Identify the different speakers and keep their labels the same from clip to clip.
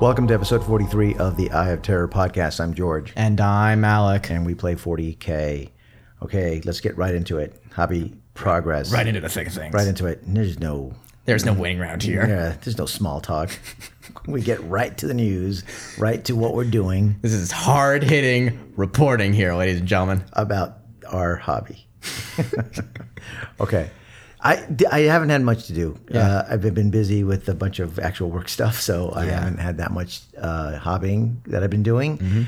Speaker 1: Welcome to episode 43 of the Eye of Terror podcast. I'm George,
Speaker 2: And I'm Alec.
Speaker 1: and we play 40K. Okay, let's get right into it. Hobby progress.
Speaker 2: Right into the thick of things.
Speaker 1: Right into it. There's no,
Speaker 2: There's no winning round here.
Speaker 1: yeah, there's no small talk. we get right to the news, right to what we're doing
Speaker 2: This is hard hitting reporting here, ladies and gentlemen.
Speaker 1: about our hobby. okay. I, I haven't had much to do. Uh, I've been- been busy with a bunch of actual work stuff, so I haven't had that much uh, hobbying that I've been doing.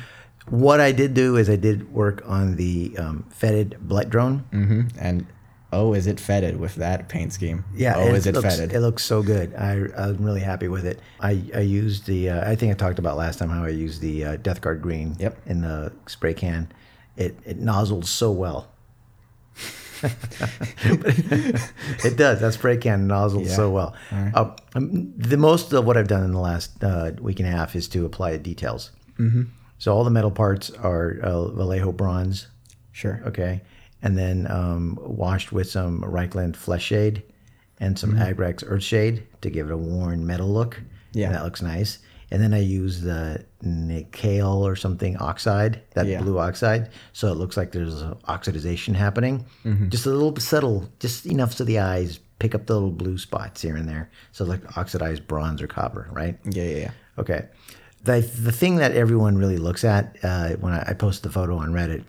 Speaker 1: What I did do is I did work on the um, fetid blight drone.
Speaker 2: hmm And oh, is it fetid with that paint scheme?
Speaker 1: Yeah,
Speaker 2: Oh,
Speaker 1: and
Speaker 2: is it
Speaker 1: looks,
Speaker 2: fetid?
Speaker 1: It looks so good. I, I'm really happy with it. I, I used the, uh, I think I talked about last time how I used the uh, Death Guard Green
Speaker 2: Yep.
Speaker 1: in the spray can. It, it nozzled so well. it does. That spray can nozzled so well. Uh, um, the most of what I've done in the last uh, week and a half is to apply details. Mm-hmm. So all the metal parts are uh, Vallejo bronze
Speaker 2: sure.
Speaker 1: okay, and then um, washed with some Reichland Flesh Shade and some Agrex Earth Shade to give it a worn metal look.
Speaker 2: Mm-hmm. Yeah.
Speaker 1: And that looks nice. And then I use the nickel or something oxide, that
Speaker 2: Yeah.
Speaker 1: blue oxide, so it looks like there's an oxidization happening.
Speaker 2: Mm-hmm.
Speaker 1: Just a little subtle, just enough so the eyes pick up the little blue spots here and there. So like oxidized bronze or copper, right?
Speaker 2: Yeah, yeah, yeah.
Speaker 1: Okay. The, the thing that everyone really looks at uh, when I, I posted the photo on Reddit,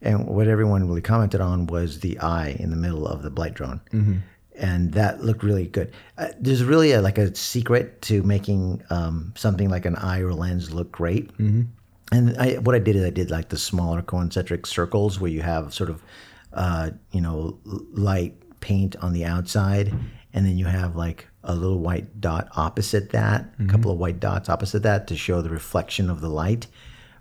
Speaker 1: and what everyone really commented on was the eye in the middle of the blight drone. And that looked really good. Uh, there's really a, like a secret to making um, something like an eye or lens look great. Mm-hmm. And I, what I did is I did like the smaller concentric circles where you have sort of, uh, you know, l- light paint on the outside, and then you have like a little white dot opposite that,
Speaker 2: Mm-hmm.
Speaker 1: a couple of white dots opposite that to show the reflection of the light.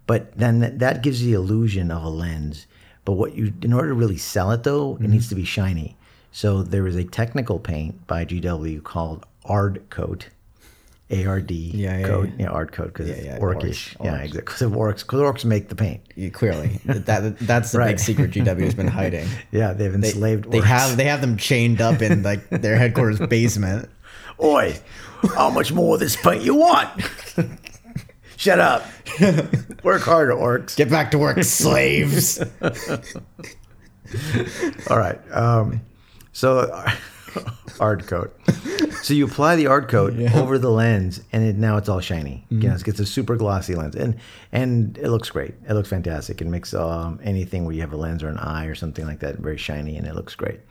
Speaker 1: But then th- that gives the illusion of a lens. But what you, in order to really sell it though,
Speaker 2: Mm-hmm.
Speaker 1: it needs to be shiny. So there is a technical paint by GW called Ard Coat. A R D
Speaker 2: Yeah, yeah,
Speaker 1: coat, yeah, art coat because it's
Speaker 2: yeah,
Speaker 1: orcish,
Speaker 2: orcs,
Speaker 1: yeah, exactly. Because of orcs, because orcs make the paint.
Speaker 2: You, clearly, that, that that's the
Speaker 1: Right.
Speaker 2: big secret GW has been hiding.
Speaker 1: Yeah, they've enslaved
Speaker 2: They
Speaker 1: orcs.
Speaker 2: have they have them chained up in like their headquarters basement.
Speaker 1: Oi, how much more of this paint you want? Shut up. Work harder, orcs.
Speaker 2: Get back to work, slaves.
Speaker 1: All right. Um, so, ard coat. So you apply the ard coat over the lens, and it, now it's all shiny. You know, it gets a super glossy lens, and and it looks great. It looks fantastic. It makes um, anything where you have a lens or an eye or something like that very shiny, and it looks great.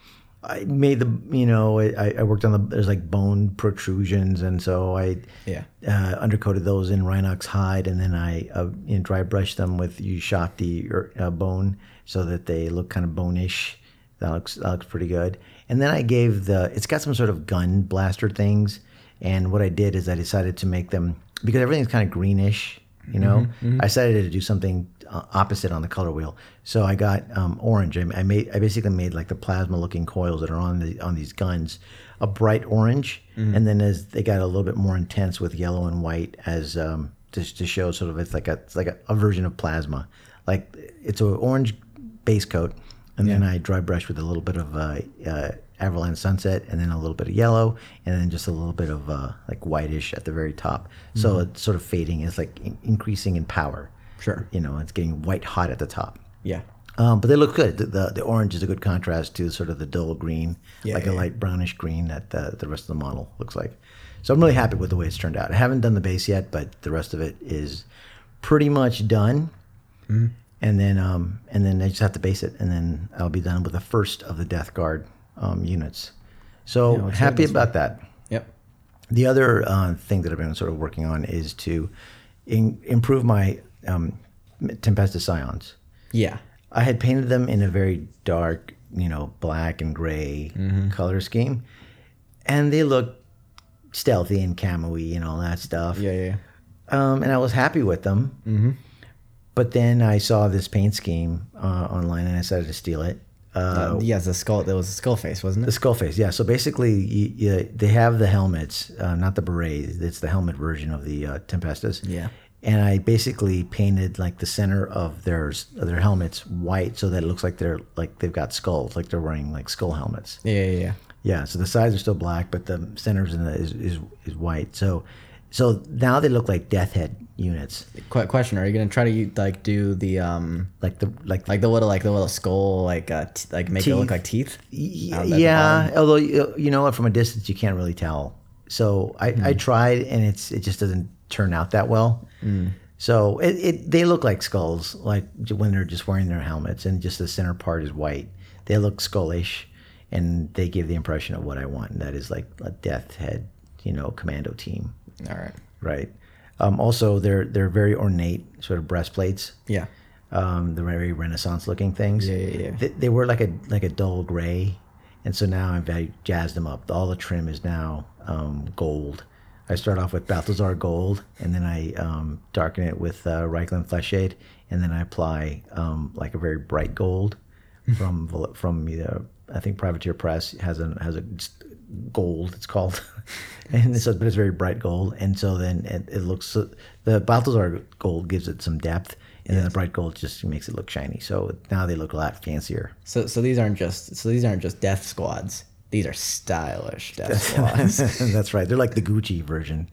Speaker 1: I made the you know I, I worked on the there's like bone protrusions, and so I
Speaker 2: Yeah.
Speaker 1: uh, undercoated those in Rhinox hide, and then I uh, you know, dry brushed them with you shot the uh, bone so that they look kind of bonish. That looks that looks pretty good. And then I gave the it's got some sort of gun blaster things, and what I did is I decided to make them because everything's kind of greenish, you know. I decided to do something uh, opposite on the color wheel, so I got um, orange. I, I made I basically made like the plasma looking coils that are on the on these guns a bright orange, and then as they got a little bit more intense with yellow and white as um, just to show sort of it's like a it's like a, a version of plasma, like it's an orange base coat, and then I dry brush with a little bit of uh, uh, Avalanche Sunset, and then a little bit of yellow, and then just a little bit of uh, like whitish at the very top. So it's sort of fading. It's like in- increasing in power.
Speaker 2: Sure.
Speaker 1: You know, it's getting white hot at the top.
Speaker 2: Yeah.
Speaker 1: Um, but they look good. The, the the orange is a good contrast to sort of the dull green,
Speaker 2: Yeah,
Speaker 1: like
Speaker 2: yeah,
Speaker 1: a
Speaker 2: yeah.
Speaker 1: light brownish green that the, the rest of the model looks like. So I'm really happy with the way it's turned out. I haven't done the base yet, but the rest of it is pretty much done.
Speaker 2: Mm-hmm.
Speaker 1: And then um, and then I just have to base it, and then I'll be done with the first of the Death Guard um, units. So
Speaker 2: let's
Speaker 1: happy about that.
Speaker 2: Yep.
Speaker 1: The other uh, thing that I've been sort of working on is to in, improve my um, Tempesta Scions.
Speaker 2: Yeah.
Speaker 1: I had painted them in a very dark, you know, black and gray color scheme, and they looked stealthy and camoey and all that stuff.
Speaker 2: Yeah. Yeah. yeah.
Speaker 1: Um, and I was happy with them. Mm-hmm. But then I saw this paint scheme uh, online, and I decided to steal it. Uh,
Speaker 2: Uh, yeah, it's a skull. That was a skull face, wasn't
Speaker 1: the
Speaker 2: it?
Speaker 1: skull face, yeah. So basically, you, you, they have the helmets, uh, not the berets. It's the helmet version of the uh, Tempestas.
Speaker 2: Yeah.
Speaker 1: And I basically painted like the center of their of their helmets white, so that it looks like they're like they've got skulls, like they're wearing like skull helmets.
Speaker 2: Yeah. Yeah. yeah.
Speaker 1: Yeah. So the sides are still black, but the centers in the is, is is white. So So now they look like death head units,
Speaker 2: Qu- question: Are you gonna try to u- like do the um
Speaker 1: like the like,
Speaker 2: like the little like the little skull like uh t- like make it
Speaker 1: Teeth.
Speaker 2: look like teeth?
Speaker 1: Y-
Speaker 2: out at the
Speaker 1: yeah. Although you you know what, from a distance you can't really tell. So I, I tried, and it's it just doesn't turn out that well. So it, it they look like skulls, like j- when they're just wearing their helmets, and just the center part is white. They look skullish, and they give the impression of what I want, and that is like a death head, you know, commando team,
Speaker 2: All right.
Speaker 1: right? Um, also, they're they're very ornate, sort of breastplates
Speaker 2: Yeah.
Speaker 1: um, the very Renaissance looking things.
Speaker 2: Yeah, yeah, yeah.
Speaker 1: They, they were like a like a dull gray, and so now I've I jazzed them up. All the trim is now um, gold. I start off with Balthazar gold, and then I um, darken it with uh, Reichland Fleshade, and then I apply um, like a very bright gold from Val- from either I think Privateer Press has a has a it's gold it's called, and so but it's very bright gold, and so then it, it looks the Balthazar gold gives it some depth, and then the bright gold just makes it look shiny. So now they look a lot fancier.
Speaker 2: So so these aren't just so these aren't just death squads. These are stylish death squads.
Speaker 1: That's right. They're like the Gucci version.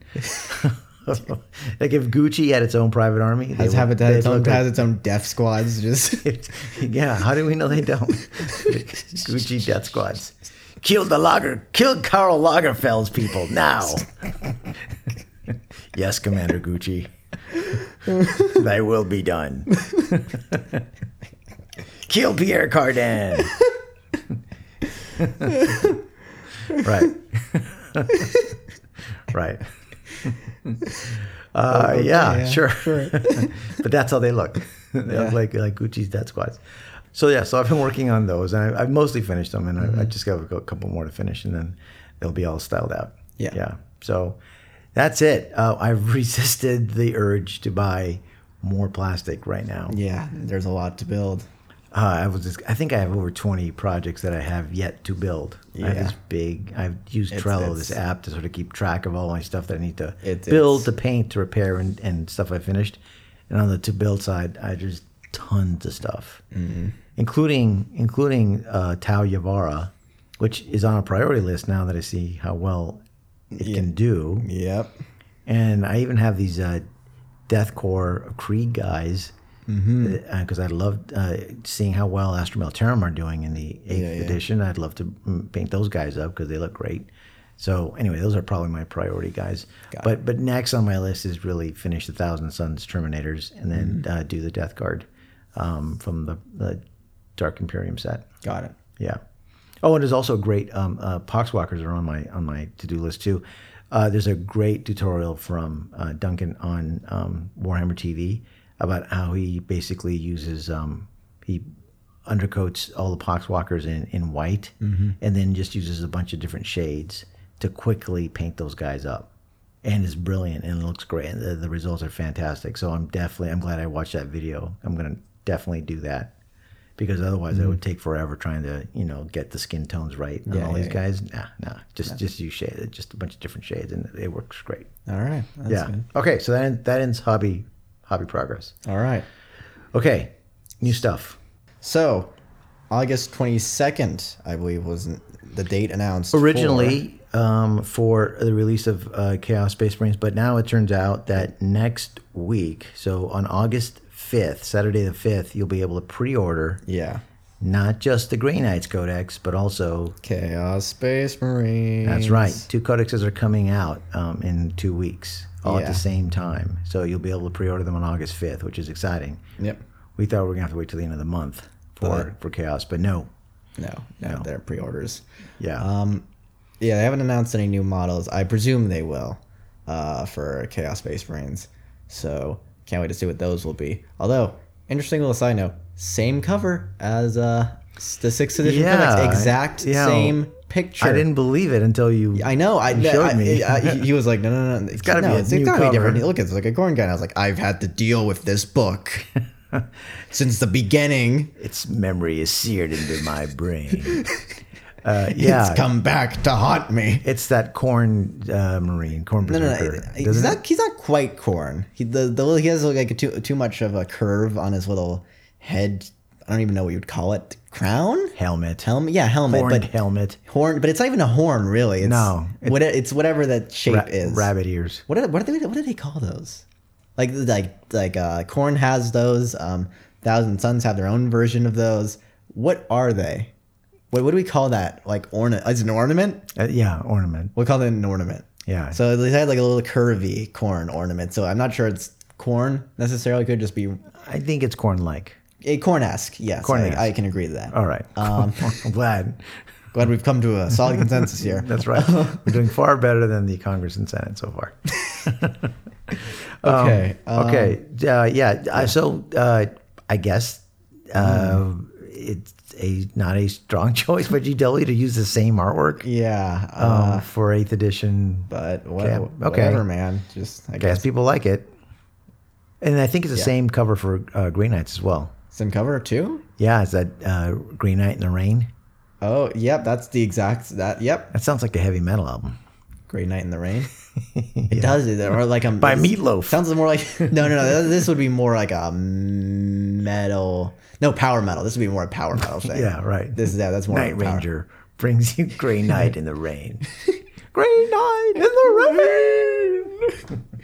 Speaker 1: like if Gucci had its own private army, they
Speaker 2: Let's have
Speaker 1: would-
Speaker 2: it has
Speaker 1: they'd
Speaker 2: its own,
Speaker 1: look like-
Speaker 2: has its own death squads. Just
Speaker 1: yeah, how do we know they don't? Gucci death squads. Kill the Lager. Kill Karl Lagerfeld's people now. yes, Commander Gucci. they will be done. Kill Pierre Cardin. right. right. Uh, yeah,
Speaker 2: yeah,
Speaker 1: sure. but that's how they look. they
Speaker 2: Yeah.
Speaker 1: look like like Gucci's dead squads. So yeah, so I've been working on those, and I, I've mostly finished them, and
Speaker 2: Mm-hmm.
Speaker 1: I, I just got a couple more to finish, and then they'll be all styled out.
Speaker 2: Yeah.
Speaker 1: yeah. So that's it. Uh, I've resisted the urge to buy more plastic right now.
Speaker 2: yeah, there's a lot to build.
Speaker 1: Uh, I was just, I think I have over 20 projects that I have yet to build. I have
Speaker 2: Yeah.
Speaker 1: this big, I've used
Speaker 2: It's-
Speaker 1: Trello, this
Speaker 2: it's-
Speaker 1: app to sort of keep track of all my stuff that I need to
Speaker 2: It-
Speaker 1: build,
Speaker 2: it's-
Speaker 1: to paint, to repair, and, and stuff I finished. And on the to build side, I just tons of stuff,
Speaker 2: Mm-hmm.
Speaker 1: including including uh, Tau Yavara, which is on a priority list now that I see how well it can do.
Speaker 2: Yep.
Speaker 1: And I even have these uh, deathcore Creed guys because
Speaker 2: Mm-hmm.
Speaker 1: I loved uh, seeing how well Astro Militarum are doing in the eighth
Speaker 2: Yeah, yeah.
Speaker 1: edition. I'd love to mm, paint those guys up because they look great. So anyway, those are probably my priority guys.
Speaker 2: Got
Speaker 1: but but next on my list is really finish the Thousand Suns Terminators and then
Speaker 2: Mm-hmm.
Speaker 1: uh, do the Death Guard um, from the, the Dark Imperium set.
Speaker 2: Got it.
Speaker 1: Yeah. Oh, and there's also great um, uh, poxwalkers are on my on my to do list too. Uh, there's a great tutorial from uh, Duncan on um, Warhammer TV about how he basically uses um, he undercoats all the poxwalkers in in white and then just uses a bunch of different shades to quickly paint those guys up. And it's brilliant and it looks great and the, the results are fantastic. So I'm definitely I'm glad I watched that video. I'm gonna definitely do that because otherwise it would take forever trying to you know get the skin tones right on
Speaker 2: Mm-hmm. Yeah,
Speaker 1: all
Speaker 2: yeah,
Speaker 1: these
Speaker 2: yeah.
Speaker 1: guys. Nah, nah, just just use shade, just a bunch of different shades, and it works great.
Speaker 2: All right. That's
Speaker 1: yeah.
Speaker 2: good.
Speaker 1: Okay, so that end- that ends hobby hobby progress.
Speaker 2: All right.
Speaker 1: Okay, new stuff.
Speaker 2: So, August 22nd, I believe, was the date announced.
Speaker 1: Originally um, for the release of uh, Chaos Space Marines, but now it turns out that next week, so on August fifth, Saturday the fifth, you'll be able to pre-order
Speaker 2: for- yeah.
Speaker 1: not just the Grey Knights Codex, but also
Speaker 2: Chaos Space Marine.
Speaker 1: That's right. Two codexes are coming out um, in two weeks, all at
Speaker 2: Yeah.
Speaker 1: the same time. So you'll be able to pre-order them on August fifth, which is exciting.
Speaker 2: Yep.
Speaker 1: We thought we were gonna have to wait till the end of the month for
Speaker 2: But-
Speaker 1: for chaos, but no.
Speaker 2: No, no, they're pre-orders.
Speaker 1: Yeah,
Speaker 2: Um, yeah, they haven't announced any new models. I presume they will, uh, for Chaos Space Marines. So can't wait to see what those will be. Although, interesting little side note: same cover as uh s- the sixth edition
Speaker 1: Yeah,
Speaker 2: codex, exact
Speaker 1: yeah.
Speaker 2: same picture.
Speaker 1: I didn't believe it until you.
Speaker 2: I know. I
Speaker 1: You showed
Speaker 2: I-
Speaker 1: me.
Speaker 2: I- he- he was like, "No, no, no. It's
Speaker 1: gotta
Speaker 2: no,
Speaker 1: be a
Speaker 2: it's
Speaker 1: new
Speaker 2: gotta be different.
Speaker 1: cover.
Speaker 2: Look, it's like a Gorn guy." And I was like, "I've had to deal with this book since the beginning.
Speaker 1: Its memory is seared into my brain. Uh, yeah,
Speaker 2: It's
Speaker 1: it's,
Speaker 2: come back to haunt me."
Speaker 1: that corn uh, marine, corn
Speaker 2: No, no, no,
Speaker 1: berserker.
Speaker 2: he's
Speaker 1: doesn't
Speaker 2: not. He's not quite corn. He the, the he has like a too too much of a curve on his little head I don't even know what you would call it. Crown?
Speaker 1: Helmet.
Speaker 2: Helmet? Yeah, helmet.
Speaker 1: Horned
Speaker 2: But
Speaker 1: helmet.
Speaker 2: horn, but it's not even a horn, really. It's,
Speaker 1: No, it's-
Speaker 2: what, it's whatever that shape
Speaker 1: Ra-
Speaker 2: is.
Speaker 1: Rabbit ears.
Speaker 2: What are, what are they? What do they call those? Like like like uh, corn has those. Um, Thousand Suns have their own version of those. What are they? What, what do we call that? Like ornament? It's an ornament.
Speaker 1: Uh, yeah, ornament.
Speaker 2: We call it an ornament.
Speaker 1: Yeah.
Speaker 2: So they had like a little curvy corn ornament. So I'm not sure it's corn necessarily. It could just be
Speaker 1: I think it's corn-like.
Speaker 2: a corn-esque. Yes,
Speaker 1: Corn-esque. Oh.
Speaker 2: I, I can agree to that.
Speaker 1: All right.
Speaker 2: Um,
Speaker 1: I'm glad.
Speaker 2: glad we've come to a solid consensus here.
Speaker 1: That's right. We're doing far better than the Congress and Senate so far.
Speaker 2: Okay. um,
Speaker 1: okay. Uh, yeah. I So uh, I guess uh, it's a not a strong choice by GW to use the same artwork
Speaker 2: Yeah.
Speaker 1: um,
Speaker 2: Uh,
Speaker 1: for Eighth Edition.
Speaker 2: but what,
Speaker 1: okay.
Speaker 2: whatever, man. Just I
Speaker 1: guess
Speaker 2: guess
Speaker 1: people like it, and I think it's the same cover for uh, Green Knights as well.
Speaker 2: some cover too.
Speaker 1: Yeah, it's that uh, Green Knight in the Rain.
Speaker 2: Oh, yep, that's the exact that. Yep,
Speaker 1: That sounds like a heavy metal album.
Speaker 2: Great Night in the Rain. It does it, or like a
Speaker 1: By Meatloaf.
Speaker 2: Sounds more like no, no, no. This would be more like a metal, no power metal. This would be more a power metal thing.
Speaker 1: Yeah, right.
Speaker 2: This is yeah, that's more
Speaker 1: Night
Speaker 2: of a power-
Speaker 1: Ranger brings you Grey Knight in the Rain. Grey Knight in the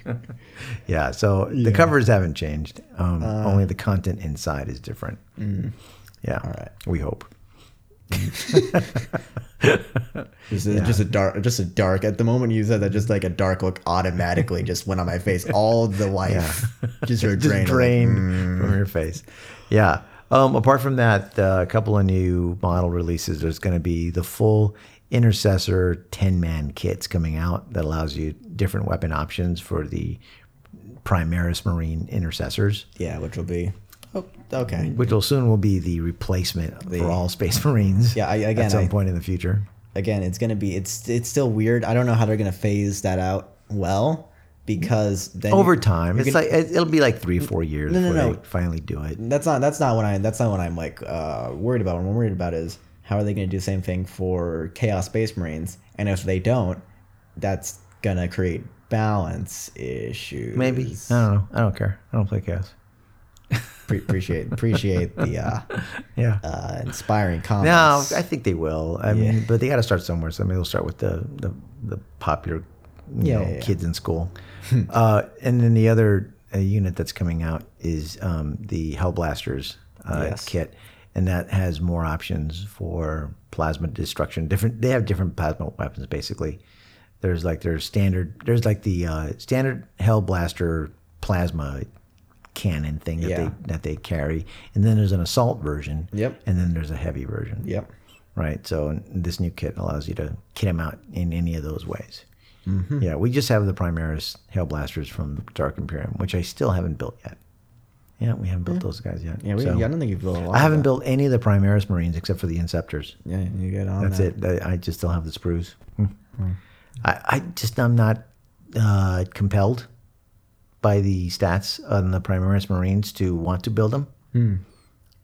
Speaker 1: Rain. yeah, so the covers haven't changed. Um, only the content inside is different. Yeah. Mm. All
Speaker 2: right.
Speaker 1: We hope.
Speaker 2: Just, a- just a dark, just a dark. At the moment you said that, just like a dark look automatically just went on my face. All the life just sort
Speaker 1: Just
Speaker 2: of drained. I'm like,
Speaker 1: drained Mm. from your face. Yeah. Um, apart from that, uh, a couple of new model releases. There's going to be the full intercessor 10 man kits coming out that allows you different weapon options for the Primaris Marine intercessors.
Speaker 2: yeah, which will be oh, okay.
Speaker 1: which will soon will be the replacement
Speaker 2: The-
Speaker 1: for all Space Marines.
Speaker 2: Yeah, I, again,
Speaker 1: at some
Speaker 2: I-
Speaker 1: point in the future.
Speaker 2: again, it's gonna be it's it's still weird. I don't know how they're gonna phase that out well because then
Speaker 1: Over time, it's
Speaker 2: gonna-
Speaker 1: like it- it'll be like three or four years
Speaker 2: no,
Speaker 1: before
Speaker 2: no.
Speaker 1: they finally do it.
Speaker 2: that's not that's not what I that's not what I'm like uh, worried about. What I'm worried about is how are they gonna do the same thing for Chaos Space Marines, and if they don't, that's gonna create balance issues.
Speaker 1: Maybe I don't know. I don't care. I don't play chaos.
Speaker 2: Pre- appreciate appreciate the uh,
Speaker 1: Yeah.
Speaker 2: uh, inspiring
Speaker 1: no,
Speaker 2: comments.
Speaker 1: I think they will. I mean, but they got to start somewhere. So I mean, they'll start with the the, the popular, you
Speaker 2: Yeah,
Speaker 1: know,
Speaker 2: yeah, Hmm. yeah.
Speaker 1: kids in school, uh, and then the other uh, unit that's coming out is um, the Hellblasters uh,
Speaker 2: Yes.
Speaker 1: kit, and that has more options for plasma destruction. Different, they have different plasma weapons basically. There's like their standard. There's like the uh, standard Hellblaster plasma cannon thing that
Speaker 2: Yeah.
Speaker 1: they that they carry, and then there's an assault version.
Speaker 2: Yep.
Speaker 1: And then there's a heavy version.
Speaker 2: Yep.
Speaker 1: Right. So this new kit allows you to kit them out in any of those ways.
Speaker 2: Mm-hmm.
Speaker 1: Yeah. We just have the Primaris Hailblasters from Dark Imperium, which I still haven't built yet. Yeah, we haven't built those guys yet.
Speaker 2: Mm. Yeah, we,
Speaker 1: So
Speaker 2: yeah, I don't think you've built a lot.
Speaker 1: I
Speaker 2: of
Speaker 1: haven't
Speaker 2: that.
Speaker 1: built any of the Primaris Marines except for the Inceptors.
Speaker 2: Yeah, you get on.
Speaker 1: That's
Speaker 2: that.
Speaker 1: it. I, I just still have the sprues. Hmm.
Speaker 2: Mm.
Speaker 1: I, I just I'm not uh, compelled by the stats on the Primaris Marines to want to build them.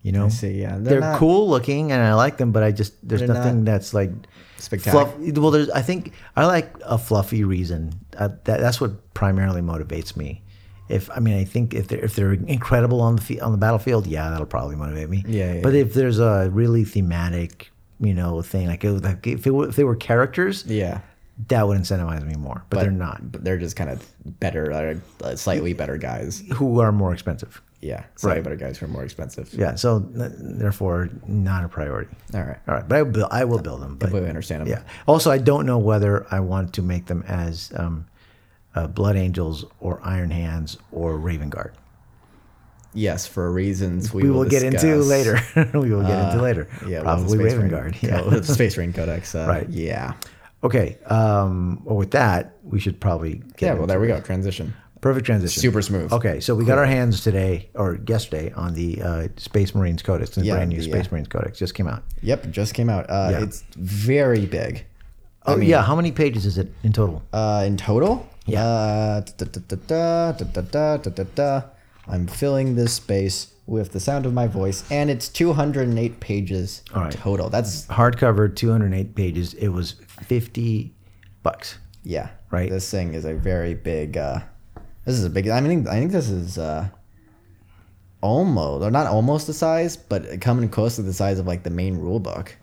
Speaker 1: You know,
Speaker 2: Hmm. see, yeah.
Speaker 1: they're,
Speaker 2: They're not-
Speaker 1: cool looking and I like them, but I just there's
Speaker 2: They're
Speaker 1: nothing
Speaker 2: not
Speaker 1: that's like
Speaker 2: Spectacular.
Speaker 1: Fluff, well, there's I think I like a fluffy reason. Uh, that, that's what primarily motivates me. If I mean, I think if they're if they're incredible on the fe- on the battlefield, yeah, that'll probably motivate me.
Speaker 2: Yeah, yeah,
Speaker 1: but if there's a really thematic, you know, thing like, it, was- like if, it were, if they were characters,
Speaker 2: Yeah.
Speaker 1: that would incentivize me more. But, they're not.
Speaker 2: but they're just kind of better, uh, uh, slightly better guys.
Speaker 1: Who are more expensive?
Speaker 2: Yeah, slightly
Speaker 1: Right.
Speaker 2: better guys who are more expensive.
Speaker 1: Yeah. So th- therefore, not a priority.
Speaker 2: All right,
Speaker 1: All right, but I will build, I will build them. But
Speaker 2: completely understandable.
Speaker 1: Yeah. Also, I don't know whether I want to make them as um, uh, Blood Angels or Iron Hands or Raven Guard.
Speaker 2: Yes, for reasons we,
Speaker 1: We will get into
Speaker 2: discuss.
Speaker 1: later. we will get into
Speaker 2: Uh,
Speaker 1: later.
Speaker 2: Yeah,
Speaker 1: probably
Speaker 2: with the Space
Speaker 1: Raven
Speaker 2: Marine
Speaker 1: Guard.
Speaker 2: Co-
Speaker 1: Yeah.
Speaker 2: with the Space Marine Codex. Uh,
Speaker 1: Right.
Speaker 2: Yeah.
Speaker 1: okay. Um, well, with that, we should probably get
Speaker 2: Yeah. Well, there we go. Transition.
Speaker 1: perfect transition.
Speaker 2: Super smooth.
Speaker 1: Okay, so we got our hands today or yesterday on the uh, Space Marines Codex, the
Speaker 2: Yeah,
Speaker 1: brand new
Speaker 2: the,
Speaker 1: Space
Speaker 2: uh,
Speaker 1: Marines Codex just came out.
Speaker 2: Yep. Just came out. Uh,
Speaker 1: Yeah.
Speaker 2: It's very big.
Speaker 1: Oh yeah, how many pages is it in total?
Speaker 2: Uh, in total.
Speaker 1: Yeah.
Speaker 2: Uh, da, da, da, da, da, da, da, da, da. I'm filling this space with the sound of my voice, and it's 208 pages
Speaker 1: right.
Speaker 2: total. That's
Speaker 1: Hardcover, two hundred eight pages. It was fifty bucks.
Speaker 2: Yeah.
Speaker 1: Right?
Speaker 2: This thing is a very big uh this is a big I mean I think this is uh almost, or not almost the size, but coming close to the size of like the main rule book.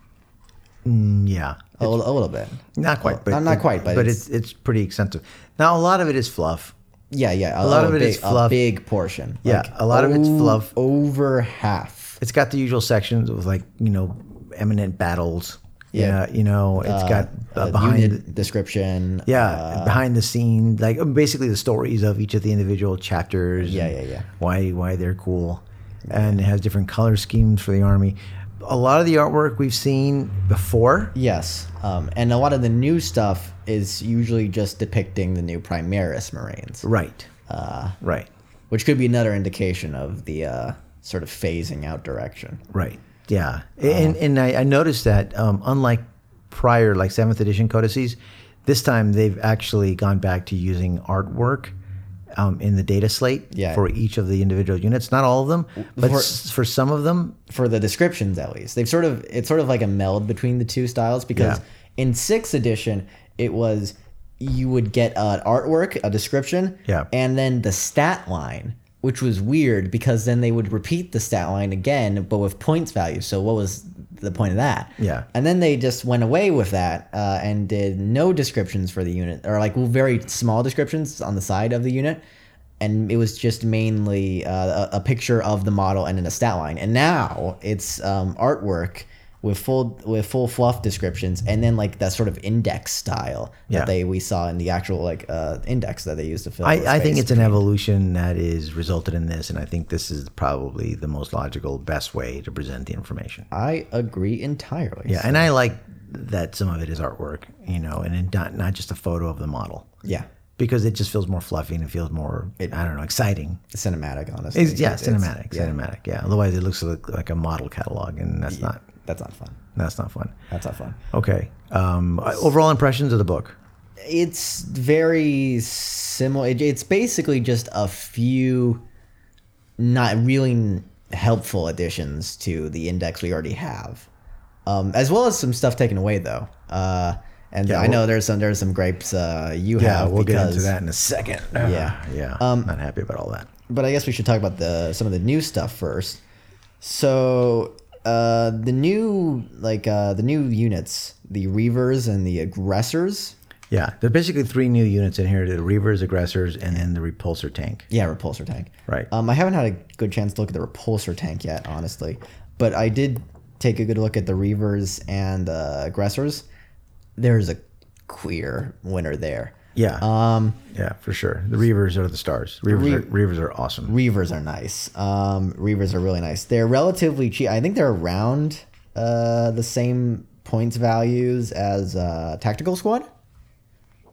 Speaker 1: Mm, yeah,
Speaker 2: A, little- a little bit.
Speaker 1: not quite, but
Speaker 2: not- not quite, but
Speaker 1: it's, it's pretty extensive. Now a lot of it is fluff.
Speaker 2: Yeah, yeah. A,
Speaker 1: lot
Speaker 2: oh,
Speaker 1: of
Speaker 2: a
Speaker 1: it
Speaker 2: big,
Speaker 1: is fluff.
Speaker 2: A big portion.
Speaker 1: Yeah, a lot of it's
Speaker 2: o-
Speaker 1: fluff.
Speaker 2: Over half.
Speaker 1: It's got the usual sections with like you know eminent battles.
Speaker 2: Yeah.
Speaker 1: Yeah, you know it's got uh,
Speaker 2: Uh,
Speaker 1: behind
Speaker 2: unit description.
Speaker 1: Yeah,
Speaker 2: uh,
Speaker 1: behind the scene, like um, basically the stories of each of the individual chapters.
Speaker 2: Yeah,
Speaker 1: and
Speaker 2: yeah, yeah.
Speaker 1: Why why they're cool, and it has different color schemes for the army. A lot of the artwork we've seen before.
Speaker 2: yes. Um, and a lot of the new stuff is usually just depicting the new Primaris Marines,
Speaker 1: Right. Uh, right.
Speaker 2: which could be another indication of the uh, sort of phasing out direction.
Speaker 1: Right. Yeah. And
Speaker 2: Uh-huh.
Speaker 1: and I, I noticed that um, unlike prior like seventh edition codices, this time they've actually gone back to using artwork. Um, in the data slate
Speaker 2: Yeah.
Speaker 1: for each of the individual units, not all of them, but
Speaker 2: For-
Speaker 1: s- for some of them,
Speaker 2: for the descriptions at least. They've sort of it's sort of like a meld between the two styles because
Speaker 1: Yeah.
Speaker 2: in sixth edition it was you would get an artwork, a description,
Speaker 1: Yeah.
Speaker 2: and then the stat line, which was weird because then they would repeat the stat line again, but with points value. So what was the point of that?
Speaker 1: Yeah.
Speaker 2: And then they just went away with that uh, and did no descriptions for the unit, or like very small descriptions on the side of the unit. And it was just mainly uh, a, a picture of the model and then a stat line. And now it's um, artwork with full with full fluff descriptions, and then like that sort of index style
Speaker 1: Yeah.
Speaker 2: that they we saw in the actual like uh, index that they used to fill. the
Speaker 1: I, I think
Speaker 2: space.
Speaker 1: it's an evolution that is resulted in this, and I think this is probably the most logical, best way to present the information.
Speaker 2: I agree entirely.
Speaker 1: Yeah, and I like that some of it is artwork, you know, and it not not just a photo of the model
Speaker 2: yeah.
Speaker 1: because it just feels more fluffy and it feels more I don't know exciting.
Speaker 2: Cinematic, honestly.
Speaker 1: It's, yeah,
Speaker 2: It's- it's-
Speaker 1: cinematic, cinematic. Yeah. Otherwise, it looks like, like a model catalog, and that's not
Speaker 2: That's not fun.
Speaker 1: that's not fun.
Speaker 2: That's not fun.
Speaker 1: Okay. Um, I- overall impressions of the book.
Speaker 2: it's very similar. It, it's basically just a few not really helpful additions to the index we already have, um, as well as some stuff taken away though. Uh, and I know there's some there's some gripes uh, you
Speaker 1: Yeah,
Speaker 2: have.
Speaker 1: we'll get into
Speaker 2: because-
Speaker 1: that in a second.
Speaker 2: Yeah. Um,
Speaker 1: yeah. not happy about all that.
Speaker 2: but I guess we should talk about the some of the new stuff first. So uh, the new like uh, the new units, the Reavers and the Aggressors.
Speaker 1: Yeah, there are basically three new units in here: the Reavers, Aggressors, and then the Repulsor tank.
Speaker 2: Yeah, repulsor tank.
Speaker 1: Right.
Speaker 2: Um, I haven't had a good chance to look at the repulsor tank yet, honestly, but I did take a good look at the reavers and uh, aggressors. There's a queer winner there.
Speaker 1: Yeah,
Speaker 2: Um,
Speaker 1: yeah, for sure. The Reavers are the stars. Reavers, are, Reavers are awesome.
Speaker 2: reavers are nice. Um, reavers are really nice. They're relatively cheap. I think they're around uh, the same points values as uh, tactical squad.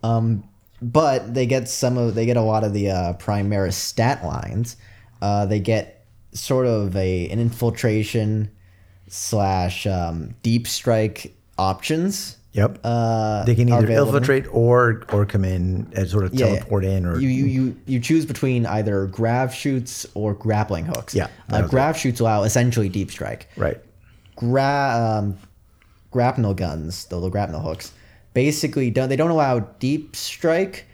Speaker 2: Um, but they get some of they get a lot of the uh, Primaris stat lines. Uh, they get sort of a an infiltration slash um, deep strike options.
Speaker 1: Yep,
Speaker 2: Uh,
Speaker 1: they can
Speaker 2: are
Speaker 1: either
Speaker 2: available to them.
Speaker 1: infiltrate or or come in and sort of
Speaker 2: Yeah, yeah.
Speaker 1: teleport in, or mm.
Speaker 2: you, you you you choose between either grav shoots or grappling hooks.
Speaker 1: Yeah, that
Speaker 2: uh,
Speaker 1: was it.
Speaker 2: grav shoots allow essentially deep strike.
Speaker 1: right.
Speaker 2: gra- um, grapnel guns, the little grapnel hooks, basically don't they don't allow deep strike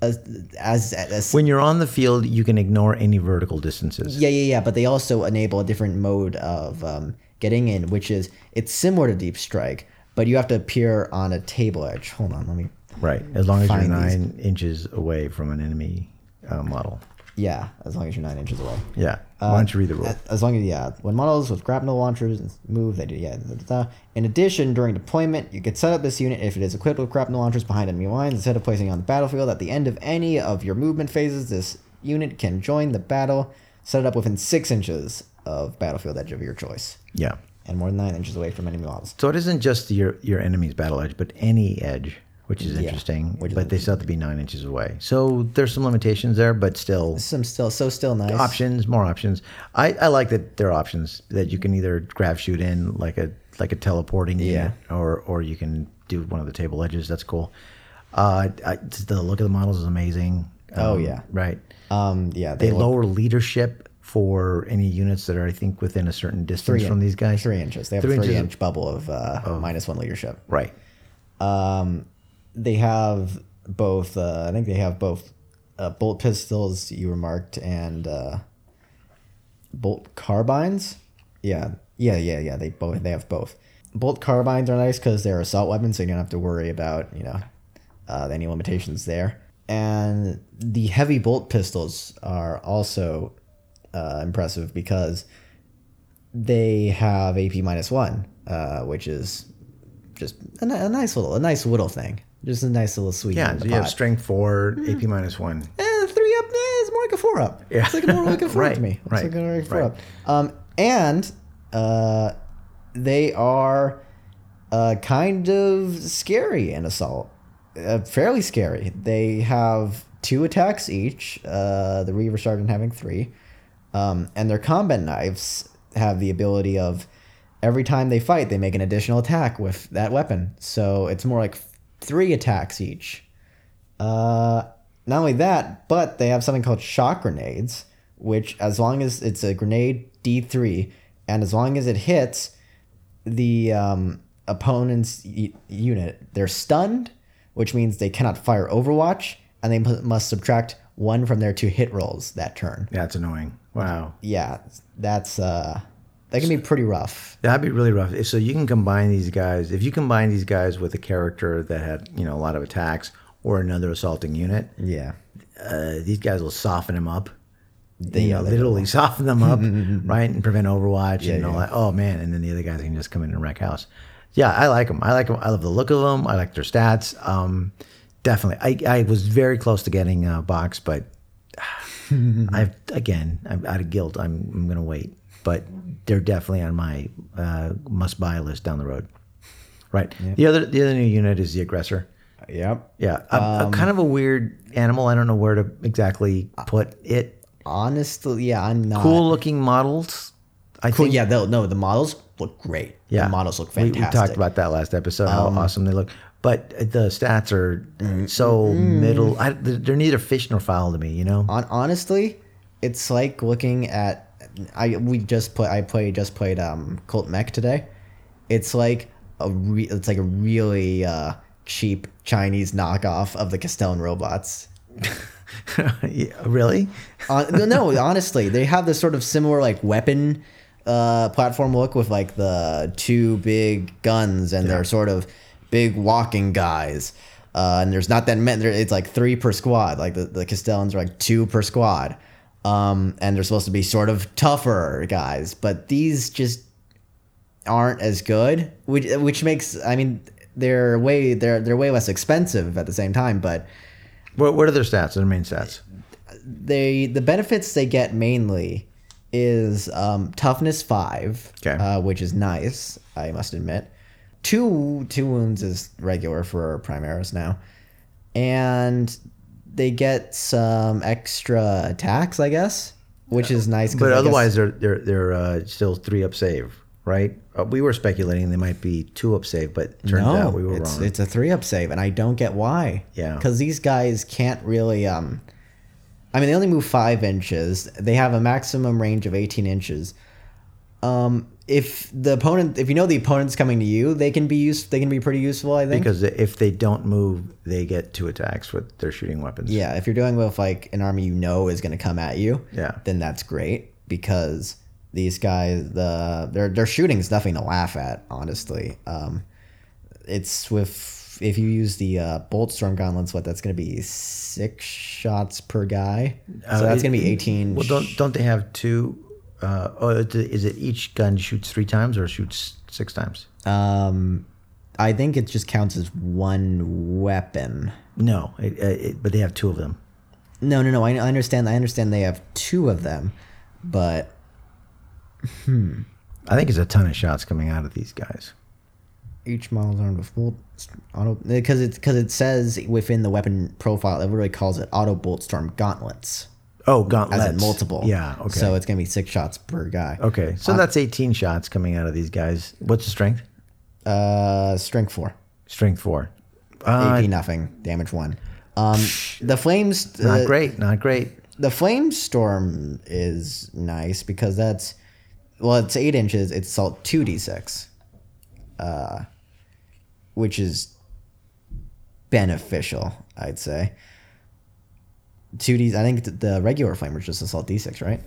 Speaker 2: as as, as
Speaker 1: When you're on the field, you can ignore any vertical distances.
Speaker 2: yeah yeah yeah, but they also enable a different mode of um, getting in, which is it's similar to deep strike, but you have to appear on a table edge. Hold on, let me.
Speaker 1: Right, as long as you're
Speaker 2: Find these.
Speaker 1: nine inches away from an enemy uh, model.
Speaker 2: Yeah, as long as you're nine inches away.
Speaker 1: Yeah,
Speaker 2: Uh,
Speaker 1: why don't you read the rule?
Speaker 2: As long as yeah, when models with grapnel launchers move, they do yeah. Da, da, da. In addition, during deployment, you can set up this unit if it is equipped with grapnel launchers behind enemy lines. Instead of placing it on the battlefield at the end of any of your movement phases, this unit can join the battle. Set it up within six inches of battlefield edge of your choice,
Speaker 1: yeah,
Speaker 2: and more than nine inches away from enemy models.
Speaker 1: so it isn't just your your enemy's battle edge, but any edge, which is interesting.
Speaker 2: which is
Speaker 1: but they still have to be nine inches away. So there's some limitations there, but still,
Speaker 2: Some still so still nice.
Speaker 1: options, more options. I, I like that there are options that you can either grab shoot in like a like a teleporting unit, or or you can do one of the table edges. That's cool. Uh, I, just the look of the models is amazing.
Speaker 2: Oh,
Speaker 1: Um,
Speaker 2: yeah.
Speaker 1: right.
Speaker 2: Um, yeah,
Speaker 1: They
Speaker 2: look
Speaker 1: lower leadership for any units that are I think within a certain distance
Speaker 2: three in-
Speaker 1: from these guys.
Speaker 2: Three inches. They have
Speaker 1: Three
Speaker 2: a three
Speaker 1: inches of- Oh.
Speaker 2: inch bubble of uh, minus one leadership.
Speaker 1: Right.
Speaker 2: Um, they have both. Uh, I think they have both uh, bolt pistols. You remarked and uh, bolt carbines. Yeah, yeah, yeah, yeah. They both they have both. Bolt carbines are nice because they're assault weapons, so you don't have to worry about you know uh, any limitations there. And the heavy bolt pistols are also uh, impressive because they have AP minus one, uh, which is just a, ni- a nice little a nice little thing. Just a nice little sweet.
Speaker 1: Yeah,
Speaker 2: in
Speaker 1: so
Speaker 2: the
Speaker 1: you have
Speaker 2: pot. Hmm.
Speaker 1: strength four, AP minus one.
Speaker 2: Eh, three up eh, it's more like a four up.
Speaker 1: Yeah.
Speaker 2: It's like more like a four up
Speaker 1: Right,
Speaker 2: to me. It's
Speaker 1: right,
Speaker 2: like a four
Speaker 1: right.
Speaker 2: up. Um, and uh, they are uh, kind of scary in assault. Uh, fairly scary. They have two attacks each. Uh, the Reaver Sergeant having three, um, and their combat knives have the ability of every time they fight, they make an additional attack with that weapon. So it's more like three attacks each. Uh, not only that, but they have something called shock grenades, which as long as it's a grenade D three, and as long as it hits the um, opponent's y- unit, they're stunned, which means they cannot fire Overwatch, and they mu- must subtract one from their two hit rolls that turn.
Speaker 1: That's annoying. Wow.
Speaker 2: Yeah, that's uh, that can be pretty rough.
Speaker 1: That'd be really rough. If- So you can combine these guys. If you combine these guys with a character that had, you know, a lot of attacks or another assaulting unit,
Speaker 2: Yeah,
Speaker 1: uh, these guys will soften them up. They
Speaker 2: yeah, they
Speaker 1: literally soften them up, right, and prevent Overwatch and all
Speaker 2: yeah.
Speaker 1: that. Oh man! And then the other guys can just come in and wreck house. Yeah, I like them. I like them. I love the look of them. I like their stats. Um, definitely. I, I was very close to getting a box, but I've again, I'm out of guilt. I'm I'm gonna wait. But they're definitely on my uh, must buy list down the road. Right. The other the other new unit is the aggressor.
Speaker 2: yep.
Speaker 1: Yeah, a,
Speaker 2: Um,
Speaker 1: a kind of a weird animal. I don't know where to exactly put it.
Speaker 2: Honestly, yeah, I'm not.
Speaker 1: Cool looking models. I
Speaker 2: Cool.
Speaker 1: think
Speaker 2: Yeah, they'll no. The models look great.
Speaker 1: Yeah.
Speaker 2: the models look
Speaker 1: we,
Speaker 2: fantastic. Um,
Speaker 1: we talked about that last episode. How awesome they look. But the stats are so middle. I, they're neither fish nor fowl to me. You know.
Speaker 2: On honestly, it's like looking at I we just play I played just played um Colt Mech today. It's like a re, it's like a really uh, cheap Chinese knockoff of the Castellan robots.
Speaker 1: Yeah, really?
Speaker 2: On, Uh, no, no, honestly, they have this sort of similar like weapon uh, platform look with like the two big guns and they're sort of big walking guys. Uh, and there's not that many. there- It's like three per squad. Like the, the Castellans are like two per squad. Um, and they're supposed to be sort of tougher guys, but these just aren't as good, which which makes I mean they're way they're they're way less expensive at the same time, but
Speaker 1: What, what are their stats? Their main stats.
Speaker 2: they the benefits they get mainly is um, toughness five,
Speaker 1: Okay.
Speaker 2: uh, which is nice. I must admit, two two wounds is regular for Primaris now, and they get some extra attacks, I guess, which is nice. 'cause
Speaker 1: But
Speaker 2: I guess-
Speaker 1: otherwise, they're they're they're uh, still three up save, right? Uh, we were speculating they might be two up save, but turns
Speaker 2: no,
Speaker 1: out we were
Speaker 2: it's,
Speaker 1: wrong.
Speaker 2: It's a three up save, and I don't get why.
Speaker 1: Yeah.
Speaker 2: Because these guys can't really. Um, I mean, they only move five inches. They have a maximum range of eighteen inches. Um, if the opponent, if you know the opponent's coming to you, they can be used. They can be pretty useful. I think.
Speaker 1: because if they don't move, they get two attacks with their shooting weapons.
Speaker 2: yeah, if you're dealing with like an army you know is going to come at you,
Speaker 1: Yeah.
Speaker 2: then that's great because these guys the their their shooting's nothing to laugh at. Honestly, um, it's with if you use the uh, bolt storm gauntlets, what that's going to be six shots per guy.
Speaker 1: Uh,
Speaker 2: so that's
Speaker 1: it-
Speaker 2: going to be eighteen.
Speaker 1: Well, don't don't they have two? Uh, oh, it- is it each gun shoots three times or shoots six times?
Speaker 2: um, I think it just counts as one weapon.
Speaker 1: No, it, it, it- but they have two of them.
Speaker 2: No, no, no. I I understand. I understand they have two of them, but
Speaker 1: I think it's a ton of shots coming out of these guys.
Speaker 2: each model is armed with bolt auto because it's because it says within the weapon profile it literally calls it auto bolt storm gauntlets
Speaker 1: Oh,
Speaker 2: as
Speaker 1: gauntlets.
Speaker 2: in multiple
Speaker 1: Yeah. Okay.
Speaker 2: so it's gonna be six shots per guy
Speaker 1: okay. So that's 18 shots coming out of these guys. What's the strength?
Speaker 2: uh strength four
Speaker 1: Strength four. Uh,
Speaker 2: AP nothing damage one um the flames
Speaker 1: not
Speaker 2: uh,
Speaker 1: great. Not great.
Speaker 2: the flame storm is nice because that's well it's eight inches it's salt 2d6 uh which is beneficial i'd say 2d i think th- the regular flame is just assault d6 right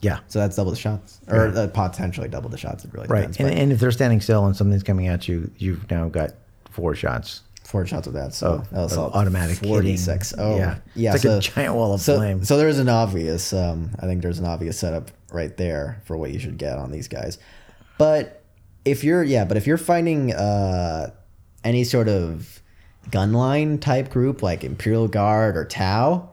Speaker 1: Yeah.
Speaker 2: So that's double the shots, or
Speaker 1: Yeah.
Speaker 2: uh, potentially double the shots. It really
Speaker 1: Right.
Speaker 2: depends.
Speaker 1: and,
Speaker 2: but
Speaker 1: and if they're standing still and something's coming at you, you've now got four shots.
Speaker 2: four shots with that, so
Speaker 1: of-
Speaker 2: that was
Speaker 1: of
Speaker 2: all
Speaker 1: Oh, automatic hitting.
Speaker 2: forty-six. Oh,
Speaker 1: yeah,
Speaker 2: yeah,
Speaker 1: It's
Speaker 2: so,
Speaker 1: like a giant wall of
Speaker 2: so,
Speaker 1: flame.
Speaker 2: So there's an obvious. Um, I think there's an obvious setup right there for what you should get on these guys. But if you're yeah, but if you're finding uh, any sort of gunline type group like Imperial Guard or Tau,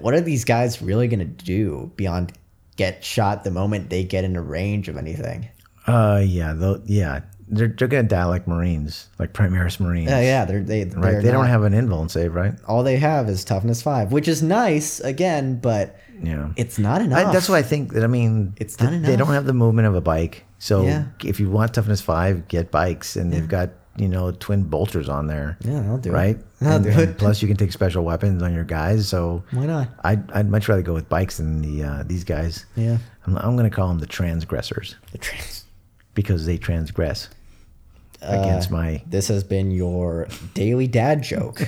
Speaker 2: what are these guys really gonna do beyond get shot the moment they get into range of anything?
Speaker 1: uh, yeah, though, yeah, they're they're gonna die like Marines, like Primaris Marines.
Speaker 2: Yeah, Uh, yeah, they're they
Speaker 1: Right,
Speaker 2: they're
Speaker 1: they don't
Speaker 2: not-
Speaker 1: have an invuln save, right?
Speaker 2: all they have is toughness five, which is nice again, but
Speaker 1: Yeah,
Speaker 2: it's not enough.
Speaker 1: I, that's what I think. That I mean,
Speaker 2: It's
Speaker 1: th-
Speaker 2: not
Speaker 1: They
Speaker 2: enough.
Speaker 1: don't have the movement of a bike, so
Speaker 2: Yeah.
Speaker 1: if you want toughness five, get bikes, and they've got you know twin bolters on there,
Speaker 2: yeah, I'll do
Speaker 1: right?
Speaker 2: it. I'll
Speaker 1: and,
Speaker 2: do
Speaker 1: and
Speaker 2: it.
Speaker 1: plus, you can take special weapons on your guys. So
Speaker 2: Why not?
Speaker 1: I'd I'd much rather go with bikes than the uh, these guys.
Speaker 2: Yeah.
Speaker 1: I'm, I'm gonna call them the transgressors
Speaker 2: The trans.
Speaker 1: because they transgress against my
Speaker 2: This has been your daily dad joke.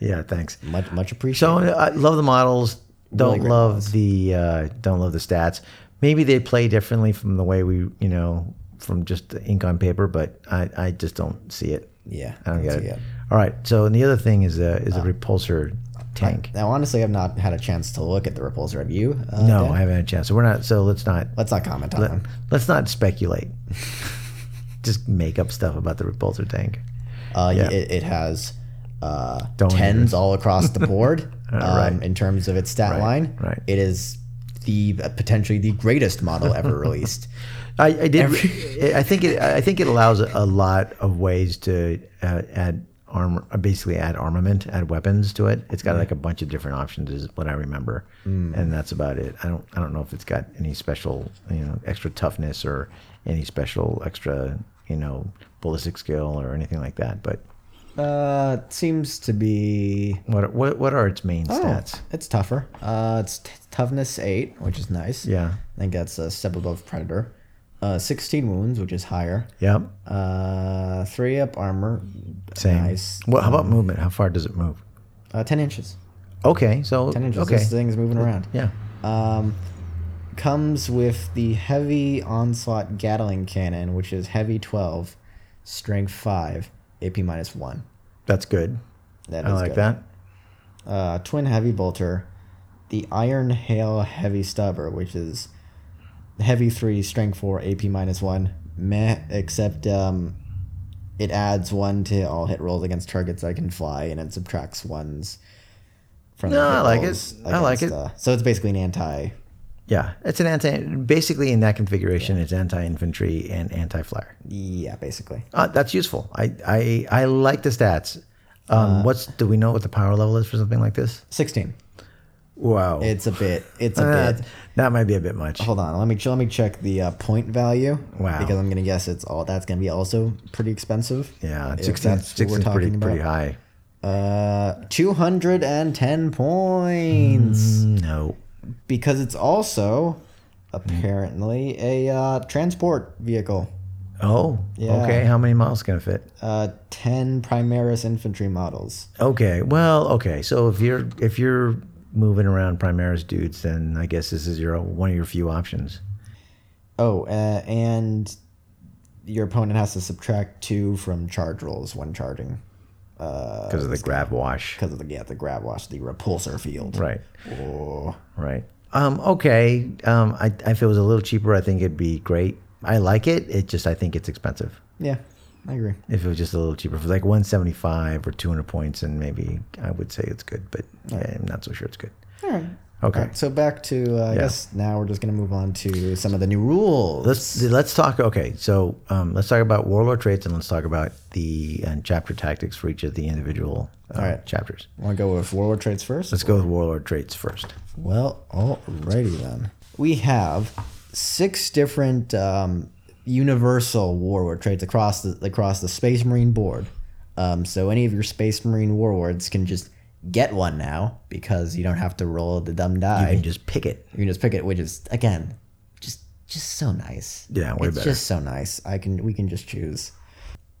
Speaker 1: yeah thanks
Speaker 2: much much
Speaker 1: so
Speaker 2: appreciated.
Speaker 1: i love the models don't
Speaker 2: great
Speaker 1: love the uh, don't love the stats maybe they play differently from the way we you know from just the ink on paper but i i just don't see it
Speaker 2: yeah,
Speaker 1: i don't get
Speaker 2: so
Speaker 1: it Ah.
Speaker 2: yeah.
Speaker 1: all right so and the other thing is a is a repulsor tank
Speaker 2: Now, honestly, I've not had a chance to look at the Ripples review. Uh,
Speaker 1: no
Speaker 2: Dan.
Speaker 1: i haven't had a chance so we're not so let's not
Speaker 2: let's not comment on them.
Speaker 1: let's not speculate just make up stuff about the repulsor tank
Speaker 2: Uh,
Speaker 1: Yeah.
Speaker 2: it, it has uh,
Speaker 1: Don't
Speaker 2: tens all across the board um,
Speaker 1: Uh, right.
Speaker 2: in terms of its stat line.
Speaker 1: right.
Speaker 2: It is the uh, potentially the greatest model ever released.
Speaker 1: I, I did. I think it. I think it allows a lot of ways to uh, add armor. Basically, add armament, add weapons to it. It's got
Speaker 2: Mm.
Speaker 1: like a bunch of different options, is what I remember, and that's about it. I don't. I don't know if it's got any special, you know, extra toughness or any special extra, you know, ballistic skill or anything like that. But
Speaker 2: Uh, it seems to be
Speaker 1: what what what are its main stats?
Speaker 2: Oh, it's tougher. Uh, it's t- toughness eight, which is nice.
Speaker 1: Yeah.
Speaker 2: I think that's a step above predator. Uh, sixteen wounds, which is higher.
Speaker 1: Yep.
Speaker 2: Uh, three up armor.
Speaker 1: Same.
Speaker 2: Nice.
Speaker 1: What? How about movement? How far does it move?
Speaker 2: Uh, ten inches.
Speaker 1: Okay. So
Speaker 2: Ten inches.
Speaker 1: okay.
Speaker 2: This thing is moving around.
Speaker 1: Yeah.
Speaker 2: Um, comes with the heavy onslaught Gatling cannon, which is heavy twelve, strength five, AP minus one.
Speaker 1: That's good.
Speaker 2: That
Speaker 1: I
Speaker 2: is
Speaker 1: like
Speaker 2: good.
Speaker 1: that.
Speaker 2: uh, twin heavy bolter, the iron hail heavy stubber, which is heavy three, strength four, AP minus one. Meh, except um, it adds one to all hit rolls against targets I can fly, and it subtracts ones from.
Speaker 1: No,
Speaker 2: hit
Speaker 1: I like it.
Speaker 2: rolls
Speaker 1: I like
Speaker 2: against,
Speaker 1: it.
Speaker 2: uh, so it's basically an anti.
Speaker 1: Yeah, it's an anti. Basically, in that configuration, it's anti infantry and anti flyer.
Speaker 2: Yeah, basically.
Speaker 1: Uh, that's useful. I, I I like the stats. Um, what's do we know what the power level is for something like this?
Speaker 2: Sixteen.
Speaker 1: Wow,
Speaker 2: It's a bit. It's a
Speaker 1: Uh,
Speaker 2: bit.
Speaker 1: that might be a bit much.
Speaker 2: Hold on. Let me let me check the uh, point value.
Speaker 1: Wow.
Speaker 2: Because I'm gonna guess it's all that's gonna be also pretty expensive.
Speaker 1: Yeah,
Speaker 2: If
Speaker 1: 16
Speaker 2: that's what
Speaker 1: 16
Speaker 2: we're
Speaker 1: is pretty
Speaker 2: talking
Speaker 1: pretty
Speaker 2: about.
Speaker 1: high.
Speaker 2: Uh, 210
Speaker 1: Hmm.
Speaker 2: points
Speaker 1: No,
Speaker 2: because it's also apparently a uh, transport vehicle.
Speaker 1: oh,
Speaker 2: Yeah.
Speaker 1: okay. How many miles can it fit?
Speaker 2: Uh, 10 Primaris infantry models.
Speaker 1: Okay, well, okay. So if you're if you're moving around Primaris dudes, then I guess this is your one of your few options.
Speaker 2: Oh, uh, and your opponent has to subtract two from charge rolls when charging Uh,
Speaker 1: because of the grab wash.
Speaker 2: because of the yeah, the grab wash, the repulsor field.
Speaker 1: Right,
Speaker 2: Oh.
Speaker 1: right. Um, okay. Um, I, if it was a little cheaper, I think it'd be great. I like it. It just I think it's expensive.
Speaker 2: Yeah, I agree.
Speaker 1: If it was just a little cheaper, for like one seventy five or two hundred points, and maybe I would say it's good. But yeah, I'm not so sure it's good.
Speaker 2: All right.
Speaker 1: Okay.
Speaker 2: All right, so back to, uh, I guess now we're just going to move on to some of the new rules.
Speaker 1: Let's let's talk. Okay, so um, let's talk about warlord traits, and let's talk about the uh, chapter tactics for each of the individual uh,
Speaker 2: right.
Speaker 1: chapters.
Speaker 2: Want to go with warlord traits first?
Speaker 1: Let's go with warlord traits first.
Speaker 2: Well, alrighty then. We have six different um, universal warlord traits across the across the Space Marine board. Um, so any of your Space Marine warlords can just get one now because you don't have to roll the dumb die. You
Speaker 1: And
Speaker 2: can,
Speaker 1: just pick it.
Speaker 2: just pick it, which is again just just so nice.
Speaker 1: Yeah, way
Speaker 2: it's
Speaker 1: better.
Speaker 2: just so nice. I can we can just choose.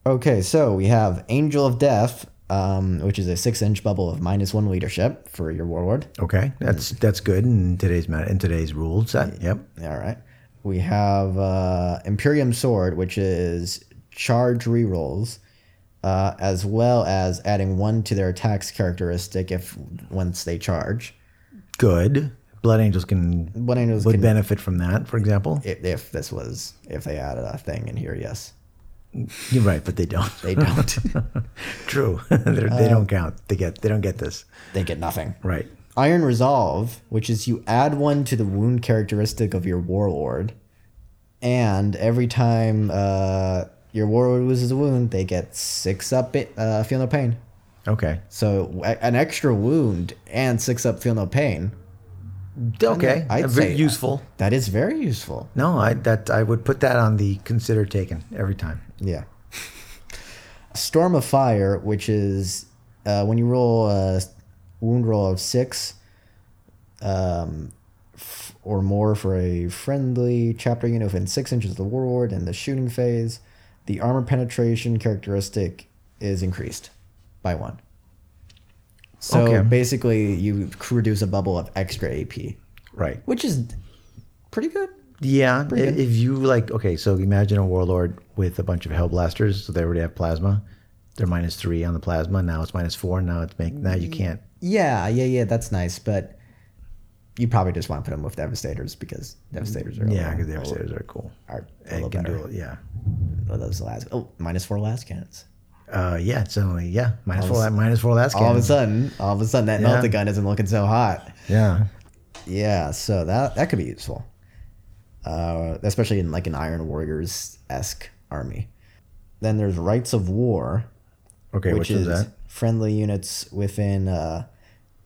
Speaker 2: Okay, so we have Angel of Death, um, which is a six inch bubble of minus one leadership for your warlord.
Speaker 1: Okay, that's that's good in today's ma- in today's rules. That, yep.
Speaker 2: All right. We have uh, Imperium Sword, which is charge rerolls, uh, as well as adding one to their attacks characteristic if once they charge.
Speaker 1: Good. Blood angels can
Speaker 2: Blood Angels
Speaker 1: would
Speaker 2: can,
Speaker 1: benefit from that, for example.
Speaker 2: if, if this was if they added a thing in here, yes,
Speaker 1: You're right, but they don't. Uh,
Speaker 2: they don't.
Speaker 1: True. They're- they don't count. They get they don't get this.
Speaker 2: they get nothing.
Speaker 1: Right.
Speaker 2: Iron Resolve, which is you add one to the wound characteristic of your warlord, and every time uh, your warlord loses a wound, they get six up. It, uh, feel no pain.
Speaker 1: Okay.
Speaker 2: So a- an extra wound and six up. Feel no pain.
Speaker 1: Okay.
Speaker 2: I'd
Speaker 1: Uh, very
Speaker 2: say-
Speaker 1: useful.
Speaker 2: That is very useful.
Speaker 1: No, I that I would put that on the consider taken every time.
Speaker 2: Yeah. Storm of Fire, which is uh, when you roll a wound roll of six um, f- or more for a friendly chapter unit within six inches of the warlord in the shooting phase, the armor penetration characteristic is increased by one. So
Speaker 1: Okay.
Speaker 2: basically, you c- reduce a bubble of extra AP,
Speaker 1: Right.
Speaker 2: which is pretty good.
Speaker 1: Yeah. i-
Speaker 2: good.
Speaker 1: If you like, okay, so imagine a warlord with a bunch of hellblasters. So they already have plasma. They're minus three on the plasma. Now it's minus four. Now it's make. Now you can't.
Speaker 2: Yeah, yeah, yeah. That's nice, but you probably just want to put them with devastators because devastators are
Speaker 1: Yeah, because the upstairs are cool.
Speaker 2: Are a
Speaker 1: And
Speaker 2: little
Speaker 1: can do
Speaker 2: better.
Speaker 1: it. Yeah.
Speaker 2: Well, those last oh minus four last cannons.
Speaker 1: Uh, yeah. It's only yeah. Minus four. la- Minus four. Last
Speaker 2: All of a
Speaker 1: game.
Speaker 2: sudden, all of a sudden, that melted gun isn't looking so hot.
Speaker 1: Yeah.
Speaker 2: Yeah, so that that could be useful, uh, especially in like an Iron Warriors esque army. Then there's rights of war,
Speaker 1: Okay. Which,
Speaker 2: which is
Speaker 1: is that?
Speaker 2: friendly units within uh,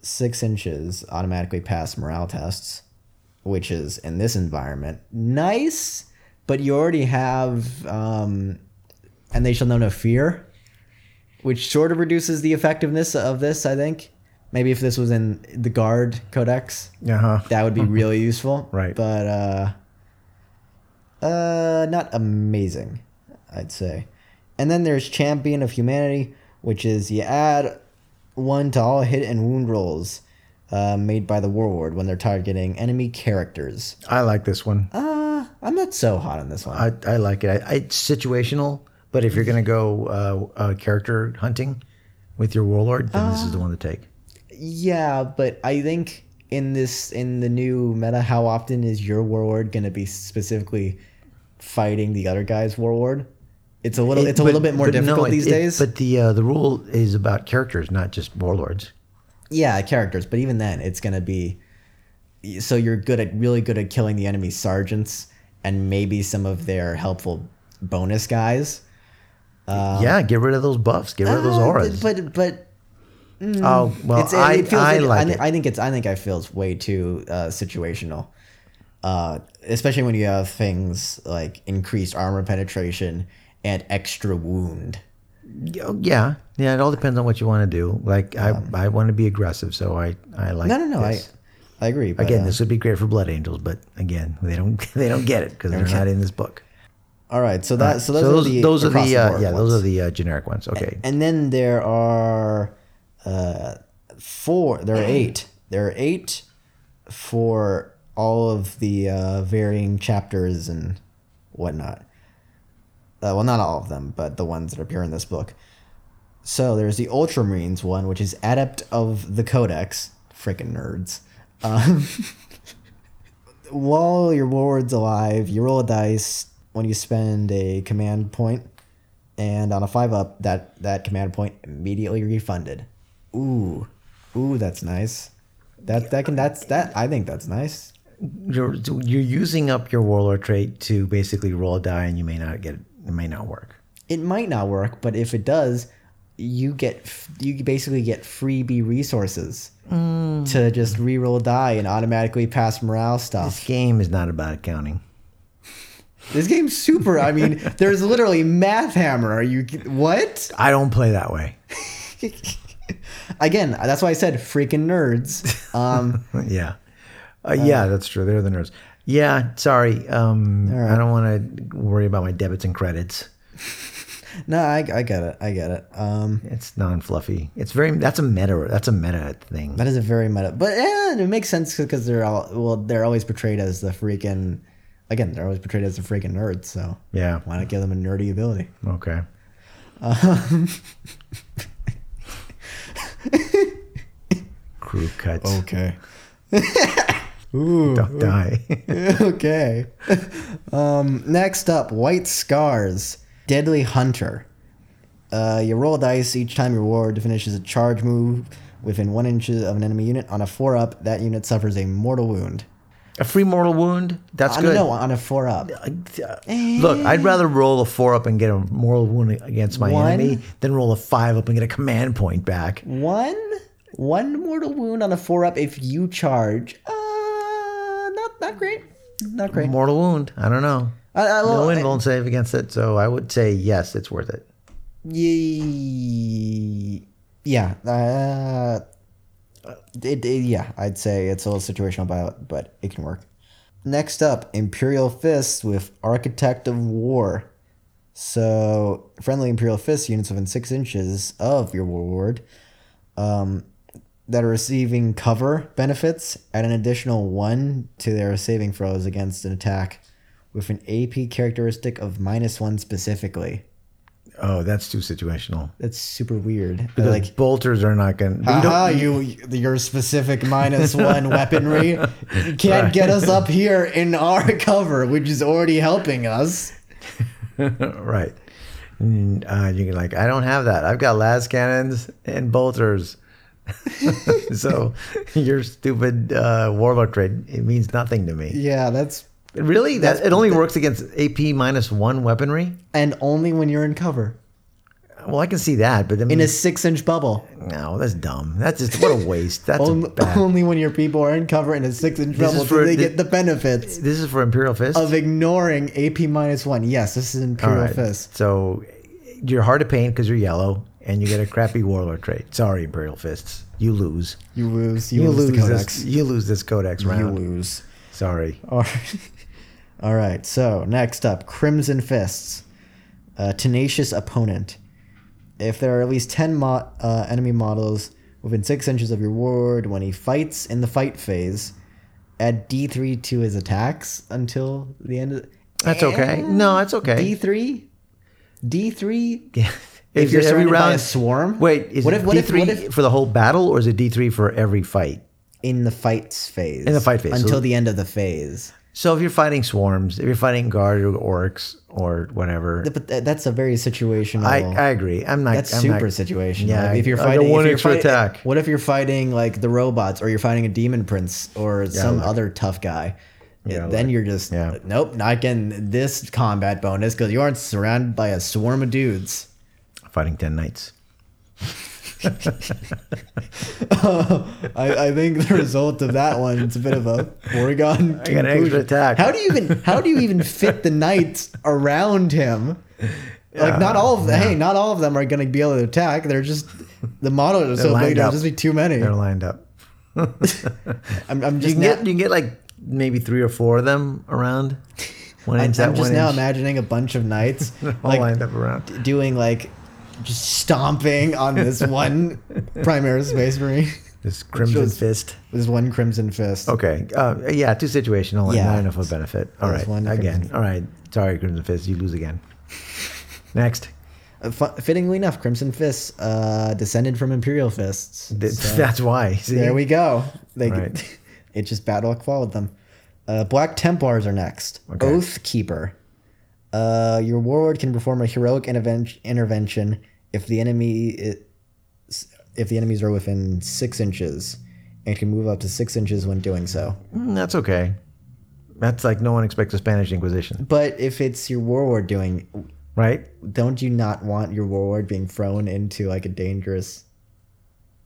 Speaker 2: six inches automatically pass morale tests, which is in this environment nice, but you already have, um, and they shall know no fear, which sort of reduces the effectiveness of this. I think maybe if this was in the guard codex,
Speaker 1: Uh huh.
Speaker 2: that would be really useful.
Speaker 1: Right.
Speaker 2: But uh uh not amazing, I'd say. And then there's Champion of Humanity, which is you add one to all hit and wound rolls uh, made by the warlord when they're targeting enemy characters.
Speaker 1: I like this one.
Speaker 2: Uh I'm not so hot on this one.
Speaker 1: I, I like it. I, I, it's situational, but if you're gonna go uh, uh, character hunting with your warlord, then this is the one to take.
Speaker 2: yeah, but I think in this in the new meta, how often is your warlord gonna be specifically fighting the other guy's warlord? It's a little it's a
Speaker 1: But-
Speaker 2: little bit more
Speaker 1: but no,
Speaker 2: difficult
Speaker 1: it-
Speaker 2: these
Speaker 1: it-
Speaker 2: days.
Speaker 1: But the uh, the rule is about characters, not just warlords.
Speaker 2: yeah characters but even then it's gonna be so you're good at really good at killing the enemy sergeants and maybe some of their helpful bonus guys
Speaker 1: yeah, get rid of those buffs. Get rid of those
Speaker 2: Ah,
Speaker 1: auras.
Speaker 2: but but
Speaker 1: oh well,
Speaker 2: it's,
Speaker 1: I,
Speaker 2: it feels
Speaker 1: I like
Speaker 2: I,
Speaker 1: it.
Speaker 2: I think it's I think it feels way too uh, situational, uh, especially when you have things like increased armor penetration and extra wound.
Speaker 1: Oh, yeah, yeah. It all depends on what you want to do. Like I, I want to be aggressive, so I, I like.
Speaker 2: Um. No no no
Speaker 1: this.
Speaker 2: I I agree. But,
Speaker 1: again,
Speaker 2: uh,
Speaker 1: this would be great for blood angels, but again, they don't they don't get it because they're not in this book.
Speaker 2: all right. So that so those, are the
Speaker 1: those are the,
Speaker 2: across
Speaker 1: uh,
Speaker 2: board
Speaker 1: yeah
Speaker 2: ones.
Speaker 1: those are the uh, generic ones. Okay,
Speaker 2: And then there are uh, four. There are eight. There are eight for all of the uh, varying chapters and whatnot. Uh, well, not all of them, but the ones that appear in this book. So there's the Ultramarines one, which is Adept of the Codex. Frickin' nerds. Um, while your warlord's alive, you roll a dice when you spend a command point, and on a five up, that that command point immediately refunded. Ooh, ooh, that's nice. That that can that's that I think that's nice.
Speaker 1: you're you're using up your warlord trait to basically roll a die, and you may not get it. It may not work.
Speaker 2: It might not work, but if it does, you get f- you basically get freebie resources to just reroll die and automatically pass morale stuff.
Speaker 1: This game is not about accounting.
Speaker 2: This game's super. I mean, there's literally math hammer. Are you what?
Speaker 1: I don't play that way.
Speaker 2: Again, that's why I said freaking nerds. Um,
Speaker 1: yeah, uh, yeah, that's true. They're the nerds. Yeah, sorry. Um, I don't want to worry about my debits and credits.
Speaker 2: No, I, I get it. I get it. Um,
Speaker 1: It's non-fluffy. It's very. That's a meta. That's a meta thing.
Speaker 2: that is a very meta, but eh, it makes sense because they're all well, they're always portrayed as the freaking. Again, they're always portrayed as the freaking nerds. So
Speaker 1: Yeah.
Speaker 2: why not give them a nerdy ability?
Speaker 1: Okay. Um. Crew cuts.
Speaker 2: Okay. Ooh.
Speaker 1: Duck die.
Speaker 2: okay. um, next up, White Scars, Deadly Hunter. Uh, you roll dice each time your ward finishes a charge move within one inch of an enemy unit. On a four up, that unit suffers a mortal wound.
Speaker 1: a free mortal wound. That's
Speaker 2: On,
Speaker 1: good. Eh.
Speaker 2: no, on a four up.
Speaker 1: Look, I'd rather roll a four up and get a mortal wound against my
Speaker 2: One.
Speaker 1: enemy than roll a five up and get a command point back.
Speaker 2: One, one mortal wound on a four up if you charge. Uh, not not great. Not great.
Speaker 1: Mortal wound. I don't know.
Speaker 2: I, I,
Speaker 1: No
Speaker 2: well, I-
Speaker 1: invuln save against it, so I would say yes, it's worth it.
Speaker 2: Ye- yeah uh, it, it- yeah i'd say it's a little situational but but it can work next up imperial fists with architect of war so friendly imperial fist units within six inches of your ward um, that are receiving cover benefits add an additional one to their saving throws against an attack with an ap characteristic of minus one specifically
Speaker 1: Oh, that's too situational. Uh-huh.
Speaker 2: that's super weird.
Speaker 1: The
Speaker 2: Like,
Speaker 1: bolters are not going to.
Speaker 2: aha, you, your specific minus one weaponry can't get us up here in our cover, which is already helping us.
Speaker 1: right. Mm, Uh, you're like, I don't have that. I've got las cannons and bolters. so your stupid uh, warlord trade it means nothing to me.
Speaker 2: Yeah, that's
Speaker 1: Really, that it only works against AP minus one weaponry.
Speaker 2: and only when you're in cover
Speaker 1: Well, I can see that, but I mean,
Speaker 2: in a six inch bubble.
Speaker 1: no, that's dumb. That's just what a waste. That's
Speaker 2: Only,
Speaker 1: bad.
Speaker 2: only when your people are in cover in a six inch
Speaker 1: This is
Speaker 2: bubble
Speaker 1: for
Speaker 2: do they
Speaker 1: the-
Speaker 2: get the benefits
Speaker 1: This is for Imperial Fist.
Speaker 2: of ignoring AP minus one. Yes, this is
Speaker 1: All
Speaker 2: Imperial
Speaker 1: right.
Speaker 2: Fist.
Speaker 1: So you're hard to paint because you're yellow, and you get a crappy warlord trait. Sorry, Imperial Fists, you lose.
Speaker 2: You lose. You,
Speaker 1: You lose,
Speaker 2: lose, the codex.
Speaker 1: this. You lose this codex
Speaker 2: You
Speaker 1: round.
Speaker 2: lose.
Speaker 1: Sorry.
Speaker 2: All right. All right. So next up, Crimson Fists, a tenacious opponent. If there are at least ten mo- uh, enemy models within six inches of your ward when he fights in the fight phase, add D three to his attacks until the end of.
Speaker 1: That's okay. No, that's okay.
Speaker 2: D three, D three.
Speaker 1: Is
Speaker 2: If you're
Speaker 1: it
Speaker 2: surrounded by a swarm.
Speaker 1: Wait, is
Speaker 2: what
Speaker 1: it
Speaker 2: if what
Speaker 1: D3
Speaker 2: if what if
Speaker 1: for the whole battle, or is it D three for every fight?
Speaker 2: in the fights phase? In
Speaker 1: the fight phase, so-
Speaker 2: until the end of the phase.
Speaker 1: So if you're fighting swarms, if you're fighting guard or orcs or whatever,
Speaker 2: But th- that's a very situational.
Speaker 1: I, I agree. I'm not.
Speaker 2: That's
Speaker 1: I'm
Speaker 2: super
Speaker 1: Not,
Speaker 2: situational.
Speaker 1: Yeah,
Speaker 2: Like, if you're
Speaker 1: I got
Speaker 2: fighting,
Speaker 1: one
Speaker 2: if you're
Speaker 1: extra
Speaker 2: fighting-
Speaker 1: attack.
Speaker 2: What if you're fighting like the robots, or you're fighting a demon prince, or some
Speaker 1: look.
Speaker 2: other tough guy?
Speaker 1: Yeah,
Speaker 2: then you're just
Speaker 1: Yeah.
Speaker 2: nope, not getting this combat bonus because you aren't surrounded by a swarm of dudes.
Speaker 1: fighting ten knights.
Speaker 2: I, I think the result of that one it's a bit of a Oregon. I
Speaker 1: got an extra attack.
Speaker 2: How do you even how do you even fit the knights around him? Like not all of them, hey, not all of them are going to be able to attack. They're just the model is so
Speaker 1: lined
Speaker 2: big. There'll
Speaker 1: up.
Speaker 2: just be too many.
Speaker 1: They're lined up.
Speaker 2: I'm, I'm
Speaker 1: You
Speaker 2: just
Speaker 1: can
Speaker 2: not-
Speaker 1: get you can get like maybe three or four of them around. One
Speaker 2: I'm,
Speaker 1: inch. that
Speaker 2: I'm just
Speaker 1: one
Speaker 2: now
Speaker 1: inch.
Speaker 2: imagining a bunch of knights
Speaker 1: all
Speaker 2: like
Speaker 1: lined up around.
Speaker 2: doing like just stomping on this one primary space marine,
Speaker 1: This crimson
Speaker 2: shows-
Speaker 1: fist.
Speaker 2: this one crimson fist.
Speaker 1: Okay. Uh, yeah, too situational and
Speaker 2: Yeah.
Speaker 1: not enough of benefit. All
Speaker 2: There's
Speaker 1: right.
Speaker 2: one
Speaker 1: Again.
Speaker 2: Crimson-
Speaker 1: All right. Sorry, Crimson Fist. You lose again. Next.
Speaker 2: Uh, fu- fittingly enough, crimson fists uh, descended from imperial fists.
Speaker 1: Th-
Speaker 2: So
Speaker 1: That's why. See?
Speaker 2: there we go. They
Speaker 1: Right.
Speaker 2: it just bad luck followed them. Uh, Black Templars are next.
Speaker 1: Okay.
Speaker 2: Oath Keeper. Uh, your warlord can perform a heroic interven- intervention if the enemy i- if the enemies are within six inches and can move up to six inches when doing so.
Speaker 1: Mm, That's okay. That's like no one expects a Spanish Inquisition,
Speaker 2: But if it's your warlord doing,
Speaker 1: right?
Speaker 2: don't you not want your warlord being thrown into like a dangerous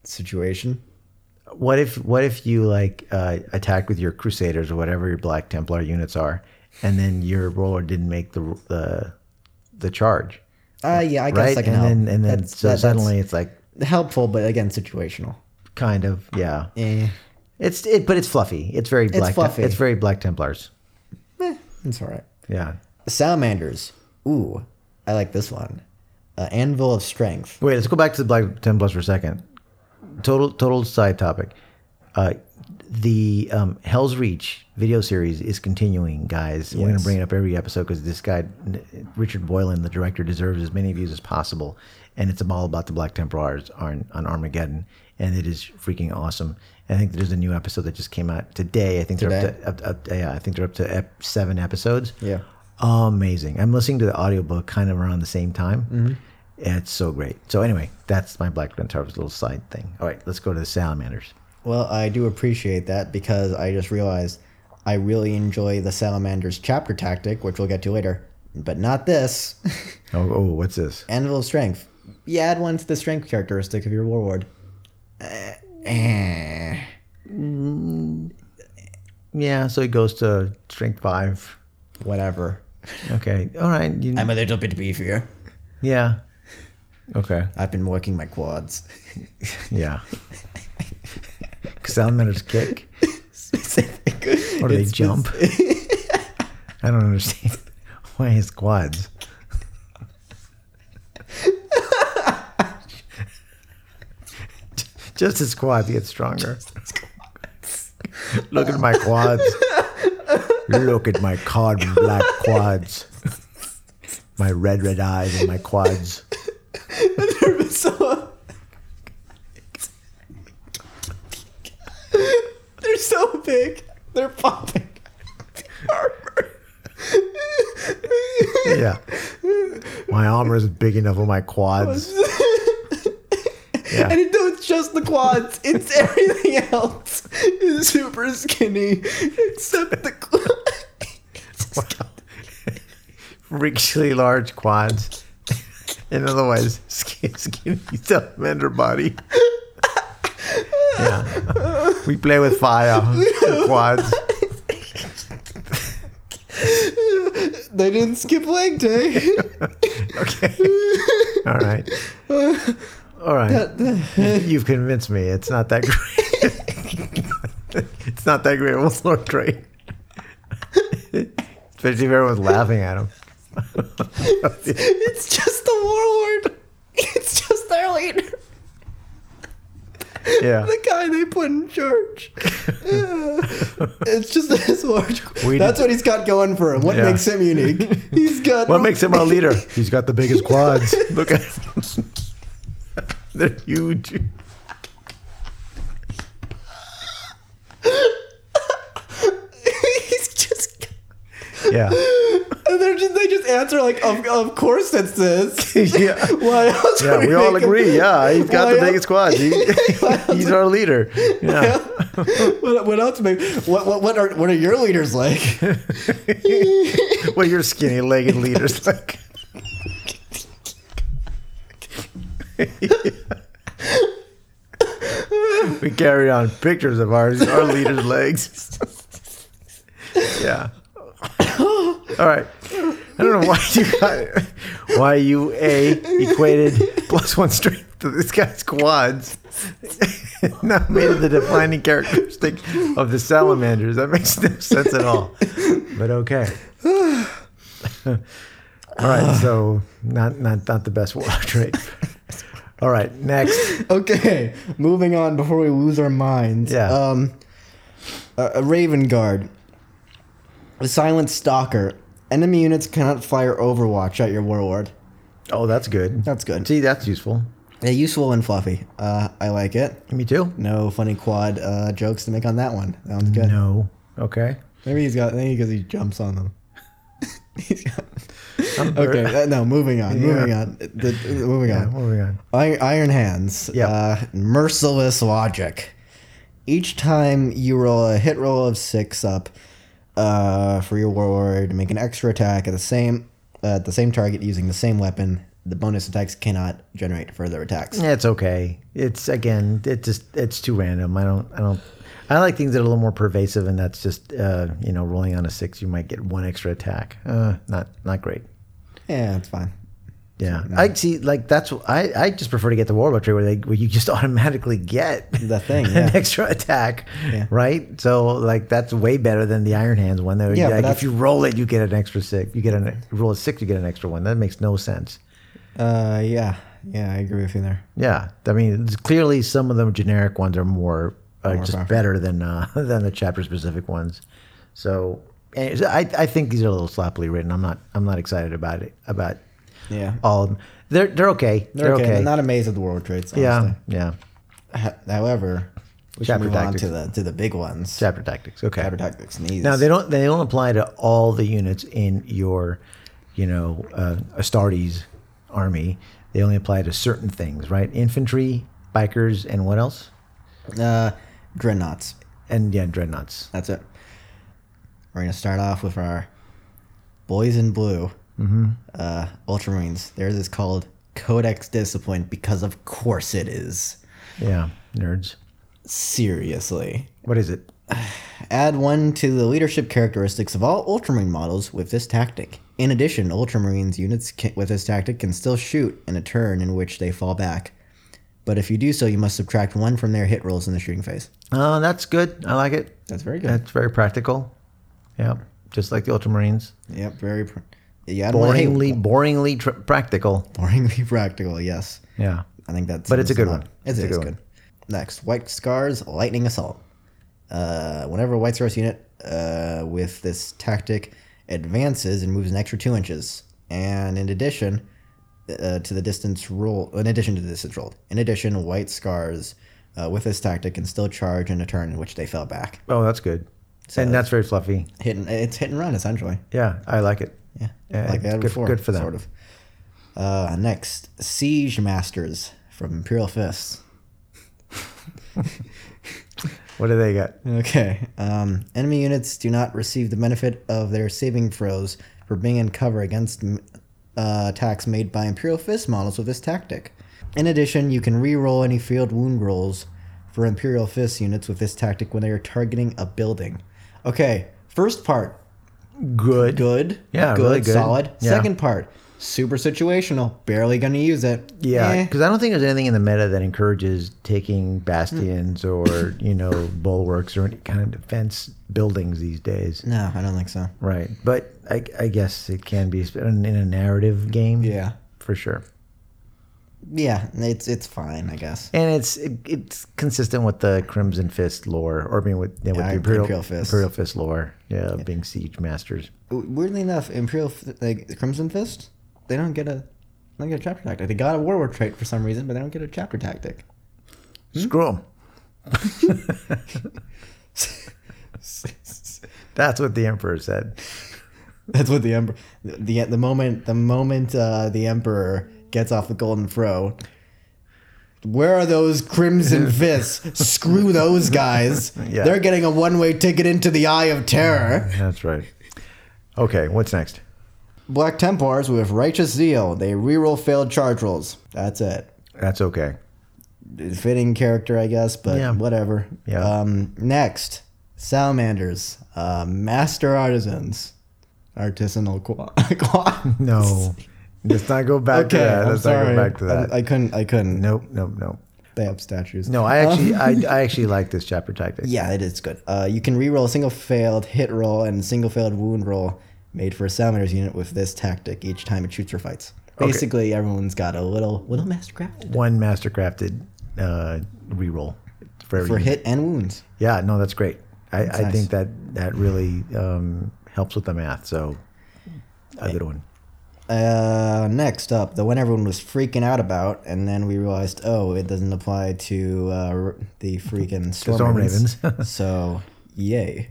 Speaker 2: situation?
Speaker 1: What if what if you like uh, attack with your Crusaders or whatever your Black Templar units are, and then your warlord didn't make the the the charge,
Speaker 2: Uh, yeah, I guess
Speaker 1: right?
Speaker 2: I can
Speaker 1: and
Speaker 2: help.
Speaker 1: then and then
Speaker 2: That's-
Speaker 1: so
Speaker 2: that- that's
Speaker 1: suddenly it's like
Speaker 2: helpful, but again, situational.
Speaker 1: kind of yeah.
Speaker 2: Eh,
Speaker 1: It's it, but it's fluffy. It's very black. Tem-
Speaker 2: fluffy.
Speaker 1: it's very Black Templars.
Speaker 2: it's all right.
Speaker 1: Yeah.
Speaker 2: Salamanders. Ooh, I like this one. uh, Anvil of Strength.
Speaker 1: Wait, let's go back to the Black Ten Plus for a second. Total total side topic. Uh, the um, Hell's Reach video series is continuing, guys. We're going
Speaker 2: Yes.
Speaker 1: to bring it up every episode because this guy, n- Richard Boylan, the director, deserves as many views as possible. And it's all about the Black Templars on, on Armageddon, and it is freaking awesome. I think there's a new episode that just came out today. I think they're
Speaker 2: Today?
Speaker 1: up to up, up, yeah, I think they're up to ep- seven episodes.
Speaker 2: Yeah.
Speaker 1: Amazing. I'm listening to the audiobook kind of around the same time. It's so great. So anyway, that's my Black Centaur's little side thing. All right, let's go to the salamanders.
Speaker 2: Well, I do appreciate that because I just realized I really enjoy the Salamander's chapter tactic, which we'll get to later, but not this.
Speaker 1: Oh, oh what's this?
Speaker 2: Anvil of Strength. You add one to the strength characteristic of your warlord. Uh, eh.
Speaker 1: Yeah, so he goes to strength five.
Speaker 2: Whatever.
Speaker 1: Okay, all right. You,
Speaker 2: I'm a little bit beefier.
Speaker 1: yeah. Okay.
Speaker 2: I've been working my quads.
Speaker 1: Yeah. 'Cause salamanders kick or do they
Speaker 2: It's-
Speaker 1: jump. I don't understand why his quads. Just his quads get stronger. Look at my quads. Look at my carbon black quads. My red, red eyes and my quads.
Speaker 2: so they're so big they're popping
Speaker 1: Yeah. My armor is big enough for my quads. Yeah.
Speaker 2: and it, it's just the quads it's everything else is super skinny except the quads
Speaker 1: richly large quads, and otherwise skinny, skinny salamander body. Yeah, we play with fire with quads.
Speaker 2: they didn't skip leg day
Speaker 1: Okay, all right, all right. You've convinced me. It's not that great. it's not that great. It won't look great, especially if everyone's laughing at him.
Speaker 2: it's just the warlord it's just their leader
Speaker 1: Yeah.
Speaker 2: the guy they put in charge. it's just this large.
Speaker 1: We
Speaker 2: That's
Speaker 1: did-
Speaker 2: what he's got going for him. What
Speaker 1: Yeah.
Speaker 2: makes him unique? He's got.
Speaker 1: What makes him our leader? He's got the biggest quads. Look at him. They're huge.
Speaker 2: he's just.
Speaker 1: Yeah.
Speaker 2: And they're just, they just answer like, of, of course it's this.
Speaker 1: yeah.
Speaker 2: Why else?
Speaker 1: Yeah,
Speaker 2: would
Speaker 1: we all
Speaker 2: make him-
Speaker 1: agree. Yeah, he's got the
Speaker 2: Why
Speaker 1: biggest quad. He, he's our leader. Yeah.
Speaker 2: What, what else? Make, what, what what are what are your leaders like?
Speaker 1: Well, your skinny legged leader's like. we carry on pictures of ours, our leader's legs. Yeah. All right. I don't know why you got, why you a equated plus one strength to this guy's quads. Not made it the defining characteristic of the salamanders. That makes no sense at all. But okay. All right, so not not not the best watch rate. All right, next.
Speaker 2: okay, moving on before we lose our minds.
Speaker 1: Yeah.
Speaker 2: Um, a, a Raven Guard. A Silent Stalker. Enemy units cannot fire Overwatch at your Warlord.
Speaker 1: Oh, that's good.
Speaker 2: That's good.
Speaker 1: See, that's useful.
Speaker 2: Yeah, useful and fluffy. Uh, I like it.
Speaker 1: Me too.
Speaker 2: No funny quad uh, jokes to make on that one. That one's good.
Speaker 1: No. Okay.
Speaker 2: Maybe he's got. Maybe because he jumps on them. He's got-
Speaker 1: I'm
Speaker 2: okay.
Speaker 1: very-
Speaker 2: uh, no, moving on.
Speaker 1: Yeah.
Speaker 2: Moving on. The- the- moving
Speaker 1: Yeah,
Speaker 2: on.
Speaker 1: moving on.
Speaker 2: Iron, Iron Hands.
Speaker 1: Yeah.
Speaker 2: Uh, merciless logic. Each time you roll a hit roll of six up uh, for your warlord, make an extra attack at the same uh, at the same target using the same weapon. The bonus attacks cannot generate further attacks.
Speaker 1: Yeah, It's okay. It's again. It just it's too random. I don't. I don't. I like things that are a little more pervasive, and that's just uh, you know rolling on a six. You might get one extra attack. Uh, not not great.
Speaker 2: Yeah, that's fine.
Speaker 1: Yeah, I see. Like that's I, I just prefer to get the warlock tree where they where you just automatically get
Speaker 2: The thing, yeah.
Speaker 1: an extra attack,
Speaker 2: Yeah.
Speaker 1: right? So like that's way better than the iron hands one. That
Speaker 2: Yeah,
Speaker 1: yeah,
Speaker 2: but
Speaker 1: like,
Speaker 2: that's-
Speaker 1: if you roll it, you get an extra six. You get an you roll a six, you get an extra one. That makes no sense.
Speaker 2: Uh, yeah, yeah, I agree with you there.
Speaker 1: Yeah, I mean, it's clearly some of the generic ones are more, uh,
Speaker 2: More
Speaker 1: just
Speaker 2: powerful.
Speaker 1: better than uh, than the chapter specific ones. So, anyways, I I think these are a little sloppily written. I'm not I'm not excited about it about
Speaker 2: Yeah,
Speaker 1: all. of them. They're they're okay. They're, okay.
Speaker 2: I'm Uh, not amazed at the World Trades.
Speaker 1: yeah,
Speaker 2: Honestly.
Speaker 1: yeah.
Speaker 2: Yeah. However, we should
Speaker 1: Chapter
Speaker 2: move
Speaker 1: tactics.
Speaker 2: on to the to the big ones.
Speaker 1: Chapter tactics. Okay.
Speaker 2: Chapter tactics needs.
Speaker 1: Now they don't they don't apply to all the units in your, you know, uh, Astartes army. They only apply to certain things, right? Infantry, bikers, and what else?
Speaker 2: Uh, dreadnoughts.
Speaker 1: And yeah, dreadnoughts.
Speaker 2: That's it. We're gonna start off with our boys in blue, uh, Ultramarines. Theirs is called Codex Discipline because, of course, it is.
Speaker 1: Yeah, nerds.
Speaker 2: Seriously,
Speaker 1: What is it?
Speaker 2: add one to the leadership characteristics of all Ultramarine models with this tactic. In addition, Ultramarines units can, with this tactic can still shoot in a turn in which they fall back, but if you do so, you must subtract one from their hit rolls in the shooting phase.
Speaker 1: Oh, that's good. I like it.
Speaker 2: That's very good.
Speaker 1: That's very practical. Yeah, just like the Ultramarines.
Speaker 2: yep, very. Pr- you add one- hey,
Speaker 1: Boringly, boringly tr- practical.
Speaker 2: boringly practical. Yes.
Speaker 1: Yeah.
Speaker 2: I think that's.
Speaker 1: But it's a
Speaker 2: that's
Speaker 1: good
Speaker 2: lot.
Speaker 1: one.
Speaker 2: It's, it's good. Next, White Scars Lightning Assault. Uh, whenever a White Scars unit uh, with this tactic advances and moves an extra two inches, and in addition uh, to the distance roll, in addition to the distance rolled, in addition, White Scars uh, with this tactic can still charge in a turn in which they fell back.
Speaker 1: Oh, that's good. and that's very fluffy.
Speaker 2: Hit and, it's hit and run essentially.
Speaker 1: Yeah, I like it.
Speaker 2: Yeah,
Speaker 1: Yeah,
Speaker 2: like
Speaker 1: it's
Speaker 2: they had
Speaker 1: good-
Speaker 2: before.
Speaker 1: good for them.
Speaker 2: Sort of. Uh, next, Siege Masters from Imperial Fists.
Speaker 1: What do they got?
Speaker 2: Okay. Um, enemy units do not receive the benefit of their saving throws for being in cover against m- uh, attacks made by Imperial Fist models with this tactic. In addition, you can re-roll any field wound rolls for Imperial Fist units with this tactic when they are targeting a building. Okay, first part,
Speaker 1: Good.
Speaker 2: good.
Speaker 1: Yeah,
Speaker 2: good,
Speaker 1: really good.
Speaker 2: solid.
Speaker 1: Yeah.
Speaker 2: Second part, super situational, barely gonna use it.
Speaker 1: Yeah,
Speaker 2: Eh.
Speaker 1: because I don't think there's anything in the meta that encourages taking bastions or you know bulwarks or any kind of defense buildings these days.
Speaker 2: No, I don't think so.
Speaker 1: Right, but I, I guess it can be sp- in, in a narrative game.
Speaker 2: Yeah.
Speaker 1: for sure.
Speaker 2: Yeah, it's it's fine, I guess.
Speaker 1: And it's it, it's consistent with the Crimson Fist lore, or I mean with, yeah, with
Speaker 2: Yeah,
Speaker 1: the Imperial,
Speaker 2: Imperial Fist.
Speaker 1: Imperial Fist lore. Yeah, of being siege masters.
Speaker 2: weirdly enough, Imperial F- like Crimson Fist, they don't get a they don't get a chapter tactic. They got a war war trait for some reason, but they don't get a chapter tactic.
Speaker 1: Screw 'em. That's what the Emperor said.
Speaker 2: That's what the emperor the the moment the moment uh, the emperor gets off the golden throne. Where are those crimson fists? Screw those guys.
Speaker 1: Yeah.
Speaker 2: They're getting a one-way ticket into the Eye of Terror.
Speaker 1: That's right. Okay, what's next?
Speaker 2: Black Templars with righteous zeal. They reroll failed charge rolls. That's it.
Speaker 1: That's okay.
Speaker 2: fitting character, I guess, but
Speaker 1: Yeah.
Speaker 2: whatever.
Speaker 1: Yeah.
Speaker 2: Um, next, salamanders, uh, master artisans, artisanal qua. qua-
Speaker 1: No, let's not go back to
Speaker 2: Okay,
Speaker 1: that.
Speaker 2: I'm
Speaker 1: Let's
Speaker 2: sorry.
Speaker 1: not go back to that.
Speaker 2: I, I couldn't. I couldn't.
Speaker 1: nope, nope, nope. Um,
Speaker 2: They have statues.
Speaker 1: No, I actually, I, I actually like this chapter tactic.
Speaker 2: Yeah, it is good. Uh, you can reroll a single failed hit roll and a single failed wound roll made for a salamanders unit with this tactic each time it shoots or fights.
Speaker 1: Okay.
Speaker 2: Basically, everyone's got a little little mastercraft
Speaker 1: One mastercrafted uh, reroll for every
Speaker 2: for
Speaker 1: unit.
Speaker 2: hit and wounds.
Speaker 1: Yeah, no, that's great. I, I
Speaker 2: nice.
Speaker 1: think that that really um, helps with the math. So a good one.
Speaker 2: Uh, next up, the one everyone was freaking out about, and then we realized, oh, it doesn't apply to uh, r- the freaking storm,
Speaker 1: Storm
Speaker 2: ravens.
Speaker 1: Ravens.
Speaker 2: so, yay.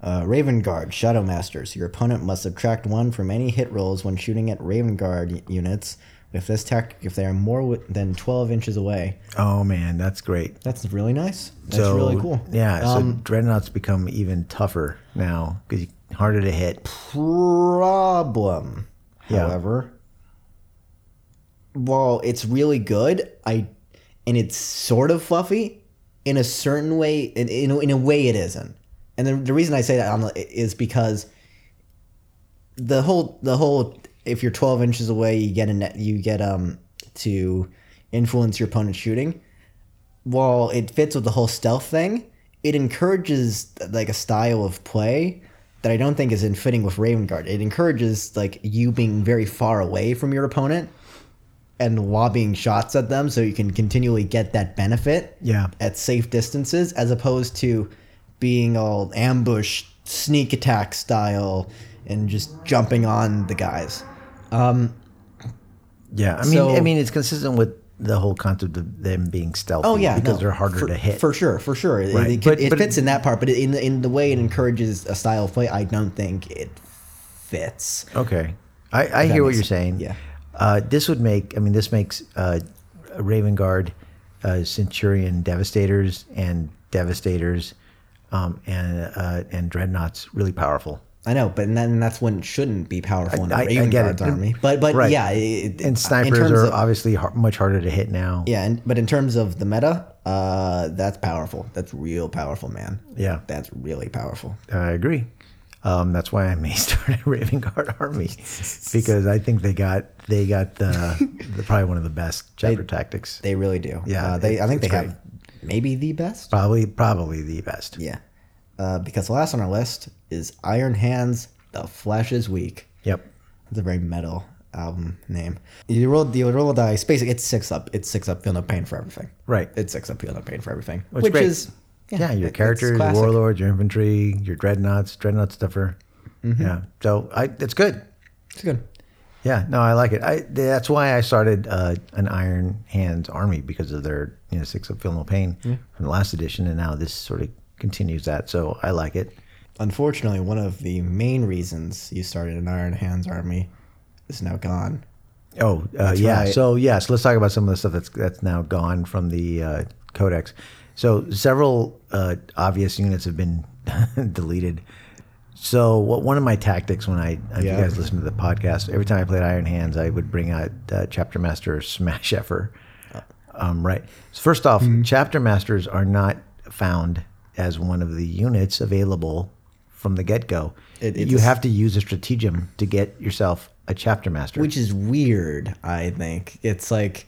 Speaker 2: Uh, Raven Guard, Shadow Masters. Your opponent must subtract one from any hit rolls when shooting at Raven Guard y- units with this tactic if they are more wi- than 12 inches away.
Speaker 1: Oh man, that's great.
Speaker 2: That's really nice. That's
Speaker 1: so
Speaker 2: really cool.
Speaker 1: Yeah, so
Speaker 2: Um,
Speaker 1: dreadnoughts become even tougher now because harder to hit.
Speaker 2: problem.
Speaker 1: Yeah.
Speaker 2: However, while it's really good, I and it's sort of fluffy in a certain way. In in, in a way, it isn't. And the, the reason I say that on the, is because the whole the whole if you're 12 inches away, you get a net, you get um to influence your opponent's shooting while it fits with the whole stealth thing, it encourages like a style of play that I don't think is in fitting with Raven Guard. It encourages like you being very far away from your opponent, and lobbing shots at them so you can continually get that benefit
Speaker 1: Yeah.
Speaker 2: at safe distances as opposed to being all ambush sneak attack style and just jumping on the guys. Um,
Speaker 1: Yeah, I mean,
Speaker 2: So-
Speaker 1: I mean, it's consistent with the whole concept of them being stealthy.
Speaker 2: oh yeah,
Speaker 1: because
Speaker 2: no,
Speaker 1: they're harder
Speaker 2: for,
Speaker 1: to hit.
Speaker 2: for sure, for sure. It-
Speaker 1: Right,
Speaker 2: It, could-
Speaker 1: but-
Speaker 2: it
Speaker 1: but-
Speaker 2: fits in that part, but in the, in the way it encourages a style of play, I don't think it fits.
Speaker 1: okay, I, I hear what
Speaker 2: makes
Speaker 1: you're
Speaker 2: sense.
Speaker 1: saying.
Speaker 2: Yeah.
Speaker 1: uh, this would make. I mean, this makes uh, Raven Guard, uh, Centurion Devastators, and Devastators, um, and uh, and Dreadnoughts really powerful.
Speaker 2: I know, but then that's when it shouldn't be powerful in a
Speaker 1: I- I
Speaker 2: Raven
Speaker 1: get
Speaker 2: Guard's
Speaker 1: it.
Speaker 2: army. But but
Speaker 1: Right.
Speaker 2: yeah, it,
Speaker 1: And snipers
Speaker 2: in terms
Speaker 1: are
Speaker 2: of,
Speaker 1: obviously har- much harder to hit now.
Speaker 2: yeah, and, but in terms of the meta, uh, that's powerful. That's real powerful, man.
Speaker 1: Yeah.
Speaker 2: that's really powerful.
Speaker 1: I agree. Um, that's why I may start a Raven Guard army because I think they got they got the, the probably one of the best chapter tactics.
Speaker 2: They really do.
Speaker 1: Yeah,
Speaker 2: Uh, they. I think they
Speaker 1: it's
Speaker 2: have maybe the best.
Speaker 1: Probably probably the best.
Speaker 2: Yeah, uh, because last on our list is Iron Hands. The Flash is weak.
Speaker 1: Yep.
Speaker 2: It's a very metal album name. You roll you roll a dice. Basically, it's six up. It's six up. Feel no pain for everything.
Speaker 1: Right.
Speaker 2: It's six up. Feel no pain for everything.
Speaker 1: Which
Speaker 2: which
Speaker 1: great.
Speaker 2: is
Speaker 1: yeah, your
Speaker 2: it- it's
Speaker 1: characters, your
Speaker 2: classic.
Speaker 1: warlords, your infantry, your dreadnoughts, dreadnought stuffer.
Speaker 2: Mm-hmm.
Speaker 1: Yeah. So I it's good.
Speaker 2: It's good.
Speaker 1: Yeah, no, I like it. I that's why I started uh, an Iron Hands army because of their you know six up feel no pain from the last edition, and now this sort of continues that. So I like it.
Speaker 2: Unfortunately, one of the main reasons you started an Iron Hands army is now gone.
Speaker 1: Oh, uh, yeah.
Speaker 2: right.
Speaker 1: So yes, let's talk about some of the stuff that's that's now gone from the uh, codex. So several uh, obvious units have been deleted. So what, one of my tactics when I, if
Speaker 2: Yeah.
Speaker 1: you guys listen to the podcast, every time I played Iron Hands, I would bring out uh, Chapter Master Smash Effer.
Speaker 2: Oh.
Speaker 1: Um, right. So first off,
Speaker 2: Mm-hmm.
Speaker 1: Chapter Masters are not found as one of the units available from the get go.
Speaker 2: It- it's
Speaker 1: you
Speaker 2: a s-
Speaker 1: have to use a stratagem to get yourself a Chapter Master.
Speaker 2: which is weird. I think it's like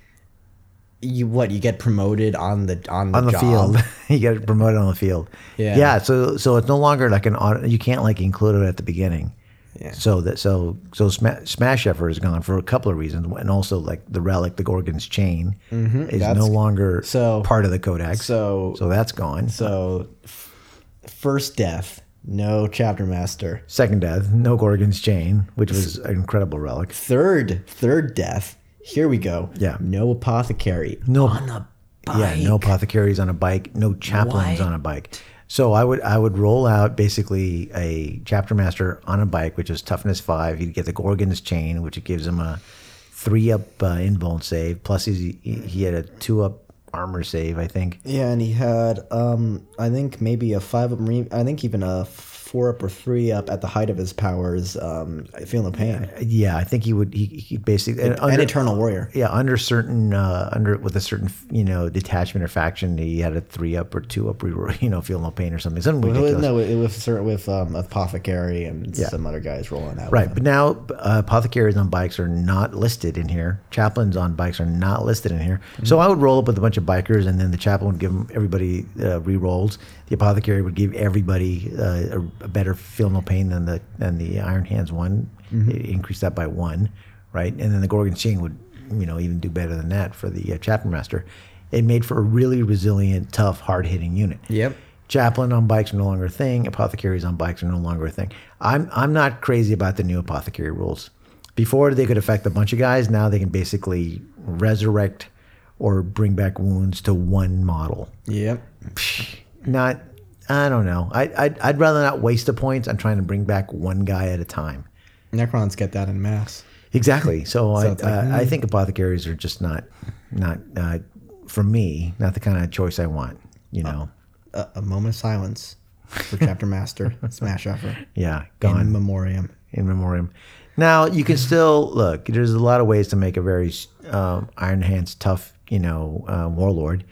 Speaker 2: you what you get promoted on the on the,
Speaker 1: on the
Speaker 2: job.
Speaker 1: field. you get promoted on the field.
Speaker 2: Yeah.
Speaker 1: Yeah. So so it's no longer like an auto. You can't like include it at the beginning.
Speaker 2: Yeah.
Speaker 1: So that so so Sma- Smash Effort is gone for a couple of reasons, and also like the relic, the Gorgon's chain, is no
Speaker 2: Mm-hmm. that's-
Speaker 1: longer
Speaker 2: so-
Speaker 1: part of the codex.
Speaker 2: So
Speaker 1: so that's gone.
Speaker 2: so f- first death, no chapter master.
Speaker 1: Second death, no Gorgon's chain, which was an incredible relic.
Speaker 2: Third third death. Here we go.
Speaker 1: Yeah.
Speaker 2: No apothecary.
Speaker 1: No,
Speaker 2: On a bike.
Speaker 1: Yeah, no apothecaries on a bike, no chaplains
Speaker 2: What?
Speaker 1: on a bike. So I would I would roll out basically a chapter master on a bike, which is toughness five. He'd get the Gorgon's chain, which it gives him a three up uh, invuln save. Plus he's, he he had a two up armor save, I think.
Speaker 2: Yeah, and he had um I think maybe a five up marine I think even a four up or three up at the height of his powers, um feeling the pain.
Speaker 1: Yeah, I think he would he, he basically and
Speaker 2: An
Speaker 1: under,
Speaker 2: eternal warrior.
Speaker 1: yeah under certain uh, under with a certain you know detachment or faction he had a three up or two up reroll, you know feel no pain or something something
Speaker 2: Well,
Speaker 1: ridiculous.
Speaker 2: No, it was sort of with um, apothecary and some other guys rolling out.
Speaker 1: Right, but now uh, apothecaries on bikes are not listed in here. Chaplains on bikes are not listed in here. So I would roll up with a bunch of bikers, and then the chaplain would give 'em- everybody uh, re rolls. The apothecary would give everybody uh, a, a better feel no pain than the than the Iron Hands one. It increased that by one, right? And then the Gorgon Chain would, you know, even do better than that for the uh, chaplain master. It made for a really resilient, tough, hard hitting unit.
Speaker 2: Yep.
Speaker 1: Chaplain on bikes are no longer a thing. Apothecaries on bikes are no longer a thing. I'm I'm not crazy about the new apothecary rules. Before they could affect a bunch of guys. Now they can basically resurrect or bring back wounds to one model.
Speaker 2: Yep.
Speaker 1: Not I don't know. I I'd, I'd rather not waste the points on trying to bring back one guy at a time.
Speaker 2: Necrons get that in mass.
Speaker 1: Exactly. So, I,
Speaker 2: it's like,
Speaker 1: uh, I think apothecaries are just not not uh, for me not the kind of choice I want. You know.
Speaker 2: A, a moment of silence for Chapter Master Smash Offer
Speaker 1: Yeah. Gone.
Speaker 2: in memoriam.
Speaker 1: in memoriam. Now you can still look. There's a lot of ways to make a very um, Iron Hands tough, you know, uh, warlord.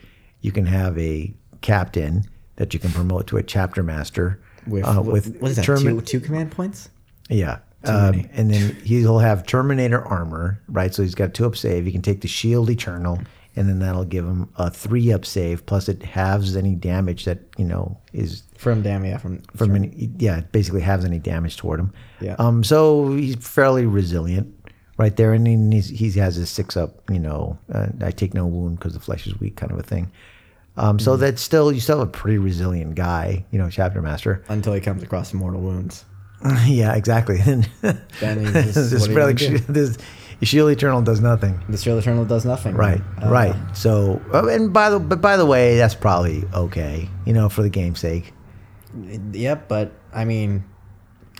Speaker 1: You can have a captain that you can promote to a chapter master
Speaker 2: With,
Speaker 1: uh,
Speaker 2: with what is that?
Speaker 1: Termin-
Speaker 2: two, two command points.
Speaker 1: yeah. Um, and then he'll have Terminator armor, right? So he's got two up save. He can take the shield eternal, and then that'll give him a three up save. Plus, it halves any damage that you know is
Speaker 2: From damn yeah, from
Speaker 1: from any, yeah, basically halves any damage toward him.
Speaker 2: Yeah.
Speaker 1: Um, so he's fairly resilient, right there, and then he's, he has his six up. You know, uh, I take no wound because the flesh is weak, kind of a thing. Um, so
Speaker 2: Mm-hmm.
Speaker 1: that's still you still have a pretty resilient guy, you know, chapter master.
Speaker 2: until he comes across mortal wounds.
Speaker 1: yeah, exactly. And
Speaker 2: Then he's just,
Speaker 1: this
Speaker 2: what are you gonna
Speaker 1: relic,
Speaker 2: do?
Speaker 1: this shield eternal does nothing.
Speaker 2: The Steel Eternal does nothing.
Speaker 1: Right,
Speaker 2: Uh,
Speaker 1: right. So, oh, and by the but by the way, that's probably okay, you know, for the game's sake.
Speaker 2: Yep, but I mean,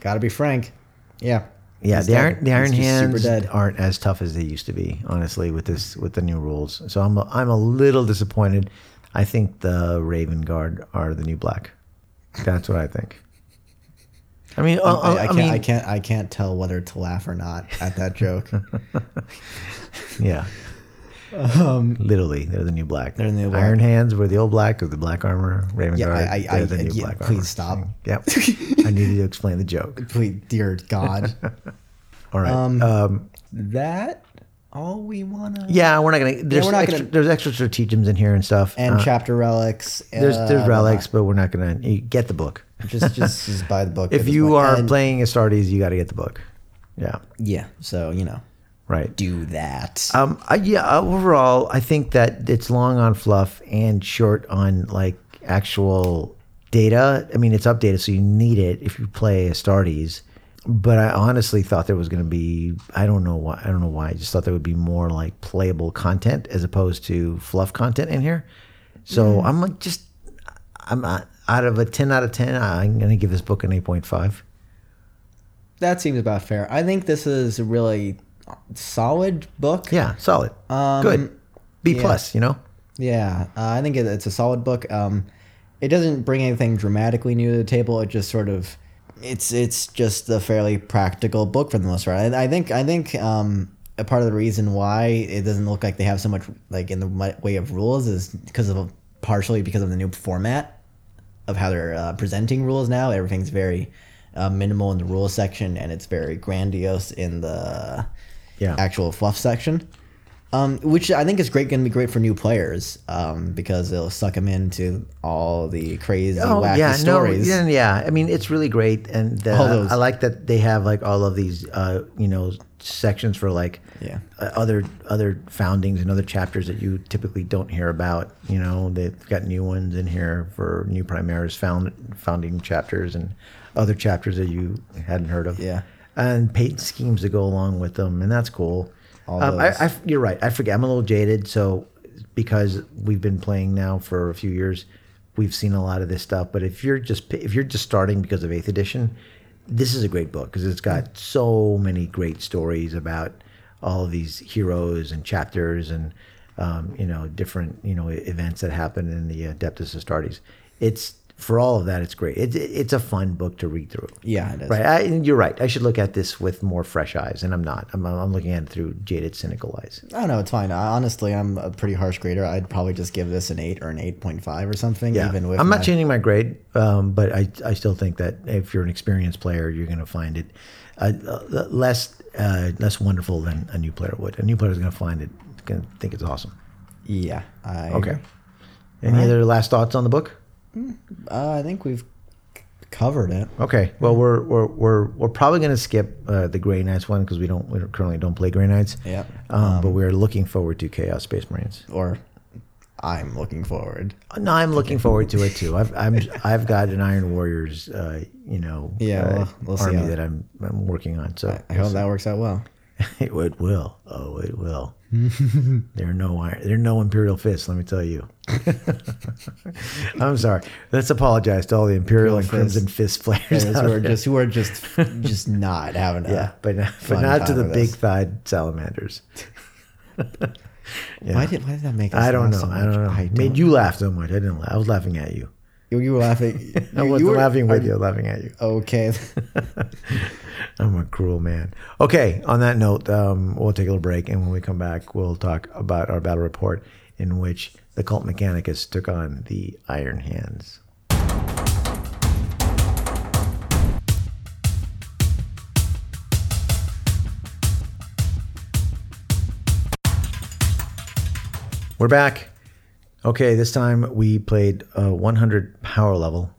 Speaker 2: gotta be frank. Yeah.
Speaker 1: Yeah,
Speaker 2: He's
Speaker 1: the
Speaker 2: dead.
Speaker 1: iron the iron
Speaker 2: He's just super
Speaker 1: hands
Speaker 2: dead.
Speaker 1: aren't as tough as they used to be, honestly, with this with the new rules. So I'm a, I'm a little disappointed. I think the Raven Guard are the new black. That's what I think. I mean, uh,
Speaker 2: I, I
Speaker 1: I,
Speaker 2: can't, I,
Speaker 1: mean,
Speaker 2: can't. I can't tell whether to laugh or not at that joke.
Speaker 1: yeah. Literally, they're the new black.
Speaker 2: um, They're the new black.
Speaker 1: Iron Hands were the old black with the black armor. Raven
Speaker 2: Yeah,
Speaker 1: Guard,
Speaker 2: I- I-
Speaker 1: they're
Speaker 2: I-
Speaker 1: the new
Speaker 2: yeah,
Speaker 1: black
Speaker 2: please
Speaker 1: armor.
Speaker 2: stop.
Speaker 1: Yep. I needed to explain the joke.
Speaker 2: Please, dear God.
Speaker 1: All right.
Speaker 2: Um,
Speaker 1: um,
Speaker 2: that all we wanna.
Speaker 1: Yeah, we're not gonna. There's
Speaker 2: we're not
Speaker 1: extra,
Speaker 2: gonna-
Speaker 1: there's extra strategems in here and stuff.
Speaker 2: And
Speaker 1: Uh,
Speaker 2: chapter relics.
Speaker 1: there's
Speaker 2: uh,
Speaker 1: there's relics, but we're not gonna you get the book.
Speaker 2: Just, just, just buy the book. at
Speaker 1: If
Speaker 2: this
Speaker 1: you
Speaker 2: point.
Speaker 1: are
Speaker 2: And-
Speaker 1: playing Astartes, you got to get the book. Yeah,
Speaker 2: yeah. So you know,
Speaker 1: right.
Speaker 2: do that.
Speaker 1: Um, I, yeah. uh, Overall, I think that it's long on fluff and short on like actual data. I mean, it's updated, so you need it if you play Astartes. But I honestly thought there was going to be I don't know why I don't know why I just thought there would be more like playable content as opposed to fluff content in here. So
Speaker 2: Hmm.
Speaker 1: I'm like just I'm uh, out of a ten out of ten. I'm going to give this book an eight point five.
Speaker 2: that seems about fair. I think this is a really solid book.
Speaker 1: Yeah, solid.
Speaker 2: Um,
Speaker 1: Good. B
Speaker 2: yeah.
Speaker 1: plus. You know.
Speaker 2: Yeah, uh, I think it, it's a solid book. Um, it doesn't bring anything dramatically new to the table. It just sort of, it's it's just a fairly practical book for the most part. I, I think I think um, a part of the reason why it doesn't look like they have so much like in the mi- way of rules is because of partially because of the new format of how they're uh, presenting rules now. Everything's very uh, minimal in the rules section, and it's very grandiose in the
Speaker 1: Yeah.
Speaker 2: actual fluff section. Um, which I think is great, going to be great for new players um, because it'll suck them into all the crazy, wacky stories.
Speaker 1: No, Oh, yeah, yeah, I mean, it's really great, and uh,
Speaker 2: All those.
Speaker 1: I like that they have like all of these, uh, you know, sections for like
Speaker 2: Yeah.
Speaker 1: uh, other other foundings and other chapters that you typically don't hear about. You know, they've got new ones in here for new primaries, found founding chapters, and other chapters that you hadn't heard of.
Speaker 2: Yeah.
Speaker 1: and paint schemes that go along with them, and that's cool.
Speaker 2: All
Speaker 1: Um, I,
Speaker 2: those.
Speaker 1: I f- you're right. I forget. I'm a little jaded, so because we've been playing now for a few years, we've seen a lot of this stuff. But if you're just p- if you're just starting because of Eighth Edition, this is a great book because it's got so many great stories about all of these heroes and chapters and um, you know different you know e-, events that happen in the Adeptus Astartes. It's for all of that. It's great. It's it's a fun book to read through.
Speaker 2: Yeah, it is.
Speaker 1: Right. I, and you're right. I should look at this with more fresh eyes, and I'm not. I'm, I'm looking at it through jaded, cynical eyes.
Speaker 2: Oh no, it's fine. I, honestly, I'm a pretty harsh grader. I'd probably just give this an eight or an eight point five or something.
Speaker 1: Yeah.
Speaker 2: Even with
Speaker 1: I'm not
Speaker 2: my-
Speaker 1: changing my grade, um, but I, I still think that if you're an experienced player, you're going to find it uh, uh, less uh, less wonderful than a new player would. A new player is going to find it, going to think it's awesome.
Speaker 2: Yeah. I,
Speaker 1: Any other last thoughts on the book?
Speaker 2: Uh, I think we've c- covered it.
Speaker 1: Okay. Well, we're we're we're, we're probably going to skip uh, the Grey Knights one because we don't we currently don't play Grey Knights.
Speaker 2: Yep.
Speaker 1: Um, but we're looking forward to Chaos Space Marines.
Speaker 2: Or I'm looking forward.
Speaker 1: No, I'm looking forward to it too. I've I'm, I've got an Iron Warriors, uh, you know,
Speaker 2: Yeah,
Speaker 1: uh,
Speaker 2: well, we'll see
Speaker 1: army
Speaker 2: how-
Speaker 1: that I'm I'm working on. So
Speaker 2: I hope that works out well.
Speaker 1: it will. Oh, it will. there are no iron, there are no Imperial fists. Let me tell you. I'm sorry. Let's apologize to all the Imperial, and
Speaker 2: Imperial
Speaker 1: Crimson Fist players.
Speaker 2: Those
Speaker 1: out
Speaker 2: who are
Speaker 1: there.
Speaker 2: just who are just just not having a
Speaker 1: yeah, but not, but
Speaker 2: fun
Speaker 1: not to
Speaker 2: time
Speaker 1: the
Speaker 2: with
Speaker 1: big
Speaker 2: us.
Speaker 1: thighed salamanders.
Speaker 2: Why did why did that make us
Speaker 1: I don't know.
Speaker 2: laugh so
Speaker 1: I
Speaker 2: much?
Speaker 1: don't know.
Speaker 2: I
Speaker 1: Made you laugh so much. I didn't. Laugh. I was laughing at you.
Speaker 2: You, you were laughing.
Speaker 1: I
Speaker 2: you-
Speaker 1: wasn't
Speaker 2: you were-
Speaker 1: laughing with
Speaker 2: are-
Speaker 1: you. I was Laughing at you.
Speaker 2: Okay.
Speaker 1: I'm a cruel man. Okay, on that note, um, we'll take a little break, and when we come back, we'll talk about our battle report in which the cult mechanicus took on the Iron Hands. We're back. Okay, this time we played uh, 100 power level.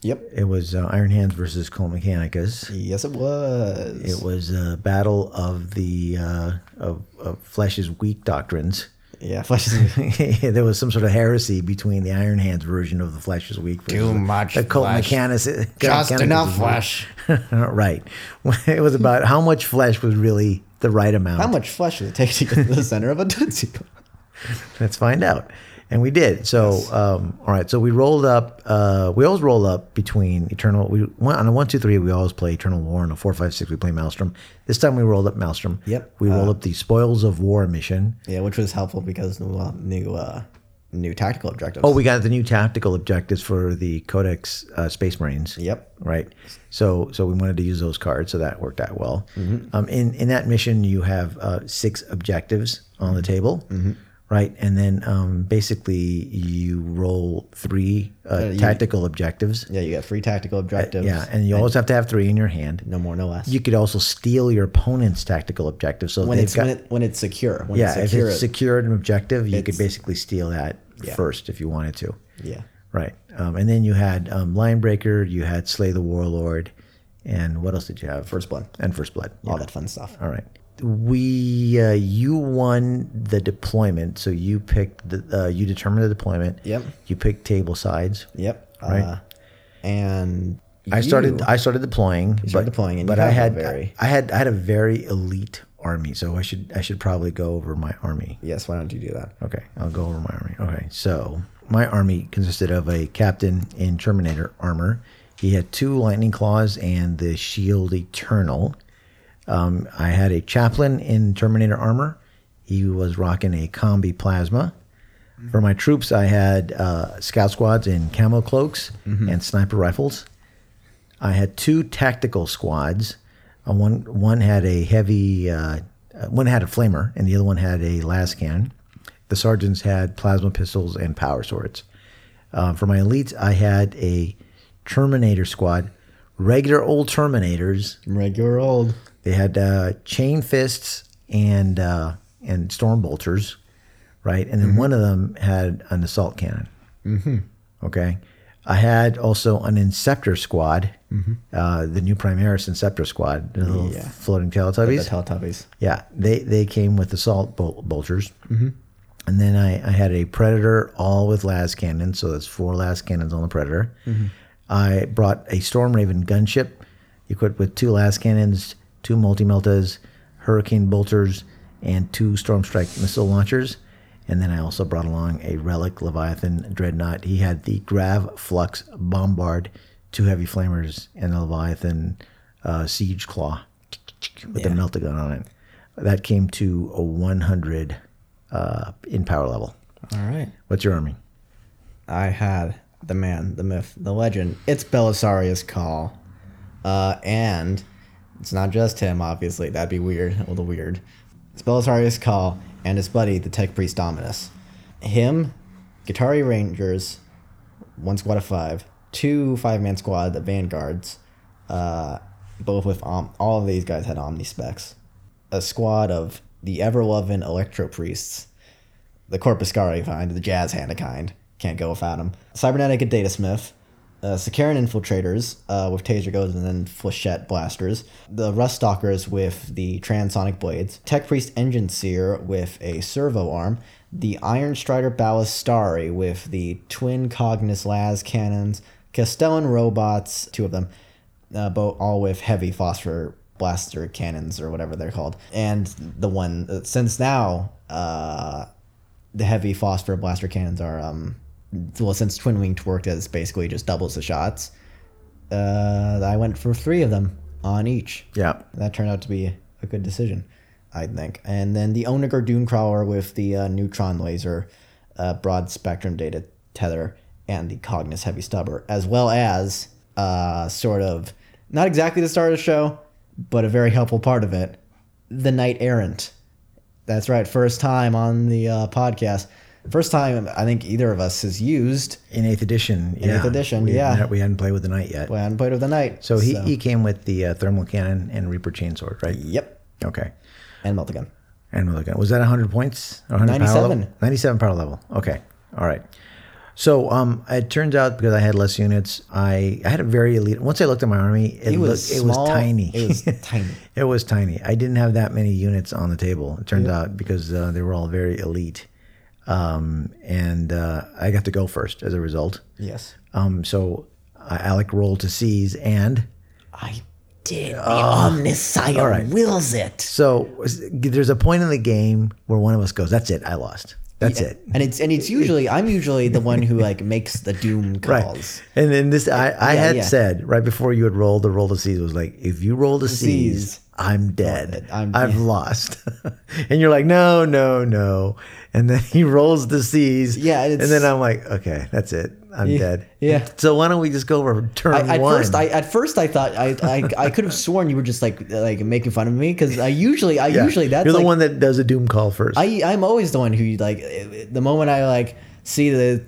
Speaker 2: Yep.
Speaker 1: It was uh, Iron Hands versus Cole Mechanicus.
Speaker 2: Yes, it was.
Speaker 1: It was a battle of the uh, of, of Flesh's weak doctrines.
Speaker 2: yeah, Flesh is
Speaker 1: there was some sort of heresy between the Iron Hands version of the Flesh is weak. versus
Speaker 2: Too
Speaker 1: the-
Speaker 2: much
Speaker 1: The Colt
Speaker 2: flesh.
Speaker 1: Mechanicus.
Speaker 2: just
Speaker 1: Mechanicus
Speaker 2: enough
Speaker 1: is weak.
Speaker 2: flesh.
Speaker 1: right. It was about how much flesh was really the right amount.
Speaker 2: How much flesh does it take to get to the center of a Tootsie Pop?
Speaker 1: Let's find out. And we did. So, um, all right. So we rolled up. Uh, we always roll up between Eternal. We went on a one, two, three. We always play Eternal War. On a four, five, six, we play Maelstrom. This time we rolled up Maelstrom.
Speaker 2: Yep.
Speaker 1: We rolled up the Spoils of War mission.
Speaker 2: Yeah, which was helpful because well, new uh, new tactical objectives.
Speaker 1: Oh, we got the new tactical objectives for the Codex uh, Space Marines.
Speaker 2: yep.
Speaker 1: Right. So, so we wanted to use those cards. So that worked out well.
Speaker 2: Mm-hmm.
Speaker 1: Um, in in that mission, you have uh, six objectives on the table.
Speaker 2: Mm-hmm.
Speaker 1: Right, and then um, basically you roll three uh,
Speaker 2: you-
Speaker 1: tactical objectives.
Speaker 2: Yeah, you got free tactical objectives.
Speaker 1: Uh, Yeah, and you always have to have three in your hand.
Speaker 2: no more, no less.
Speaker 1: You could also steal your opponent's tactical objective. So
Speaker 2: when
Speaker 1: they've
Speaker 2: it's
Speaker 1: got
Speaker 2: when, it, when it's secure. When
Speaker 1: yeah,
Speaker 2: it's secure.
Speaker 1: if it's secured an objective, you could
Speaker 2: It's-
Speaker 1: basically steal that
Speaker 2: Yeah.
Speaker 1: first if you wanted to.
Speaker 2: yeah.
Speaker 1: Right. Um, and then you had um, Linebreaker, you had Slay the Warlord, and what else did you have?
Speaker 2: First blood.
Speaker 1: and First Blood.
Speaker 2: All that fun stuff.
Speaker 1: All right. We uh, you won the deployment, so you picked the uh, you determined the deployment.
Speaker 2: Yep.
Speaker 1: You picked table sides.
Speaker 2: Yep.
Speaker 1: Right.
Speaker 2: Uh, and
Speaker 1: I started
Speaker 2: you-
Speaker 1: I started deploying,
Speaker 2: started
Speaker 1: but
Speaker 2: deploying, and
Speaker 1: but
Speaker 2: you
Speaker 1: I had
Speaker 2: have a very-
Speaker 1: I had I had a very elite army, so I should I should probably go over my army.
Speaker 2: yes, why don't you do that?
Speaker 1: Okay, I'll go over my army. Okay, so my army consisted of a captain in Terminator armor. He had two lightning claws and the shield eternal. Um, I had a chaplain in Terminator armor. He was rocking a combi plasma. For my troops, I had uh, scout squads in camo cloaks and sniper rifles. I had two tactical squads. Uh, one one had a heavy, uh, uh, one had a flamer, and the other one had a las cannon. The sergeants had plasma pistols and power swords. Uh, for my elites, I had a Terminator squad, regular old Terminators.
Speaker 2: Regular old.
Speaker 1: They had uh, chain fists and uh, and storm bolters, right? And then one of them had an assault cannon. Mm-hmm. Okay, I had also an Inceptor squad, uh, the new Primaris Inceptor squad, the little
Speaker 2: Yeah.
Speaker 1: floating
Speaker 2: The
Speaker 1: Teletubbies.
Speaker 2: Teletubbies.
Speaker 1: Yeah, they they came with assault bol- bolters, mm-hmm. and then I, I had a predator all with las cannons, so that's four las cannons on the predator. I brought a storm raven gunship, equipped with two las cannons, two multi meltas, hurricane bolters, and two storm strike missile launchers. And then I also brought along a relic leviathan dreadnought. He had the grav flux bombard, two heavy flamers, and a leviathan uh, siege claw with the melt gun on it. That came to a 100 uh, in power level.
Speaker 2: All right.
Speaker 1: What's your army?
Speaker 2: I had the man, the myth, the legend. It's Belisarius Call. Uh, and it's not just him, obviously. That'd be weird. A little weird. It's Belisarius Call and his buddy, the Tech Priest Dominus. Him, Guitari Rangers, one squad of five, two five man squad, the Vanguards, uh, both with om- all of these guys had Omni specs. A squad of the ever loving Electro Priests, the Corpuscari kind, the jazz hand of kind. Can't go without him. Cybernetic and Datasmith. Uh, Sakaran infiltrators uh, with taser goes and then flechette blasters. The rust stalkers with the transonic blades. Tech priest engine seer with a servo arm. The iron strider ballistari with the twin cognis las cannons. Castellan robots, two of them, uh, both all with heavy phosphor blaster cannons or whatever they're called. And the one uh, since now. Uh, the heavy phosphor blaster cannons are um well since twin winged worked as basically just doubles the shots uh i went for three of them on each
Speaker 1: Yeah.
Speaker 2: that turned out to be a good decision i think and then the onager dooncrawler with the uh, neutron laser uh, broad spectrum data tether and the cognis heavy stubber as well as uh sort of not exactly the start of the show but a very helpful part of it the knight errant that's right. First time on the uh, podcast. First time I think either of us has used
Speaker 1: In 8th edition. In
Speaker 2: eighth edition, yeah.
Speaker 1: we hadn't played with the knight yet.
Speaker 2: Plan Blade of the Night.
Speaker 1: so he, he came with the uh, thermal cannon and Reaper chainsword, right?
Speaker 2: Yep.
Speaker 1: Okay.
Speaker 2: And Meltagun.
Speaker 1: And we're looking. Was that 100 points? Or 100 power level?
Speaker 2: 97.
Speaker 1: 97 power level. Okay. All right. So um, it turns out because I had less units, I, I had a very elite. Once I looked at my army, it,
Speaker 2: It was
Speaker 1: was it was
Speaker 2: small,
Speaker 1: tiny.
Speaker 2: it was tiny.
Speaker 1: It was tiny. I didn't have that many units on the table. It turned out because uh, they were all very elite, um, and uh, I got to go first as a result.
Speaker 2: Yes.
Speaker 1: Um, so uh, Alec rolled to seize, and
Speaker 2: I did.
Speaker 1: Ah.
Speaker 2: The Omniscion wills it.
Speaker 1: so was- there's a point in the game where one of us goes, "That's it. I lost. That's it."
Speaker 2: And it's and it's usually I'm usually the one who like makes the doom calls.
Speaker 1: Right. And then this, I, I had
Speaker 2: yeah.
Speaker 1: said right before you had rolled the roll to seize was like, if you roll to
Speaker 2: seize.
Speaker 1: seize, I'm dead.
Speaker 2: I'm-
Speaker 1: i have lost. and you're like, no, no, no. And then he rolls to seize.
Speaker 2: Yeah, and
Speaker 1: And,
Speaker 2: it's-
Speaker 1: then I'm like, okay, that's it. I'm dead.
Speaker 2: yeah.
Speaker 1: So why don't we just go over turn
Speaker 2: I, at
Speaker 1: one?
Speaker 2: first, I at first I thought I I, I could have sworn you were just like like making fun of me because I usually I
Speaker 1: Yeah.
Speaker 2: usually that's
Speaker 1: you're the
Speaker 2: like,
Speaker 1: one that does a doom call first.
Speaker 2: I I'm always the one who like the moment I like see the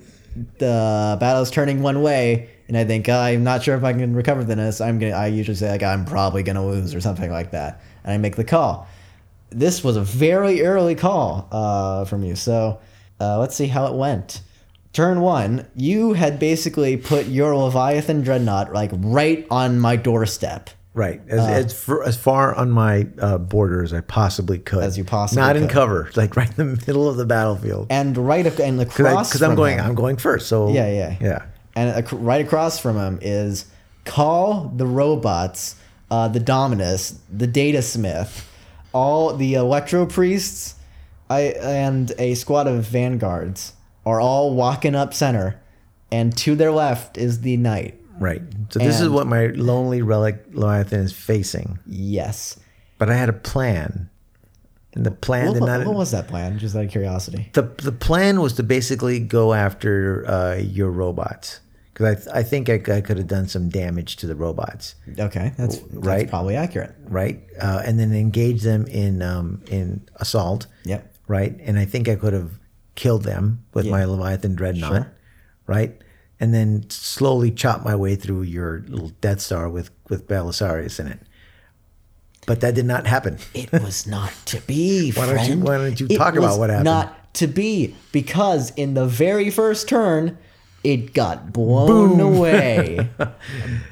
Speaker 2: the battle's turning one way and I think "Oh, I'm not sure if I can recover from this. I'm gonna I usually say like I'm probably gonna lose or something like that, and I make the call. This was a very early call uh, from you, so uh, let's see how it went. Turn one, you had basically put your Leviathan Dreadnought like right on my doorstep.
Speaker 1: right.
Speaker 2: uh,
Speaker 1: As, as, far, as far on my uh, border as I possibly could.
Speaker 2: As you possibly
Speaker 1: Not in
Speaker 2: could.
Speaker 1: cover, like right in the middle of the battlefield.
Speaker 2: And right ac- and across,
Speaker 1: Because I'm
Speaker 2: from
Speaker 1: going,
Speaker 2: him-
Speaker 1: I'm going first. So
Speaker 2: Yeah, yeah.
Speaker 1: yeah.
Speaker 2: and ac- right across from him is call the robots, uh, the Dominus, the Data Smith, all the Electro Priests, I and a squad of vanguards are all walking up center, and to their left is the knight.
Speaker 1: Right. So this is
Speaker 2: And-
Speaker 1: what my lonely relic Leviathan is facing.
Speaker 2: Yes.
Speaker 1: But I had a plan, and the plan
Speaker 2: What,
Speaker 1: did
Speaker 2: what,
Speaker 1: not.
Speaker 2: what was that plan? Just out of curiosity.
Speaker 1: the The plan was to basically go after uh, your robots because I th- I think I, c- I could have done some damage to the robots,
Speaker 2: Okay, that's, that's
Speaker 1: Right.
Speaker 2: probably accurate.
Speaker 1: right? Uh, and then engage them in um, in assault.
Speaker 2: Yep.
Speaker 1: right? And I think I could have killed them with my Leviathan Dreadnought, right? And then slowly chop my way through your little Death Star with with Belisarius in it. But that did not happen.
Speaker 2: It was not to be.
Speaker 1: don't you-
Speaker 2: friend.
Speaker 1: why don't you
Speaker 2: It
Speaker 1: talk about
Speaker 2: was
Speaker 1: what happened?
Speaker 2: Not to be because in the very first turn, it got blown away.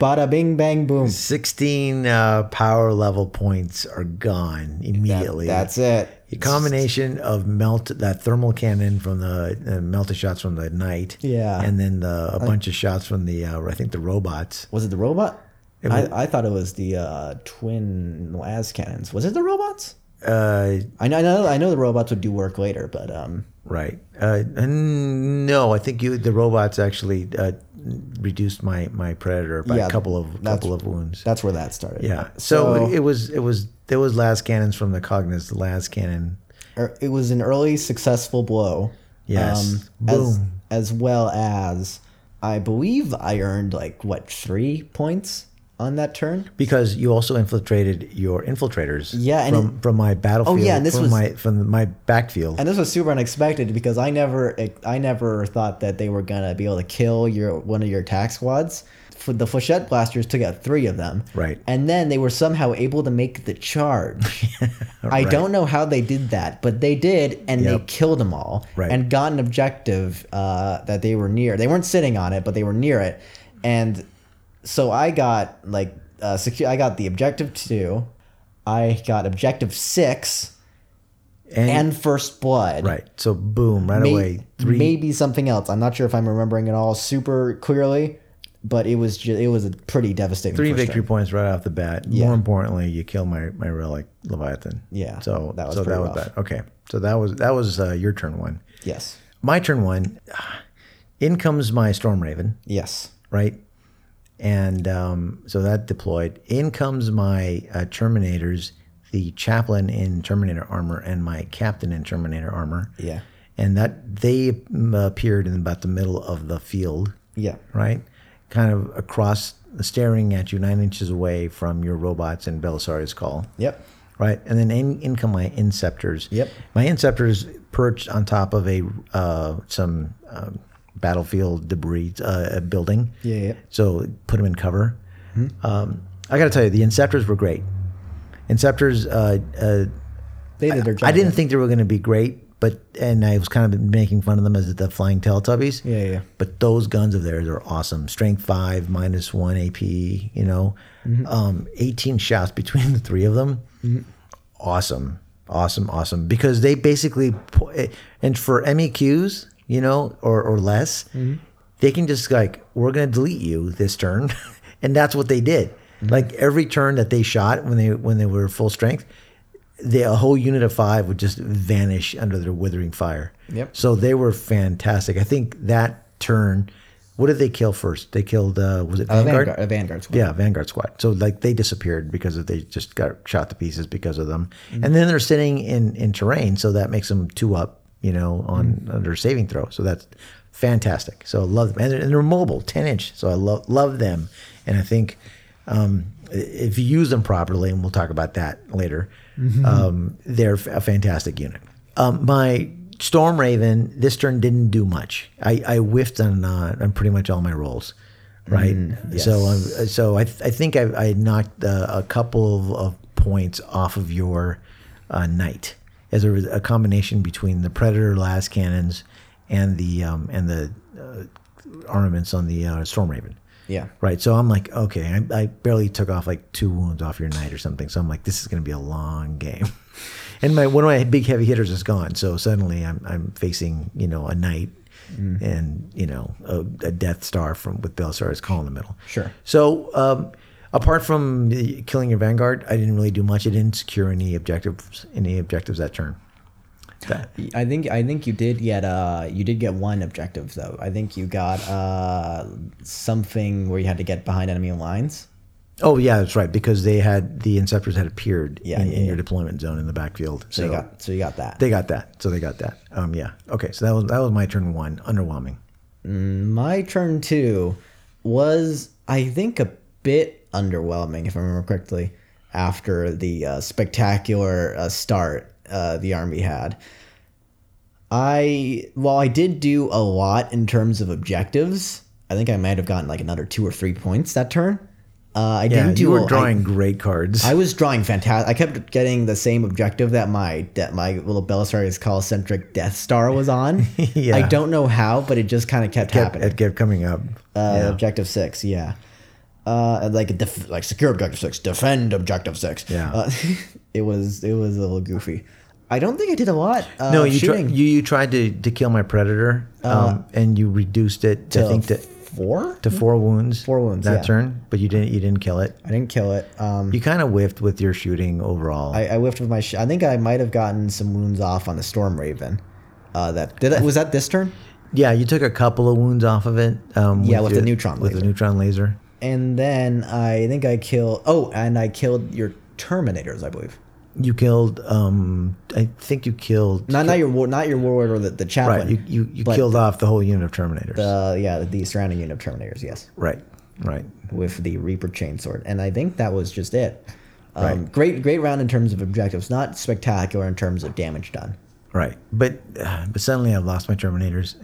Speaker 2: Bada bing bang boom.
Speaker 1: 16 uh, power level points are gone immediately.
Speaker 2: That's it.
Speaker 1: a combination of melt that thermal cannon from the uh, melted shots from the knight,
Speaker 2: Yeah.
Speaker 1: and then the, a bunch of shots from the uh, I think the robots.
Speaker 2: Was it the robot?
Speaker 1: was-
Speaker 2: I, I thought it was the uh, twin las cannons. Was it the robots?
Speaker 1: Uh,
Speaker 2: I know, I know, I know the robots would do work later, but um,
Speaker 1: Right. Uh, n- no, I think you the robots actually uh, reduced my my predator by
Speaker 2: Yeah,
Speaker 1: a couple of
Speaker 2: that's-
Speaker 1: couple of wounds.
Speaker 2: that's where that started.
Speaker 1: Yeah. So,
Speaker 2: so-
Speaker 1: it was it was there was last cannons from the Cognis, the last cannon.
Speaker 2: er, it was an early successful blow. Um,
Speaker 1: Yes. Boom.
Speaker 2: As, as well as, I believe I earned like what three points on that turn.
Speaker 1: Because you also infiltrated your infiltrators.
Speaker 2: Yeah, and Oh,
Speaker 1: from from my battlefield.
Speaker 2: yeah, and this
Speaker 1: from
Speaker 2: was-
Speaker 1: my from my backfield.
Speaker 2: And this was super unexpected because I never, I never thought that they were gonna be able to kill your one of your attack squads. F- The Flechette blasters took out three of them.
Speaker 1: Right.
Speaker 2: And then they were somehow able to make the charge. I don't know how they did that, but they did, and they
Speaker 1: Uh, Yep.
Speaker 2: killed them all
Speaker 1: Right.
Speaker 2: and got an objective uh, that they were near. They weren't sitting on it, but they were near it. And so I got like uh, secu- I got the objective two, I got objective six,
Speaker 1: And,
Speaker 2: and first blood.
Speaker 1: right. So boom, right
Speaker 2: May-
Speaker 1: away. Three
Speaker 2: Maybe something else. I'm not sure if I'm remembering it all super clearly, but it was just, it was a pretty devastating.
Speaker 1: three
Speaker 2: first
Speaker 1: victory points right off the bat. More importantly, you kill my my relic Leviathan.
Speaker 2: Yeah,
Speaker 1: So
Speaker 2: that
Speaker 1: that
Speaker 2: was
Speaker 1: was so
Speaker 2: pretty
Speaker 1: that was
Speaker 2: rough.
Speaker 1: bad. Okay. So that was that was uh, your turn one.
Speaker 2: turn. Yes.
Speaker 1: My turn one. In comes my storm raven,
Speaker 2: Yes.
Speaker 1: right? And um, so that deployed. In comes my uh, terminators, the chaplain in Terminator armor and my captain in Terminator armor.
Speaker 2: Yeah.
Speaker 1: And that they mm, appeared in about the middle of the field
Speaker 2: Yeah.
Speaker 1: right? Kind of across, staring at you nine inches away from your robots and Belisarius call.
Speaker 2: Yep.
Speaker 1: Right, and then in, in come my inceptors.
Speaker 2: Yep.
Speaker 1: my inceptors perched on top of a uh, some um battlefield debris uh, a building.
Speaker 2: Yeah, Hmm. yeah.
Speaker 1: So put them in cover. Um, I got to tell you, the inceptors were great. Inceptors, uh, uh,
Speaker 2: They did their job.
Speaker 1: I didn't think they were going to be great, But and I was kind of making fun of them as the flying Teletubbies.
Speaker 2: Yeah, yeah.
Speaker 1: But those guns of theirs are awesome. Strength five, minus one AP. You know,
Speaker 2: Mm-hmm.
Speaker 1: um, eighteen shots between the three of them. Awesome, awesome, awesome. Because they basically po- eh, and for MEQs, you know, or or less,
Speaker 2: Mm-hmm.
Speaker 1: they can just like we're gonna delete you this turn, and that's what they did.
Speaker 2: Mm-hmm.
Speaker 1: Like every turn that they shot when they when they were full strength, the a whole unit of five would just vanish under their withering fire.
Speaker 2: Yep.
Speaker 1: So they were fantastic. I think that turn. What did they kill first? They killed. Uh, was it
Speaker 2: Uh,
Speaker 1: Vanguard?
Speaker 2: Vanguard, uh, Vanguard squad.
Speaker 1: Yeah, Vanguard Squad. So like they disappeared because of, they just got shot to pieces because of them. And then they're sitting in in terrain, so that makes them two up. You know, on under saving throw. So that's fantastic. So I love them, and they're, and they're mobile, ten inch. So I love love them, and I think um, i- if you use them properly, and we'll talk about that later, um, they're f- a fantastic unit. Um, my Storm Raven this turn didn't do much. I, I whiffed on uh, on pretty much all my rolls, right? So I'm, so I I think I, I knocked uh, a couple of, of points off of your uh, knight as there was a combination between the Predator las cannons and the um, and the uh, armaments on the uh, Storm Raven.
Speaker 2: Yeah.
Speaker 1: Right. So I'm like, okay, I, I barely took off like two wounds off your knight or something. So I'm like, this is going to be a long game. and my one of my big heavy hitters is gone. So suddenly I'm I'm facing you know a knight
Speaker 2: Mm.
Speaker 1: and you know a, a Death Star from with Belisarius Call in the middle.
Speaker 2: Sure.
Speaker 1: So um, apart from the killing your vanguard, I didn't really do much. I didn't secure any objectives any objectives that turn. That-
Speaker 2: I think I think you did get uh you did get one objective though. I think you got uh something where you had to get behind enemy lines.
Speaker 1: oh yeah, that's right because they had the interceptors had appeared
Speaker 2: Yeah,
Speaker 1: in,
Speaker 2: yeah,
Speaker 1: in
Speaker 2: yeah.
Speaker 1: your deployment zone in the backfield. So
Speaker 2: So you got so you got that.
Speaker 1: They got that. So they got that. Um, yeah. Okay. So that was that was my turn one. Underwhelming.
Speaker 2: My turn two was I think a bit underwhelming if I remember correctly after the uh, spectacular uh, start uh, the army had. I while I did do a lot in terms of objectives, I think I might have gotten like another two or three points that turn. Uh, I
Speaker 1: Yeah,
Speaker 2: didn't do
Speaker 1: you
Speaker 2: a-
Speaker 1: were
Speaker 2: I-
Speaker 1: drawing great cards.
Speaker 2: I was drawing fantastic. I kept getting the same objective that my that my little Belisarius call-centric Death Star was on.
Speaker 1: Yeah.
Speaker 2: I don't know how, but it just kind of kept,
Speaker 1: kept,
Speaker 2: happening.
Speaker 1: it kept coming up.
Speaker 2: uh,
Speaker 1: yeah.
Speaker 2: Objective six, yeah. Uh, like def- like secure objective six, defend objective six.
Speaker 1: Yeah.
Speaker 2: Uh, it was it was a little goofy. I don't think I did a lot. Uh,
Speaker 1: No, you, tri-
Speaker 2: shooting. Uh-huh.
Speaker 1: you you tried to, to kill my predator, um, and you reduced it. To, I think to
Speaker 2: four.
Speaker 1: to four wounds.
Speaker 2: Four wounds,
Speaker 1: that
Speaker 2: yeah.
Speaker 1: turn, but you didn't you didn't kill it.
Speaker 2: I didn't kill it. Um,
Speaker 1: You kind of whiffed with your shooting overall.
Speaker 2: I, I whiffed with my. Sh- I think I might have gotten some wounds off on the Storm Raven. Uh, that did I, was that this turn?
Speaker 1: yeah, you took a couple of wounds off of it. Um,
Speaker 2: Yeah, with the neutron
Speaker 1: with the
Speaker 2: laser.
Speaker 1: neutron laser.
Speaker 2: and then I think I killed. Oh, and I killed your Terminators, I believe.
Speaker 1: You killed. Um, I think you killed.
Speaker 2: Not not your war, not your warlord or the, the chaplain.
Speaker 1: right. You you, you
Speaker 2: but-
Speaker 1: killed off the whole unit of Terminators.
Speaker 2: Uh, yeah, the surrounding unit of Terminators. Yes,
Speaker 1: right. Right.
Speaker 2: with the Reaper chainsword, and I think that was just it. Um,
Speaker 1: Right.
Speaker 2: Great, great round in terms of objectives. Not spectacular in terms of damage done.
Speaker 1: Right, but uh, but suddenly I've lost my Terminators,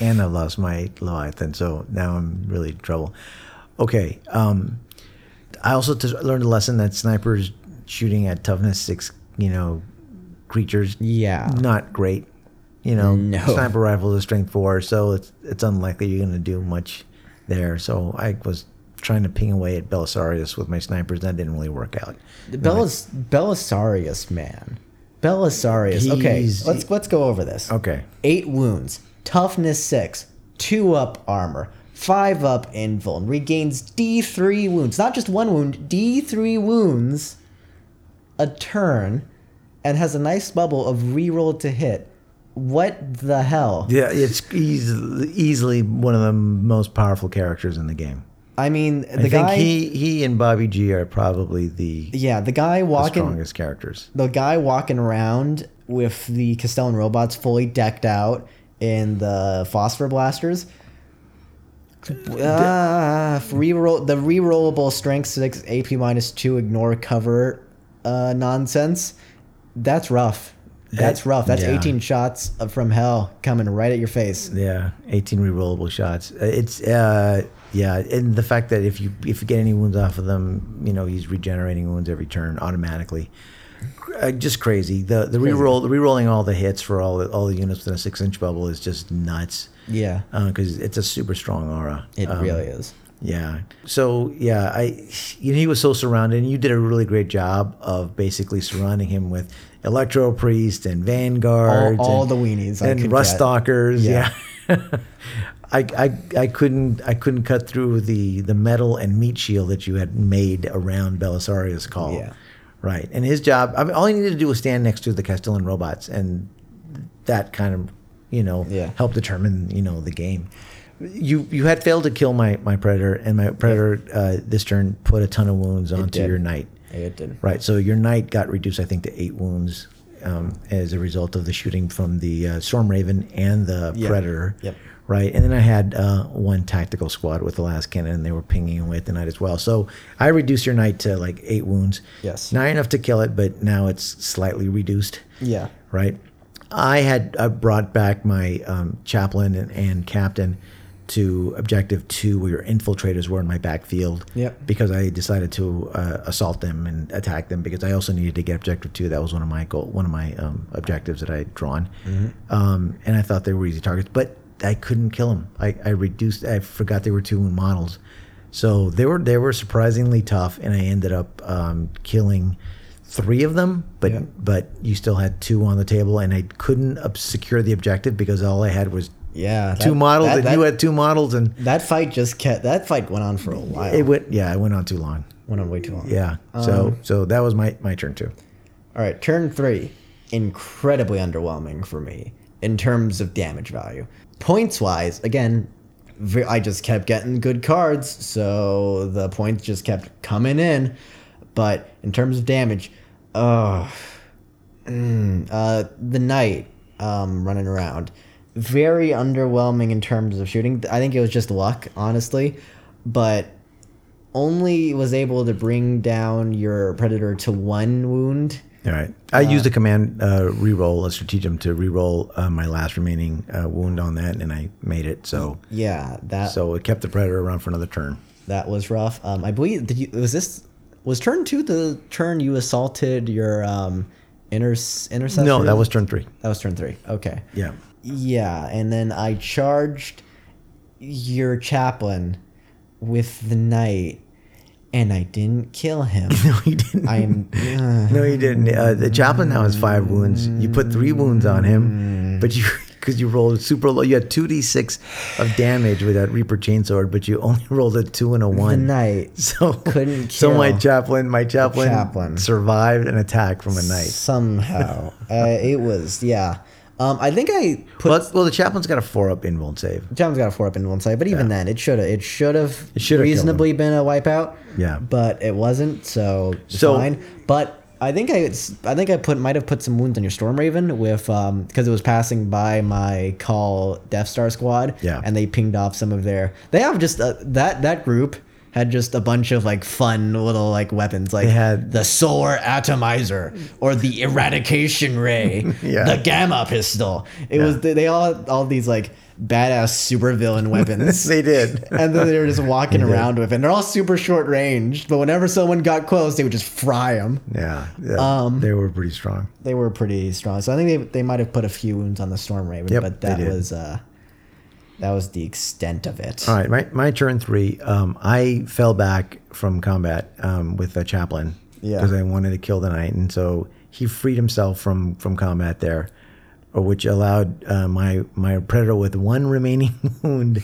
Speaker 1: and I've lost my Leviathan, so now I'm really in trouble. Okay, um, I also t- learned a lesson that snipers shooting at toughness six, you know, creatures,
Speaker 2: Yeah.
Speaker 1: not great. You know,
Speaker 2: No.
Speaker 1: sniper rifle is strength four, so it's it's unlikely you're going to do much there. So I was trying to ping away at Belisarius with my snipers, that didn't really work out.
Speaker 2: Belis, Belisarius, man, Belisarius. okay,
Speaker 1: He's-
Speaker 2: let's let's go over this.
Speaker 1: Okay,
Speaker 2: eight wounds, toughness six, two up armor, five up invuln, regains D3 wounds, not just one wound, D3 wounds a turn, and has a nice bubble of reroll to hit. What the hell?
Speaker 1: Yeah, it's easily, easily one of the most powerful characters in the game.
Speaker 2: I mean, the
Speaker 1: I think
Speaker 2: guy.
Speaker 1: he, he and Bobby G are probably the
Speaker 2: yeah, the guy walking
Speaker 1: strongest characters.
Speaker 2: the guy walking around with the Castellan robots fully decked out in the phosphor blasters.
Speaker 1: Uh,
Speaker 2: Ah, reroll the rerollable strength six AP minus two ignore cover uh, nonsense. That's rough. That's
Speaker 1: That-
Speaker 2: rough. That's
Speaker 1: yeah.
Speaker 2: eighteen shots of from hell coming right at your face.
Speaker 1: Yeah, 18 rerollable shots. Uh, It's uh yeah, and the fact that if you if you get any wounds off of them, you know, he's regenerating wounds every turn automatically. uh, just crazy. The the
Speaker 2: Crazy.
Speaker 1: reroll, the rerolling all the hits for all the, all the units within a six inch bubble is just nuts
Speaker 2: Yeah,
Speaker 1: because it's a super strong aura.
Speaker 2: it
Speaker 1: Um,
Speaker 2: really is.
Speaker 1: Yeah. So yeah, I you know, he was so surrounded, and you did a really great job of basically surrounding him with Electro Priest and Vanguard,
Speaker 2: All, all
Speaker 1: and,
Speaker 2: the weenies I
Speaker 1: and
Speaker 2: could
Speaker 1: Rust
Speaker 2: get.
Speaker 1: Stalkers.
Speaker 2: Yeah.
Speaker 1: Yeah. I, I I couldn't I couldn't cut through the the metal and meat shield that you had made around Belisarius call.
Speaker 2: Yeah.
Speaker 1: Right. And his job, I mean, all he needed to do was stand next to the Castellan robots and that kind of, you know,
Speaker 2: Yeah.
Speaker 1: helped determine, you know, the game. You you had failed to kill my my predator and my predator uh, this turn put a ton of wounds onto
Speaker 2: did.
Speaker 1: your knight.
Speaker 2: Yeah, it did.
Speaker 1: Right. So your knight got reduced, I think, to eight wounds um, as a result of the shooting from the uh, Storm Raven and the
Speaker 2: Yep.
Speaker 1: Predator.
Speaker 2: Yep.
Speaker 1: Right. And then I had uh, one tactical squad with the last cannon, and they were pinging away at the knight as well. So I reduced your knight to like eight wounds.
Speaker 2: Yes.
Speaker 1: Not enough to kill it, but now it's slightly reduced
Speaker 2: Yeah.
Speaker 1: right? I had uh, brought back my um, chaplain and, and captain to objective two, where your infiltrators were in my backfield.
Speaker 2: Yep.
Speaker 1: Because I decided to uh, assault them and attack them because I also needed to get objective two. That was one of my goal, one of my um, objectives that I had drawn,
Speaker 2: Mm-hmm.
Speaker 1: um, and I thought they were easy targets, but I couldn't kill them. I, I reduced. I forgot they were two wound models, so they were they were surprisingly tough, and I ended up um, killing three of them, but
Speaker 2: Yeah.
Speaker 1: but you still had two on the table, and I couldn't ob- secure the objective because all I had was
Speaker 2: Yeah. that-
Speaker 1: two models,
Speaker 2: That,
Speaker 1: and
Speaker 2: that,
Speaker 1: you had two models, and
Speaker 2: that fight just kept. That fight went on for a while.
Speaker 1: it went yeah, it went on too long.
Speaker 2: went on way too long.
Speaker 1: Yeah, so
Speaker 2: Um,
Speaker 1: so that was my my turn too.
Speaker 2: All right, turn three. Incredibly underwhelming for me in terms of damage value. Points wise, again, ve- I just kept getting good cards, so the points just kept coming in. But in terms of damage, oh, mm, uh, the knight um, running around, very underwhelming in terms of shooting. I think it was just luck, honestly. But only was able to bring down your predator to one wound.
Speaker 1: All right, I used a command uh, reroll a stratagem to reroll uh, my last remaining uh, wound on that, and I made it. So
Speaker 2: Yeah, that
Speaker 1: so it kept the predator around for another turn.
Speaker 2: that was rough. Um, I believe did you, was this was turn two the turn you assaulted your um inter interceptor.
Speaker 1: No, that was turn three.
Speaker 2: that was turn three. Okay.
Speaker 1: Yeah,
Speaker 2: Yeah, and then I charged your chaplain with the knight, and I didn't kill him.
Speaker 1: no, he didn't.
Speaker 2: I'm uh,
Speaker 1: No, he didn't. Uh, the chaplain now has five wounds. You put three wounds on him, but you because you rolled super low. You had two d six of damage with that Reaper chainsword, but you only rolled a two and a
Speaker 2: the
Speaker 1: one.
Speaker 2: knight
Speaker 1: So
Speaker 2: Couldn't
Speaker 1: So my
Speaker 2: kill
Speaker 1: chaplain, my chaplain,
Speaker 2: chaplain.
Speaker 1: survived an attack from a knight.
Speaker 2: somehow. uh, it was yeah. Um, I think I put
Speaker 1: Well, well, the chaplain's got a four up in won't save.
Speaker 2: John's got a four up in one side, but even then, it should have it should have
Speaker 1: should've killed
Speaker 2: reasonably been a wipeout.
Speaker 1: Yeah.
Speaker 2: but it wasn't, so, it's
Speaker 1: So-
Speaker 2: fine. But I think I it's- I think I put might have put some wounds on your Storm Raven with um because it was passing by my call Death Star squad.
Speaker 1: Yeah.
Speaker 2: and they pinged off some of their. They have just uh, that that group had just a bunch of like fun little like weapons like
Speaker 1: had-
Speaker 2: the solar atomizer or the eradication ray
Speaker 1: Yeah.
Speaker 2: the gamma pistol. It was they, they all had all these like badass supervillain weapons.
Speaker 1: They did.
Speaker 2: and then they were just walking around with it. And they're all super short range, but whenever someone got close, they would just fry them.
Speaker 1: Yeah, yeah,
Speaker 2: Um,
Speaker 1: they were pretty strong.
Speaker 2: They were pretty strong. So I think they, they might have put a few wounds on the Storm Raven,
Speaker 1: Yep,
Speaker 2: but
Speaker 1: they
Speaker 2: that
Speaker 1: did.
Speaker 2: was uh that was the extent of it.
Speaker 1: All right, my, my turn three. Um, I fell back from combat um, with a chaplain
Speaker 2: Yeah.
Speaker 1: because I wanted to kill the knight, and so he freed himself from from combat there, uh, which allowed uh, my my predator with one remaining wound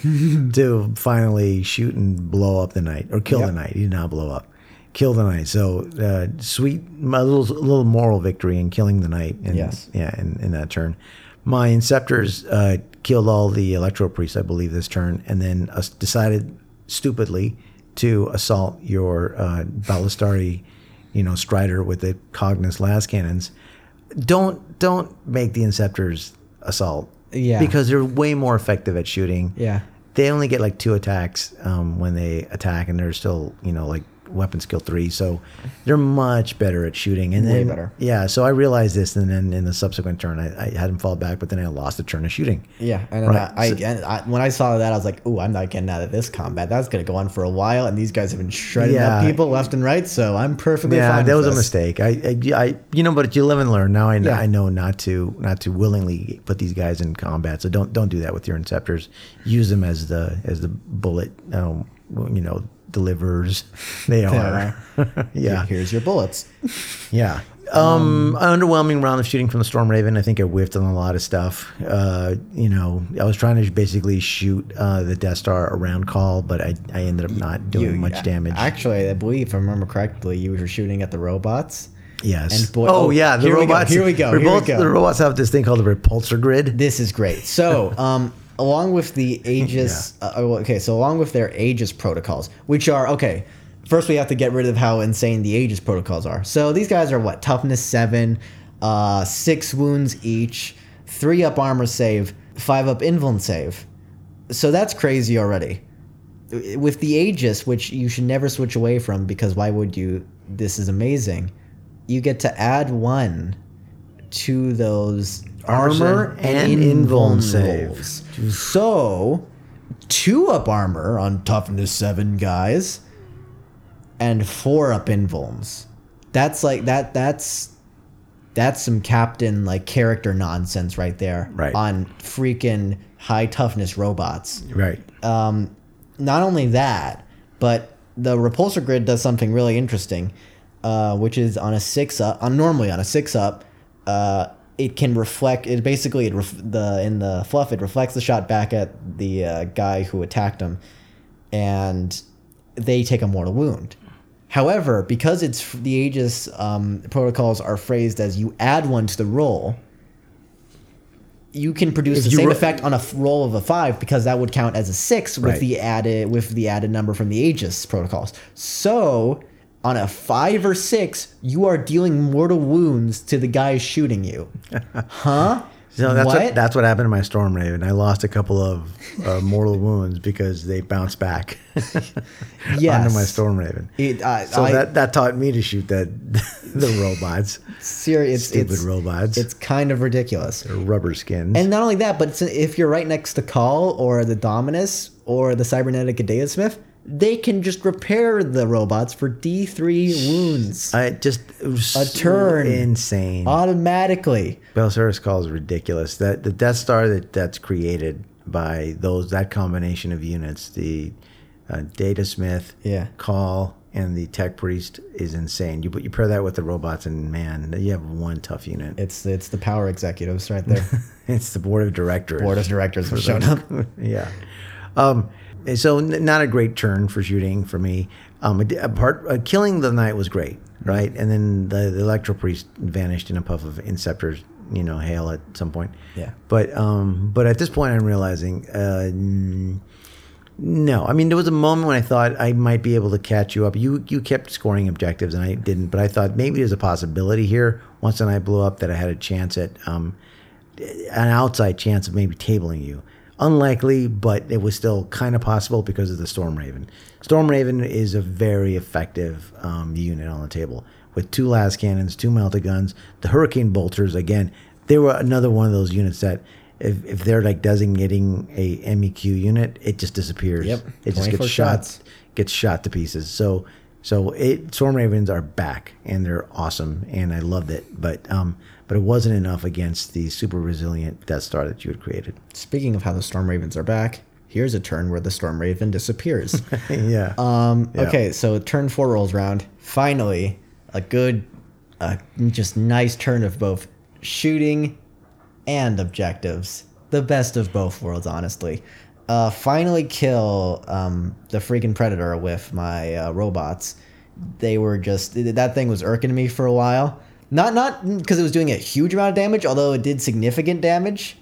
Speaker 1: to finally shoot and blow up the knight or kill the
Speaker 2: Yep.
Speaker 1: knight. He did not blow up, kill the knight. So uh, sweet, a little little moral victory in killing the knight. And,
Speaker 2: Yes.
Speaker 1: yeah, in, in that turn. My Inceptors uh, killed all the Electro Priests, I believe, this turn, and then uh, decided stupidly to assault your uh, Ballistari, you know, Strider with the Cognis las cannons. Don't don't make the Inceptors assault,
Speaker 2: Yeah.
Speaker 1: because they're way more effective at shooting.
Speaker 2: Yeah.
Speaker 1: They only get like two attacks um, when they attack, and they're still you know like weapon skill three, so they're much better at shooting. And
Speaker 2: Way
Speaker 1: then,
Speaker 2: better.
Speaker 1: Yeah, so I realized this, and then in the subsequent turn, I, I had him fall back, but then I lost a turn of shooting.
Speaker 2: Yeah, and then
Speaker 1: Right,
Speaker 2: I, I,
Speaker 1: so-
Speaker 2: and I when I saw that, I was like, "Ooh, I'm not getting out of this combat. That's gonna go on for a while." And these guys have been shredding up
Speaker 1: Yeah.
Speaker 2: people left and right, so I'm perfectly
Speaker 1: Yeah,
Speaker 2: fine.
Speaker 1: that
Speaker 2: with
Speaker 1: was a
Speaker 2: this.
Speaker 1: mistake. I, I, I- you know, but you live and learn. Now I, kn-
Speaker 2: Yeah.
Speaker 1: I know not to, not to willingly put these guys in combat. So don't, don't do that with your interceptors. Use them as the, as the bullet, um, you know, delivers. They are. yeah,
Speaker 2: Here's your bullets.
Speaker 1: yeah. Um, underwhelming round of shooting from the Storm Raven. I think I whiffed on a lot of stuff. Uh, you know, I was trying to basically shoot uh, the Death Star around call, but I, I ended up not doing
Speaker 2: You-
Speaker 1: much damage.
Speaker 2: Actually, I believe, if I remember correctly, you were shooting at the robots.
Speaker 1: Yes.
Speaker 2: And boy-
Speaker 1: oh,
Speaker 2: oh,
Speaker 1: yeah, the
Speaker 2: here we go,
Speaker 1: robots.
Speaker 2: here we go, here we
Speaker 1: repulse-
Speaker 2: go.
Speaker 1: The robots have this thing called a repulsor grid.
Speaker 2: This is great. So, um, along with the Aegis, uh, oh, okay, so along with their Aegis protocols, which are okay. First, we have to get rid of how insane the Aegis protocols are. So these guys are what toughness seven, uh, six wounds each, three up armor save, five up invuln save. So that's crazy already. With the Aegis, which you should never switch away from because why would you? This is amazing. You get to add one to those armor
Speaker 1: Armor
Speaker 2: and,
Speaker 1: and invuln
Speaker 2: invuln
Speaker 1: save.
Speaker 2: rolls. So, two up armor on toughness seven guys, and four up invulns. That's like that. That's that's some captain like character nonsense right there.
Speaker 1: Right.
Speaker 2: On freaking high toughness robots
Speaker 1: Right.
Speaker 2: um, not only that, but the repulsor grid does something really interesting, uh, which is on a six up, on normally on a six up, uh, it can reflect. It basically it ref, the in the fluff it reflects the shot back at the uh, guy who attacked him, and they take a mortal wound. However, because it's the Aegis um, protocols are phrased as you add one to the roll, you can produce
Speaker 1: If
Speaker 2: the
Speaker 1: you
Speaker 2: same
Speaker 1: ro-
Speaker 2: effect on a f- roll of a five because that would count as a six with
Speaker 1: Right.
Speaker 2: the added with the added number from the Aegis protocols. So on a five or six, you are dealing mortal wounds to the guy shooting you. Huh?
Speaker 1: So that's what?
Speaker 2: What?
Speaker 1: that's what happened to my Storm Raven. I lost a couple of uh, mortal wounds because they bounced back
Speaker 2: Yes.
Speaker 1: onto my Storm Raven.
Speaker 2: It, I,
Speaker 1: So
Speaker 2: I,
Speaker 1: that, that taught me to shoot that the robots,
Speaker 2: seri- it's,
Speaker 1: stupid
Speaker 2: it's,
Speaker 1: robots,
Speaker 2: it's kind of ridiculous.
Speaker 1: rubber skins.
Speaker 2: And not only that, but it's, if you're right next to Call or the Dominus or the cybernetic Adea Smith, they can just repair the robots for D3 wounds
Speaker 1: I just it was
Speaker 2: A
Speaker 1: so
Speaker 2: turn.
Speaker 1: insane.
Speaker 2: automatically.
Speaker 1: Belsaris Call is ridiculous. That the Death Star that that's created by those that combination of units, the uh, Data Smith,
Speaker 2: Yeah.
Speaker 1: Call, and the Tech Priest is insane. You but you pair that with the robots, and man, you have one tough unit.
Speaker 2: It's it's the power executives right there.
Speaker 1: it's the board of directors.
Speaker 2: Board of directors have shown up.
Speaker 1: yeah. Um, and so n- not a great turn for shooting for me. Um, a d- a part uh, killing the knight was great, right? And then the, the electro priest vanished in a puff of inceptors, you know, hail at some point.
Speaker 2: Yeah.
Speaker 1: But um, but at this point, I'm realizing, uh, n- no. I mean, there was a moment when I thought I might be able to catch you up. You you kept scoring objectives, and I didn't. But I thought maybe there's a possibility here. Once and I blew up, that I had a chance at um, an outside chance of maybe tabling you. Unlikely, but it was still kind of possible because of the Storm Raven. Storm Raven is a very effective um, unit on the table with two las cannons, two melted guns, the Hurricane Bolters. Again, they were another one of those units that. If, if they're like designating a MEQ unit, it just disappears.
Speaker 2: Yep.
Speaker 1: It just
Speaker 2: 24
Speaker 1: gets shot,
Speaker 2: shots.
Speaker 1: gets shot to pieces. So, so it Storm Ravens are back and they're awesome, and I loved it. But, um, but it wasn't enough against the super resilient Death Star that you had created.
Speaker 2: Speaking of how the Storm Ravens are back, here's a turn where the Storm Raven disappears.
Speaker 1: yeah.
Speaker 2: Um,
Speaker 1: Yeah.
Speaker 2: Okay, so turn four rolls round. Finally, a good, uh, just nice turn of both shooting and objectives. The best of both worlds, honestly. Uh, finally, kill um, the freaking predator with my uh, robots. They were just that thing was irking me for a while. Not not because it was doing a huge amount of damage, although it did significant damage.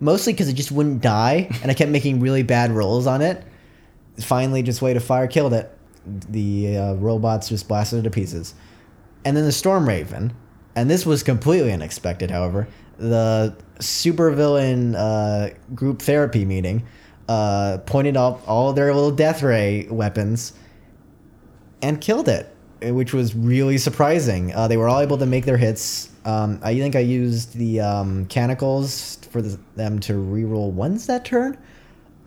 Speaker 2: Mostly because it just wouldn't die, and I kept making really bad rolls on it finally just way to fire killed it the uh, robots just blasted it to pieces and then the storm raven and this was completely unexpected however the supervillain uh, group therapy meeting uh, pointed out all their little death ray weapons and killed it, eh, which was really surprising. Uh, they were all able to make their hits. Um, I think I used the um, Canicles for the, them to reroll once that turn.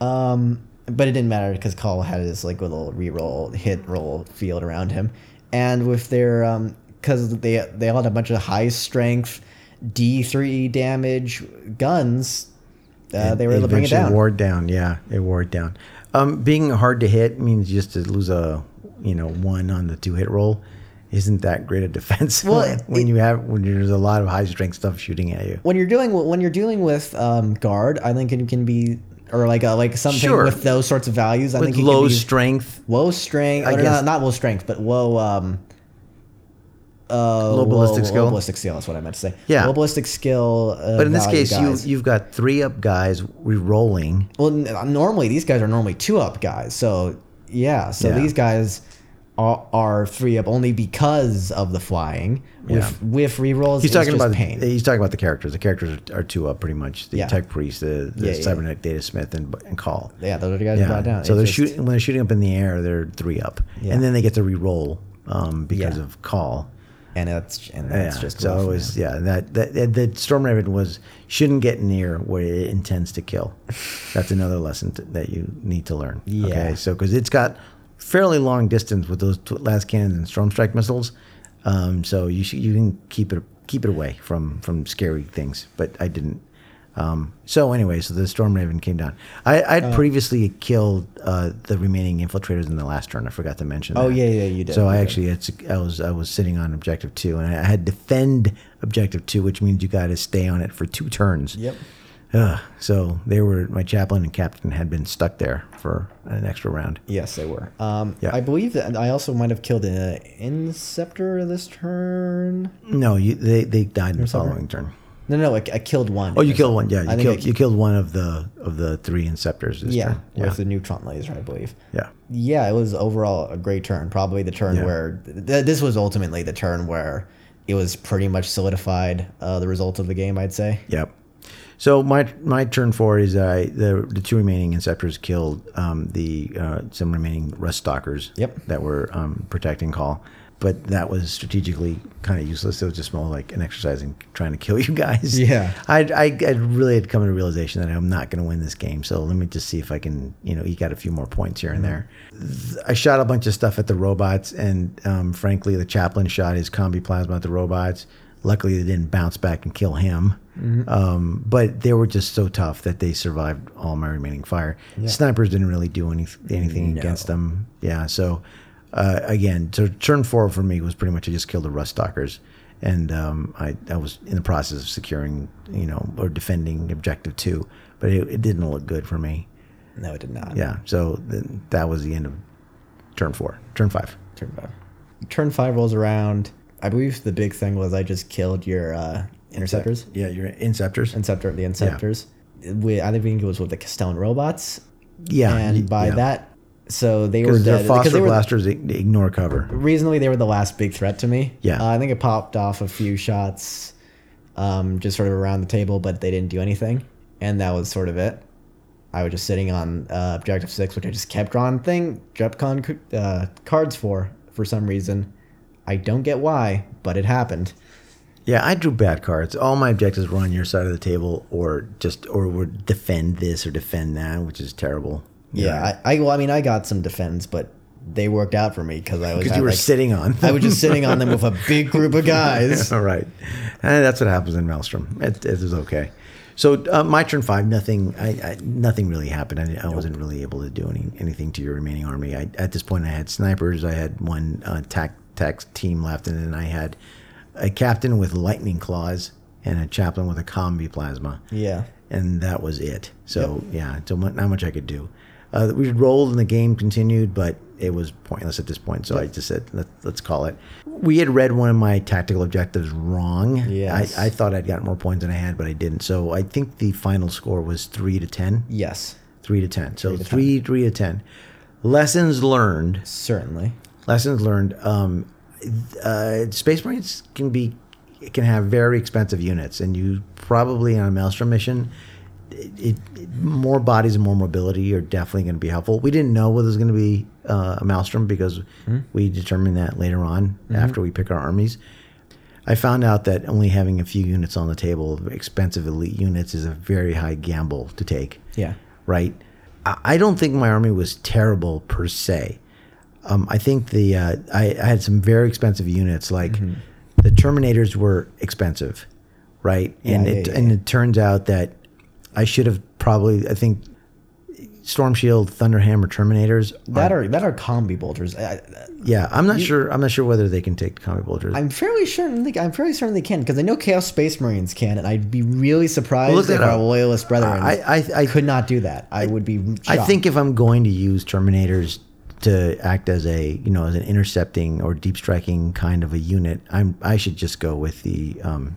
Speaker 2: Um, but it didn't matter because Call had his like little reroll hit roll field around him, and with their um, because they they all had a bunch of high strength D three damage guns, uh, they were able to bring it
Speaker 1: eventually
Speaker 2: down.
Speaker 1: wore it down. Yeah, it wore it down. Um, being hard to hit means just to lose a you know one on the two hit roll. Isn't that great a defense?
Speaker 2: Well,
Speaker 1: when you have when there's a lot of high strength stuff shooting at you.
Speaker 2: when you're doing when you're dealing with um, guard, I think it can be or like a, like something
Speaker 1: Sure.
Speaker 2: with those sorts of values. I think it can
Speaker 1: Low
Speaker 2: be
Speaker 1: strength,
Speaker 2: low strength.
Speaker 1: I
Speaker 2: or
Speaker 1: guess-
Speaker 2: not, not low strength, but low. Um, uh, low
Speaker 1: ballistic skill?
Speaker 2: Low ballistic skill. That's what I meant to say.
Speaker 1: Yeah.
Speaker 2: Low ballistic skill. Uh,
Speaker 1: but in this case,
Speaker 2: guys.
Speaker 1: you you've got three up guys re-rolling.
Speaker 2: Well, n- uh, normally these guys are normally two up guys. So yeah, so
Speaker 1: Yeah.
Speaker 2: these guys are, are three up only because of the flying with with rerolls.
Speaker 1: He's
Speaker 2: it's
Speaker 1: talking
Speaker 2: just
Speaker 1: about
Speaker 2: pain.
Speaker 1: he's talking about the characters. The characters are, are two up pretty much. The
Speaker 2: Yeah.
Speaker 1: tech priest, the, the
Speaker 2: Yeah, yeah.
Speaker 1: cybernetic data smith, and, and call.
Speaker 2: yeah, those are the guys
Speaker 1: Yeah.
Speaker 2: brought down.
Speaker 1: So
Speaker 2: It's
Speaker 1: they're
Speaker 2: just-
Speaker 1: shooting when they're shooting up in the air, they're three up,
Speaker 2: Yeah.
Speaker 1: and then they get to re-roll um, because
Speaker 2: Yeah.
Speaker 1: of call.
Speaker 2: and that's and
Speaker 1: Yeah.
Speaker 2: that's just
Speaker 1: so
Speaker 2: rough,
Speaker 1: it
Speaker 2: man.
Speaker 1: was yeah that that that, that storm raven was shouldn't get near where it intends to kill. That's another lesson t that you need to learn.
Speaker 2: Yeah.
Speaker 1: Okay. So because it's got fairly long distance with those tw- last cannons and storm strike missiles, um, so you should, you can keep it keep it away from from scary things. But I didn't. Um, so anyway, so the storm raven came down. I, I'd
Speaker 2: Uh,
Speaker 1: previously killed uh, the remaining infiltrators in the last turn. I forgot to mention.
Speaker 2: Oh,
Speaker 1: that.
Speaker 2: yeah, yeah, you did,
Speaker 1: So
Speaker 2: you
Speaker 1: I
Speaker 2: did.
Speaker 1: actually actually it's I was I was sitting on objective two and I had defend objective two, which means you got to stay on it for two turns.
Speaker 2: Yep.
Speaker 1: Ugh, so they were my chaplain and captain had been stuck there for an extra round.
Speaker 2: Yes, they were. Um,
Speaker 1: Yeah.
Speaker 2: I believe that I also might have killed an inceptor this turn.
Speaker 1: No, you, they they died in the following turn.
Speaker 2: No, no, I, I killed one.
Speaker 1: Oh, you killed one. Yeah,
Speaker 2: I
Speaker 1: you
Speaker 2: think
Speaker 1: killed
Speaker 2: I-
Speaker 1: you killed one of the of the three inceptors. This
Speaker 2: Yeah,
Speaker 1: turn. yeah,
Speaker 2: with the neutron laser, I believe.
Speaker 1: yeah.
Speaker 2: Yeah, it was overall a great turn. Probably the turn
Speaker 1: Yeah.
Speaker 2: where th- this was ultimately the turn where it was pretty much solidified uh, the result of the game. I'd say.
Speaker 1: Yep. So my my turn four is I the the two remaining inceptors killed um, the uh, some remaining rust stalkers.
Speaker 2: Yep.
Speaker 1: That were um, protecting call, but that was strategically kind of useless. It was just more like an exercise in trying to kill you guys.
Speaker 2: Yeah.
Speaker 1: I I, I really had come to the realization that I'm not going to win this game. So let me just see if I can you know eke out a few more points here and
Speaker 2: Mm-hmm.
Speaker 1: there. Th- I shot a bunch of stuff at the robots, and um, frankly, the chaplain shot his combi plasma at the robots. Luckily, they didn't bounce back and kill him. Um, but they were just so tough that they survived all my remaining fire. Snipers didn't really do any, anything against them. Yeah. So uh, again, so turn four for me was pretty much I just killed the rust stalkers, and um, I I was in the process of securing you know or defending objective two, but it, it didn't look good for me.
Speaker 2: No, it did not.
Speaker 1: Yeah. So th- that was the end of turn four. Turn five.
Speaker 2: Turn five. Turn five rolls around. I believe the big thing was I just killed your uh, interceptors.
Speaker 1: Yeah, your inceptors.
Speaker 2: Inceptor, the Inceptors. We, I think it was with the Castellan robots,
Speaker 1: yeah.
Speaker 2: and by
Speaker 1: Uh, yeah.
Speaker 2: that, so they were
Speaker 1: Because their
Speaker 2: dead- because
Speaker 1: phosphor
Speaker 2: they were-
Speaker 1: blasters ig- ignore cover.
Speaker 2: reasonably they were the last big threat to me.
Speaker 1: Yeah.
Speaker 2: Uh, I think it popped off a few shots, um, just sort of around the table, but they didn't do anything, and that was sort of it. I was just sitting on uh, objective six, which I just kept on thing kept on uh, cards for for some reason. I don't get why, but it happened.
Speaker 1: Yeah, I drew bad cards. All my objectives were on your side of the table, or just or would defend this or defend that, which is terrible.
Speaker 2: Yeah, I, I well, I mean, I got some defends, but they worked out for me because I was
Speaker 1: because
Speaker 2: had,
Speaker 1: you were
Speaker 2: like,
Speaker 1: sitting on.
Speaker 2: I was just sitting on them with a big group of guys.
Speaker 1: All right, and that's what happens in Maelstrom. It, it is okay. So uh, my turn five, nothing, I, I, nothing really happened. I, I wasn't really able to do any, anything to your remaining army. I, at this point, I had snipers. I had one uh, tac tax team left, and then I had a captain with lightning claws and a chaplain with a combi plasma.
Speaker 2: Yeah.
Speaker 1: and that was it. So yeah, so mu- not much I could do. Uh, we rolled and the game continued, but it was pointless at this point. So I just said, Let, let's call it. We had read one of my tactical objectives wrong.
Speaker 2: Yes.
Speaker 1: I, I thought I'd gotten more points than I had, but I didn't. So I think the final score was three to ten.
Speaker 2: Yes.
Speaker 1: Three to ten. So three, three to ten. Lessons learned
Speaker 2: Certainly.
Speaker 1: lessons learned um, uh, space marines can be can have very expensive units and you probably on a maelstrom mission it, it, more bodies and more mobility are definitely going to be helpful. We didn't know whether it was going to be uh, a maelstrom because we determined that later on after we pick our armies. I found out that only having a few units on the table, expensive elite units, is a very high gamble to take
Speaker 2: Yeah.
Speaker 1: right? I I don't think my army was terrible per se. Um, I think the uh, I, I had some very expensive units. Like
Speaker 2: Mm-hmm.
Speaker 1: the Terminators were expensive, right? and
Speaker 2: Yeah,
Speaker 1: it
Speaker 2: yeah, yeah,
Speaker 1: and it turns out that I should have probably I think Storm Shield, Thunderhammer, Terminators.
Speaker 2: That are that are combi bolters. I, I-
Speaker 1: yeah, I'm not sure. I'm not sure whether they can take combat Bulgers.
Speaker 2: I'm fairly certain. They, I'm fairly certain they can because I know Chaos Space Marines can, and I'd be really surprised
Speaker 1: look
Speaker 2: if
Speaker 1: that
Speaker 2: our
Speaker 1: up.
Speaker 2: loyalist brethren
Speaker 1: I I, I,
Speaker 2: could not do that. I would be. Shocked.
Speaker 1: I think if I'm going to use Terminators to act as a you know as an intercepting or deep striking kind of a unit, I'm I should just go with the um,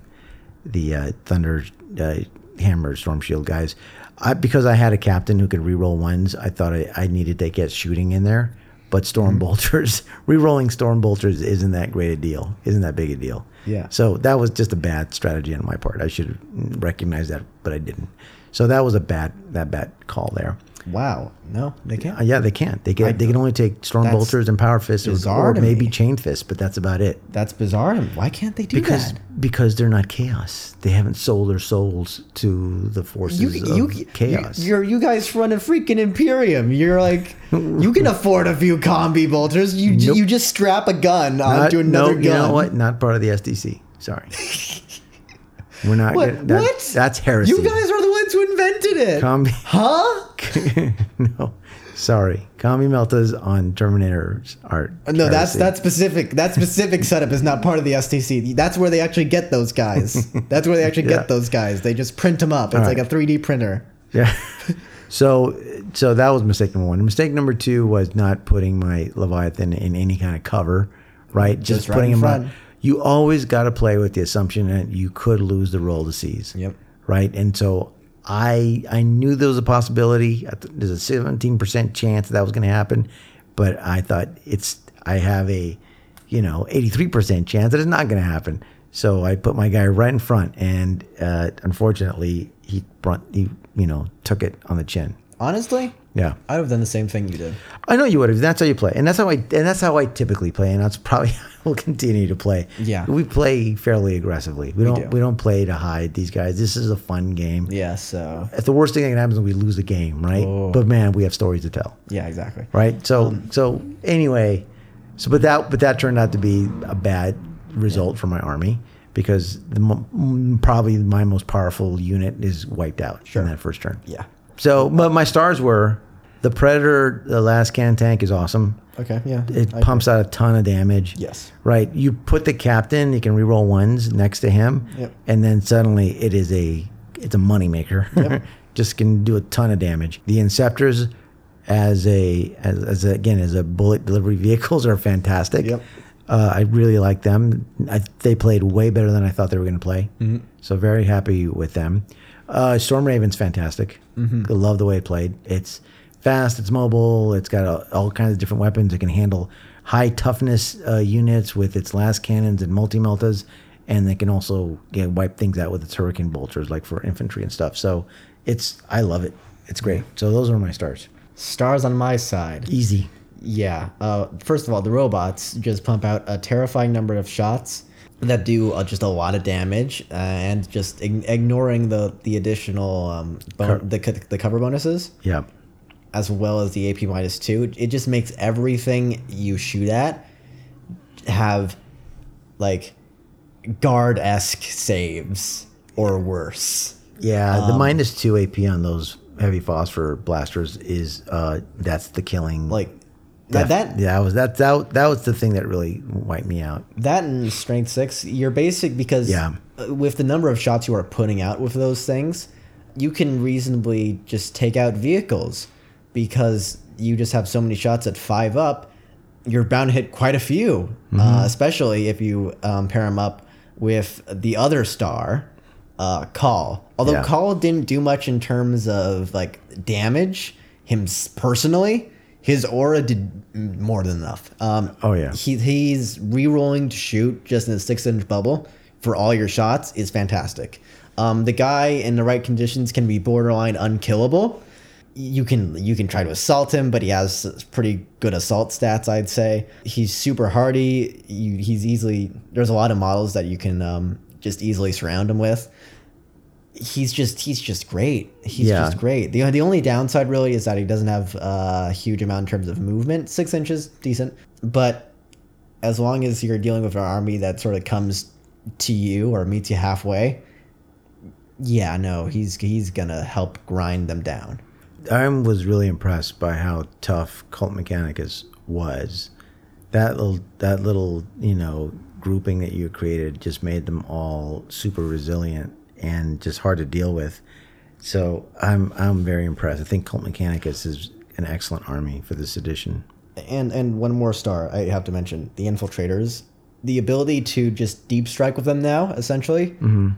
Speaker 1: the uh, Thunder uh, Hammer Storm Shield guys, I, because I had a captain who could reroll ones. I thought I, I needed to get shooting in there, but Storm Bolters rerolling Storm Bolters isn't that great a deal. Isn't that big a deal?
Speaker 2: Yeah.
Speaker 1: So that was just a bad strategy on my part. I should have recognized that, but I didn't. So that was a bad that bad call there.
Speaker 2: Wow. No, they
Speaker 1: Uh,
Speaker 2: can't.
Speaker 1: yeah, they can't. They can. They can only take storm
Speaker 2: That's
Speaker 1: bolters and power fists, or,
Speaker 2: bizarre
Speaker 1: or
Speaker 2: to
Speaker 1: maybe
Speaker 2: me.
Speaker 1: chain fists, but that's about it.
Speaker 2: That's bizarre. And why can't they do
Speaker 1: Because
Speaker 2: that?
Speaker 1: because they're not chaos. They haven't sold their souls to the forces
Speaker 2: You,
Speaker 1: of
Speaker 2: you,
Speaker 1: chaos.
Speaker 2: You, you're you guys run a freaking Imperium. You're like, you can afford a few combi bolters. You ju-
Speaker 1: Nope.
Speaker 2: you just strap a gun
Speaker 1: Not-
Speaker 2: onto another
Speaker 1: no,
Speaker 2: gun.
Speaker 1: you know what? Not part of the SDC. Sorry, we're not.
Speaker 2: What?
Speaker 1: gonna- that-
Speaker 2: what?
Speaker 1: That's heresy.
Speaker 2: You guys are the ones who invented it.
Speaker 1: Combi-
Speaker 2: huh?
Speaker 1: no, sorry. Kami Meltas on Terminators are
Speaker 2: Uh, No, that's
Speaker 1: heresy.
Speaker 2: that specific that specific setup is not part of the STC. That's where they actually get those guys. That's where they actually
Speaker 1: Yeah.
Speaker 2: get those guys. They just print them up. It's like
Speaker 1: right.
Speaker 2: a 3D printer.
Speaker 1: Yeah. So, so that was mistake number one. Mistake number two was not putting my Leviathan in any kind of cover, right? Just,
Speaker 2: right
Speaker 1: putting
Speaker 2: in
Speaker 1: him
Speaker 2: front.
Speaker 1: on. You always got to play with the assumption that you could lose the roll to seize.
Speaker 2: Yep.
Speaker 1: Right, and so I I knew there was a possibility. I th- There's a 17 percent chance that was going to happen, but I thought it's I have a you know 83 percent chance that it's not going to happen. So I put my guy right in front, and uh, unfortunately, he brunt he you know took it on the chin.
Speaker 2: Honestly,
Speaker 1: Yeah,
Speaker 2: I'd have done the same thing you did.
Speaker 1: I know you would have. That's how you play, and that's how I and that's how I typically play, and that's probably how I will continue to play.
Speaker 2: Yeah.
Speaker 1: we play fairly aggressively. We, don't
Speaker 2: do.
Speaker 1: we don't play to hide these guys. This is a fun game.
Speaker 2: Yeah. So
Speaker 1: If the worst thing that can happen is we lose the game, right?
Speaker 2: Oh. Um,
Speaker 1: But man, we have stories to tell,
Speaker 2: yeah, exactly.
Speaker 1: right? So so anyway, so but that but that turned out to be a bad result for my army because the mo- m- probably my most powerful unit is wiped out
Speaker 2: Sure.
Speaker 1: in that first turn.
Speaker 2: Yeah.
Speaker 1: So, but my stars were the Predator. The last can tank is awesome.
Speaker 2: Okay. Yeah.
Speaker 1: It
Speaker 2: I-
Speaker 1: pumps out a ton of damage.
Speaker 2: Yes.
Speaker 1: Right. You put the captain. You can reroll ones next to him.
Speaker 2: Yep.
Speaker 1: And then suddenly it is a it's a moneymaker. Just can do a ton of damage. The Inceptors, as a as, as a, again as a bullet delivery vehicles are fantastic.
Speaker 2: Yep.
Speaker 1: Uh, I really like them. I, they played way better than I thought they were going to play. So very happy with them. Uh, Storm Raven's fantastic. I love the way it played. It's fast. It's mobile. It's got all, all kinds of different weapons. It can handle high toughness uh, units with its last cannons and multi meltas, and they can also you know, wipe things out with its hurricane bolters, like for infantry and stuff. So it's I love it. It's great. So those are my stars.
Speaker 2: Stars on my side.
Speaker 1: Easy.
Speaker 2: Yeah. Uh, first of all, the robots just pump out a terrifying number of shots that do uh, just a lot of damage, uh, and just ign- ignoring the the additional um, bon- the co- the cover bonuses
Speaker 1: Yeah.
Speaker 2: as well as the AP minus two. It- It just makes everything you shoot at have like guard esque saves or worse.
Speaker 1: Yeah,
Speaker 2: Um,
Speaker 1: the minus two AP on those heavy phosphor blasters is uh that's the killing.
Speaker 2: Like
Speaker 1: that,
Speaker 2: that, that
Speaker 1: yeah, that was that that that was the thing that really wiped me out.
Speaker 2: that and strength six you're basic because
Speaker 1: Yeah.
Speaker 2: uh, with the number of shots you are putting out with those things you can reasonably just take out vehicles because you just have so many shots at five up you're bound to hit quite a few
Speaker 1: Mm-hmm.
Speaker 2: uh, especially if you um, pair them up with the other star uh, call although
Speaker 1: Yeah.
Speaker 2: call didn't do much in terms of like damage him s- personally his aura did m- more than enough um,
Speaker 1: Oh, yeah.
Speaker 2: he, he's re-rolling to shoot just in a six inch bubble for all your shots is fantastic. Um, the guy in the right conditions can be borderline unkillable. You can you can try to assault him, but he has pretty good assault stats, I'd say. He's super hardy. You, he's easily there's a lot of models that you can um, just easily surround him with. He's just he's just great. He's
Speaker 1: Yeah.
Speaker 2: just great. the The only downside really is that he doesn't have a huge amount in terms of movement. Six inches, decent, but as long as you're dealing with an army that sort of comes to you or meets you halfway, yeah, no, he's he's gonna help grind them down.
Speaker 1: I was really impressed by how tough Cult Mechanicus was. That little, that little, you know, grouping that you created just made them all super resilient and just hard to deal with. So I'm, I'm very impressed. I think Cult Mechanicus is an excellent army for this edition.
Speaker 2: And and one more star I have to mention the infiltrators, the ability to just deep strike with them now essentially, mm-hmm.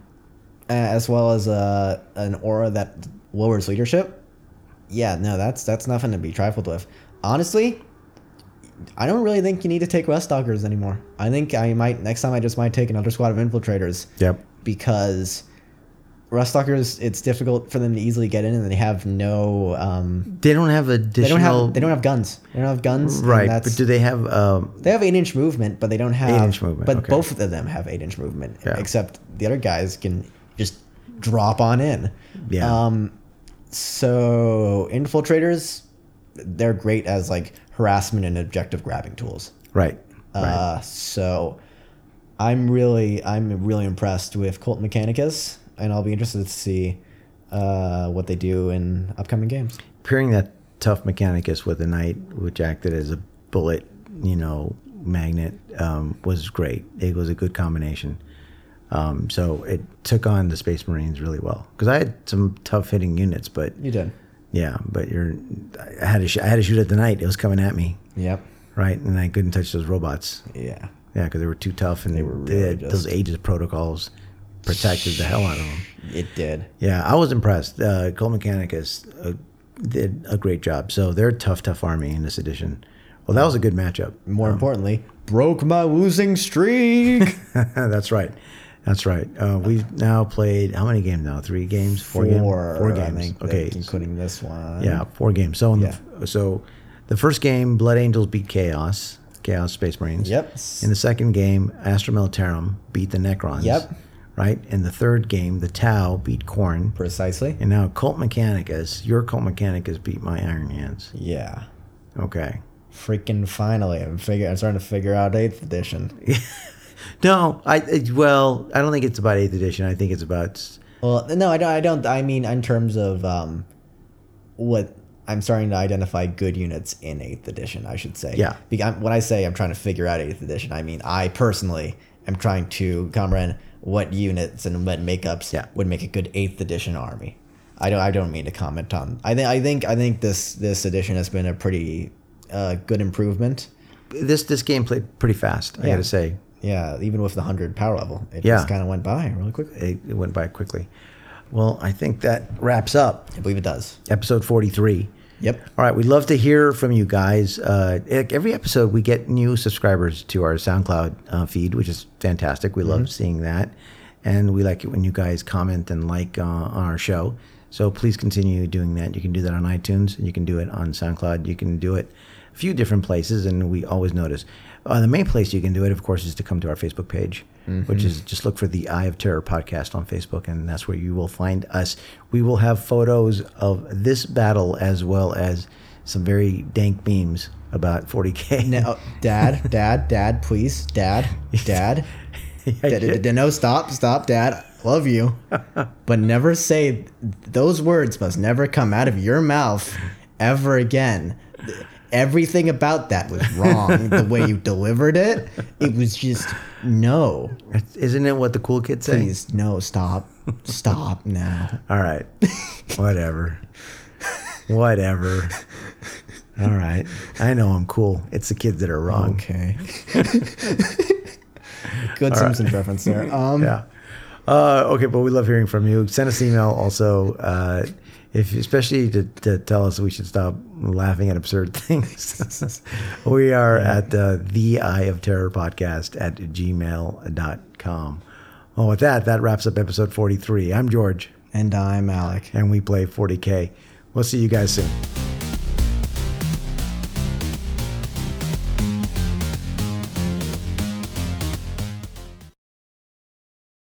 Speaker 2: as well as uh, an aura that lowers leadership. Yeah, no, that's that's nothing to be trifled with. Honestly, I don't really think you need to take Rust Stalkers anymore. I think I might next time I just might take another squad of infiltrators.
Speaker 1: Yep.
Speaker 2: because Rust Stalkers, it's difficult for them to easily get in, and they have no. Um,
Speaker 1: They don't have additional.
Speaker 2: they don't have. They don't have guns. They don't have guns. and
Speaker 1: right,
Speaker 2: that's-
Speaker 1: but do they have? Um,
Speaker 2: they have eight inch movement, but they don't have
Speaker 1: 8-inch movement,
Speaker 2: But
Speaker 1: okay.
Speaker 2: both of them have eight inch movement,
Speaker 1: Yeah.
Speaker 2: except the other guys can just drop on in.
Speaker 1: Yeah.
Speaker 2: Um, so infiltrators, they're great as like harassment and objective grabbing tools.
Speaker 1: right. right.
Speaker 2: Uh, so I'm really I'm really impressed with Colt Mechanicus, and I'll be interested to see uh, what they do in upcoming games.
Speaker 1: pairing that tough mechanicus with a knight which acted as a bullet you know magnet um, was great it was a good combination um, so it took on the space marines really well because i had some tough hitting units but
Speaker 2: You did.
Speaker 1: yeah but you're i had to sh- i had to shoot at the knight it was coming at me
Speaker 2: Yep.
Speaker 1: right and i couldn't touch those robots
Speaker 2: Yeah.
Speaker 1: yeah because they were too tough and they
Speaker 2: were really
Speaker 1: had- those
Speaker 2: just-
Speaker 1: aegis protocols protected the hell out of them
Speaker 2: It did.
Speaker 1: yeah, I was impressed. Uh, Cole Mechanicus uh, did a great job. So they're a tough, tough army in this edition. Well, that was a good matchup.
Speaker 2: More importantly, broke my losing streak.
Speaker 1: That's right. That's right. Uh, we've now played how many games now? Three games? Four, games?
Speaker 2: Four,
Speaker 1: Four
Speaker 2: I
Speaker 1: games.
Speaker 2: think,
Speaker 1: okay.
Speaker 2: including this one.
Speaker 1: Yeah, four games. So in
Speaker 2: Yeah.
Speaker 1: the, so the first game, Blood Angels beat Chaos, Chaos Space Marines.
Speaker 2: Yep.
Speaker 1: In the second game, Astra Militarum beat the Necrons.
Speaker 2: Yep.
Speaker 1: Right. In the third game, the Tau beat Corn.
Speaker 2: Precisely.
Speaker 1: And now Colt Mechanicus, your Colt Mechanicus beat my Iron Hands.
Speaker 2: Yeah.
Speaker 1: Okay.
Speaker 2: Freaking finally, I'm figure. I'm starting to figure out Eighth Edition.
Speaker 1: No, I it- well, I don't think it's about eighth edition. I think it's about
Speaker 2: Well, no, I don't. I don't. I mean, in terms of um, what I'm starting to identify good units in Eighth Edition, I should say.
Speaker 1: Yeah.
Speaker 2: Be- I'm- when I say I'm trying to figure out Eighth Edition, I mean I personally am trying to comprehend what units and what makeups
Speaker 1: Yeah.
Speaker 2: would make a good Eighth Edition army. I don't. I don't mean to comment on. I think. I think. I think this this edition has been a pretty uh, good improvement.
Speaker 1: this. This game played pretty fast. I
Speaker 2: Yeah.
Speaker 1: got to say,
Speaker 2: Yeah, even with the hundred power level, it
Speaker 1: Yeah.
Speaker 2: just kind of went by really quickly.
Speaker 1: it, it went by quickly. Well, I think that wraps up
Speaker 2: I believe it does.
Speaker 1: episode forty-three.
Speaker 2: Yep.
Speaker 1: All right, we'd love to hear from you guys. Uh, e- every episode, we get new subscribers to our SoundCloud uh, feed, which is fantastic. We love seeing that, and we like it when you guys comment and like uh, on our show. So please continue doing that. You can do that on iTunes, and you can do it on SoundCloud. You can do it a few different places, and we always notice. Uh, the main place you can do it, of course, is to come to our Facebook page, which
Speaker 2: Mm-hmm.
Speaker 1: is just look for the Eye of Terror podcast on Facebook, and that's where you will find us. We will have photos of this battle as well as some very dank memes about 40K.
Speaker 2: Now, Oh, dad, dad, dad, please, dad, dad, dad, dad, dad, no, stop, stop, dad, love you, but never say those words must never come out of your mouth ever again. Everything about that was wrong. the way you delivered it, it was just no,
Speaker 1: Isn't it what the cool kids say?
Speaker 2: please, no, stop, stop now.
Speaker 1: All right. Whatever. Whatever. All right. I know I'm cool. It's the kids that are wrong.
Speaker 2: Okay. Good Simpsons reference there. Um,
Speaker 1: yeah. Uh, okay, but we love hearing from you. Send us an email also, uh, if especially to, to tell us we should stop laughing at absurd things. we are at uh, the Eye of Terror podcast at gmail.com. Well, with that, that wraps up episode 43. I'm George,
Speaker 2: And I'm Alec.
Speaker 1: and we play 40K. We'll see you guys soon.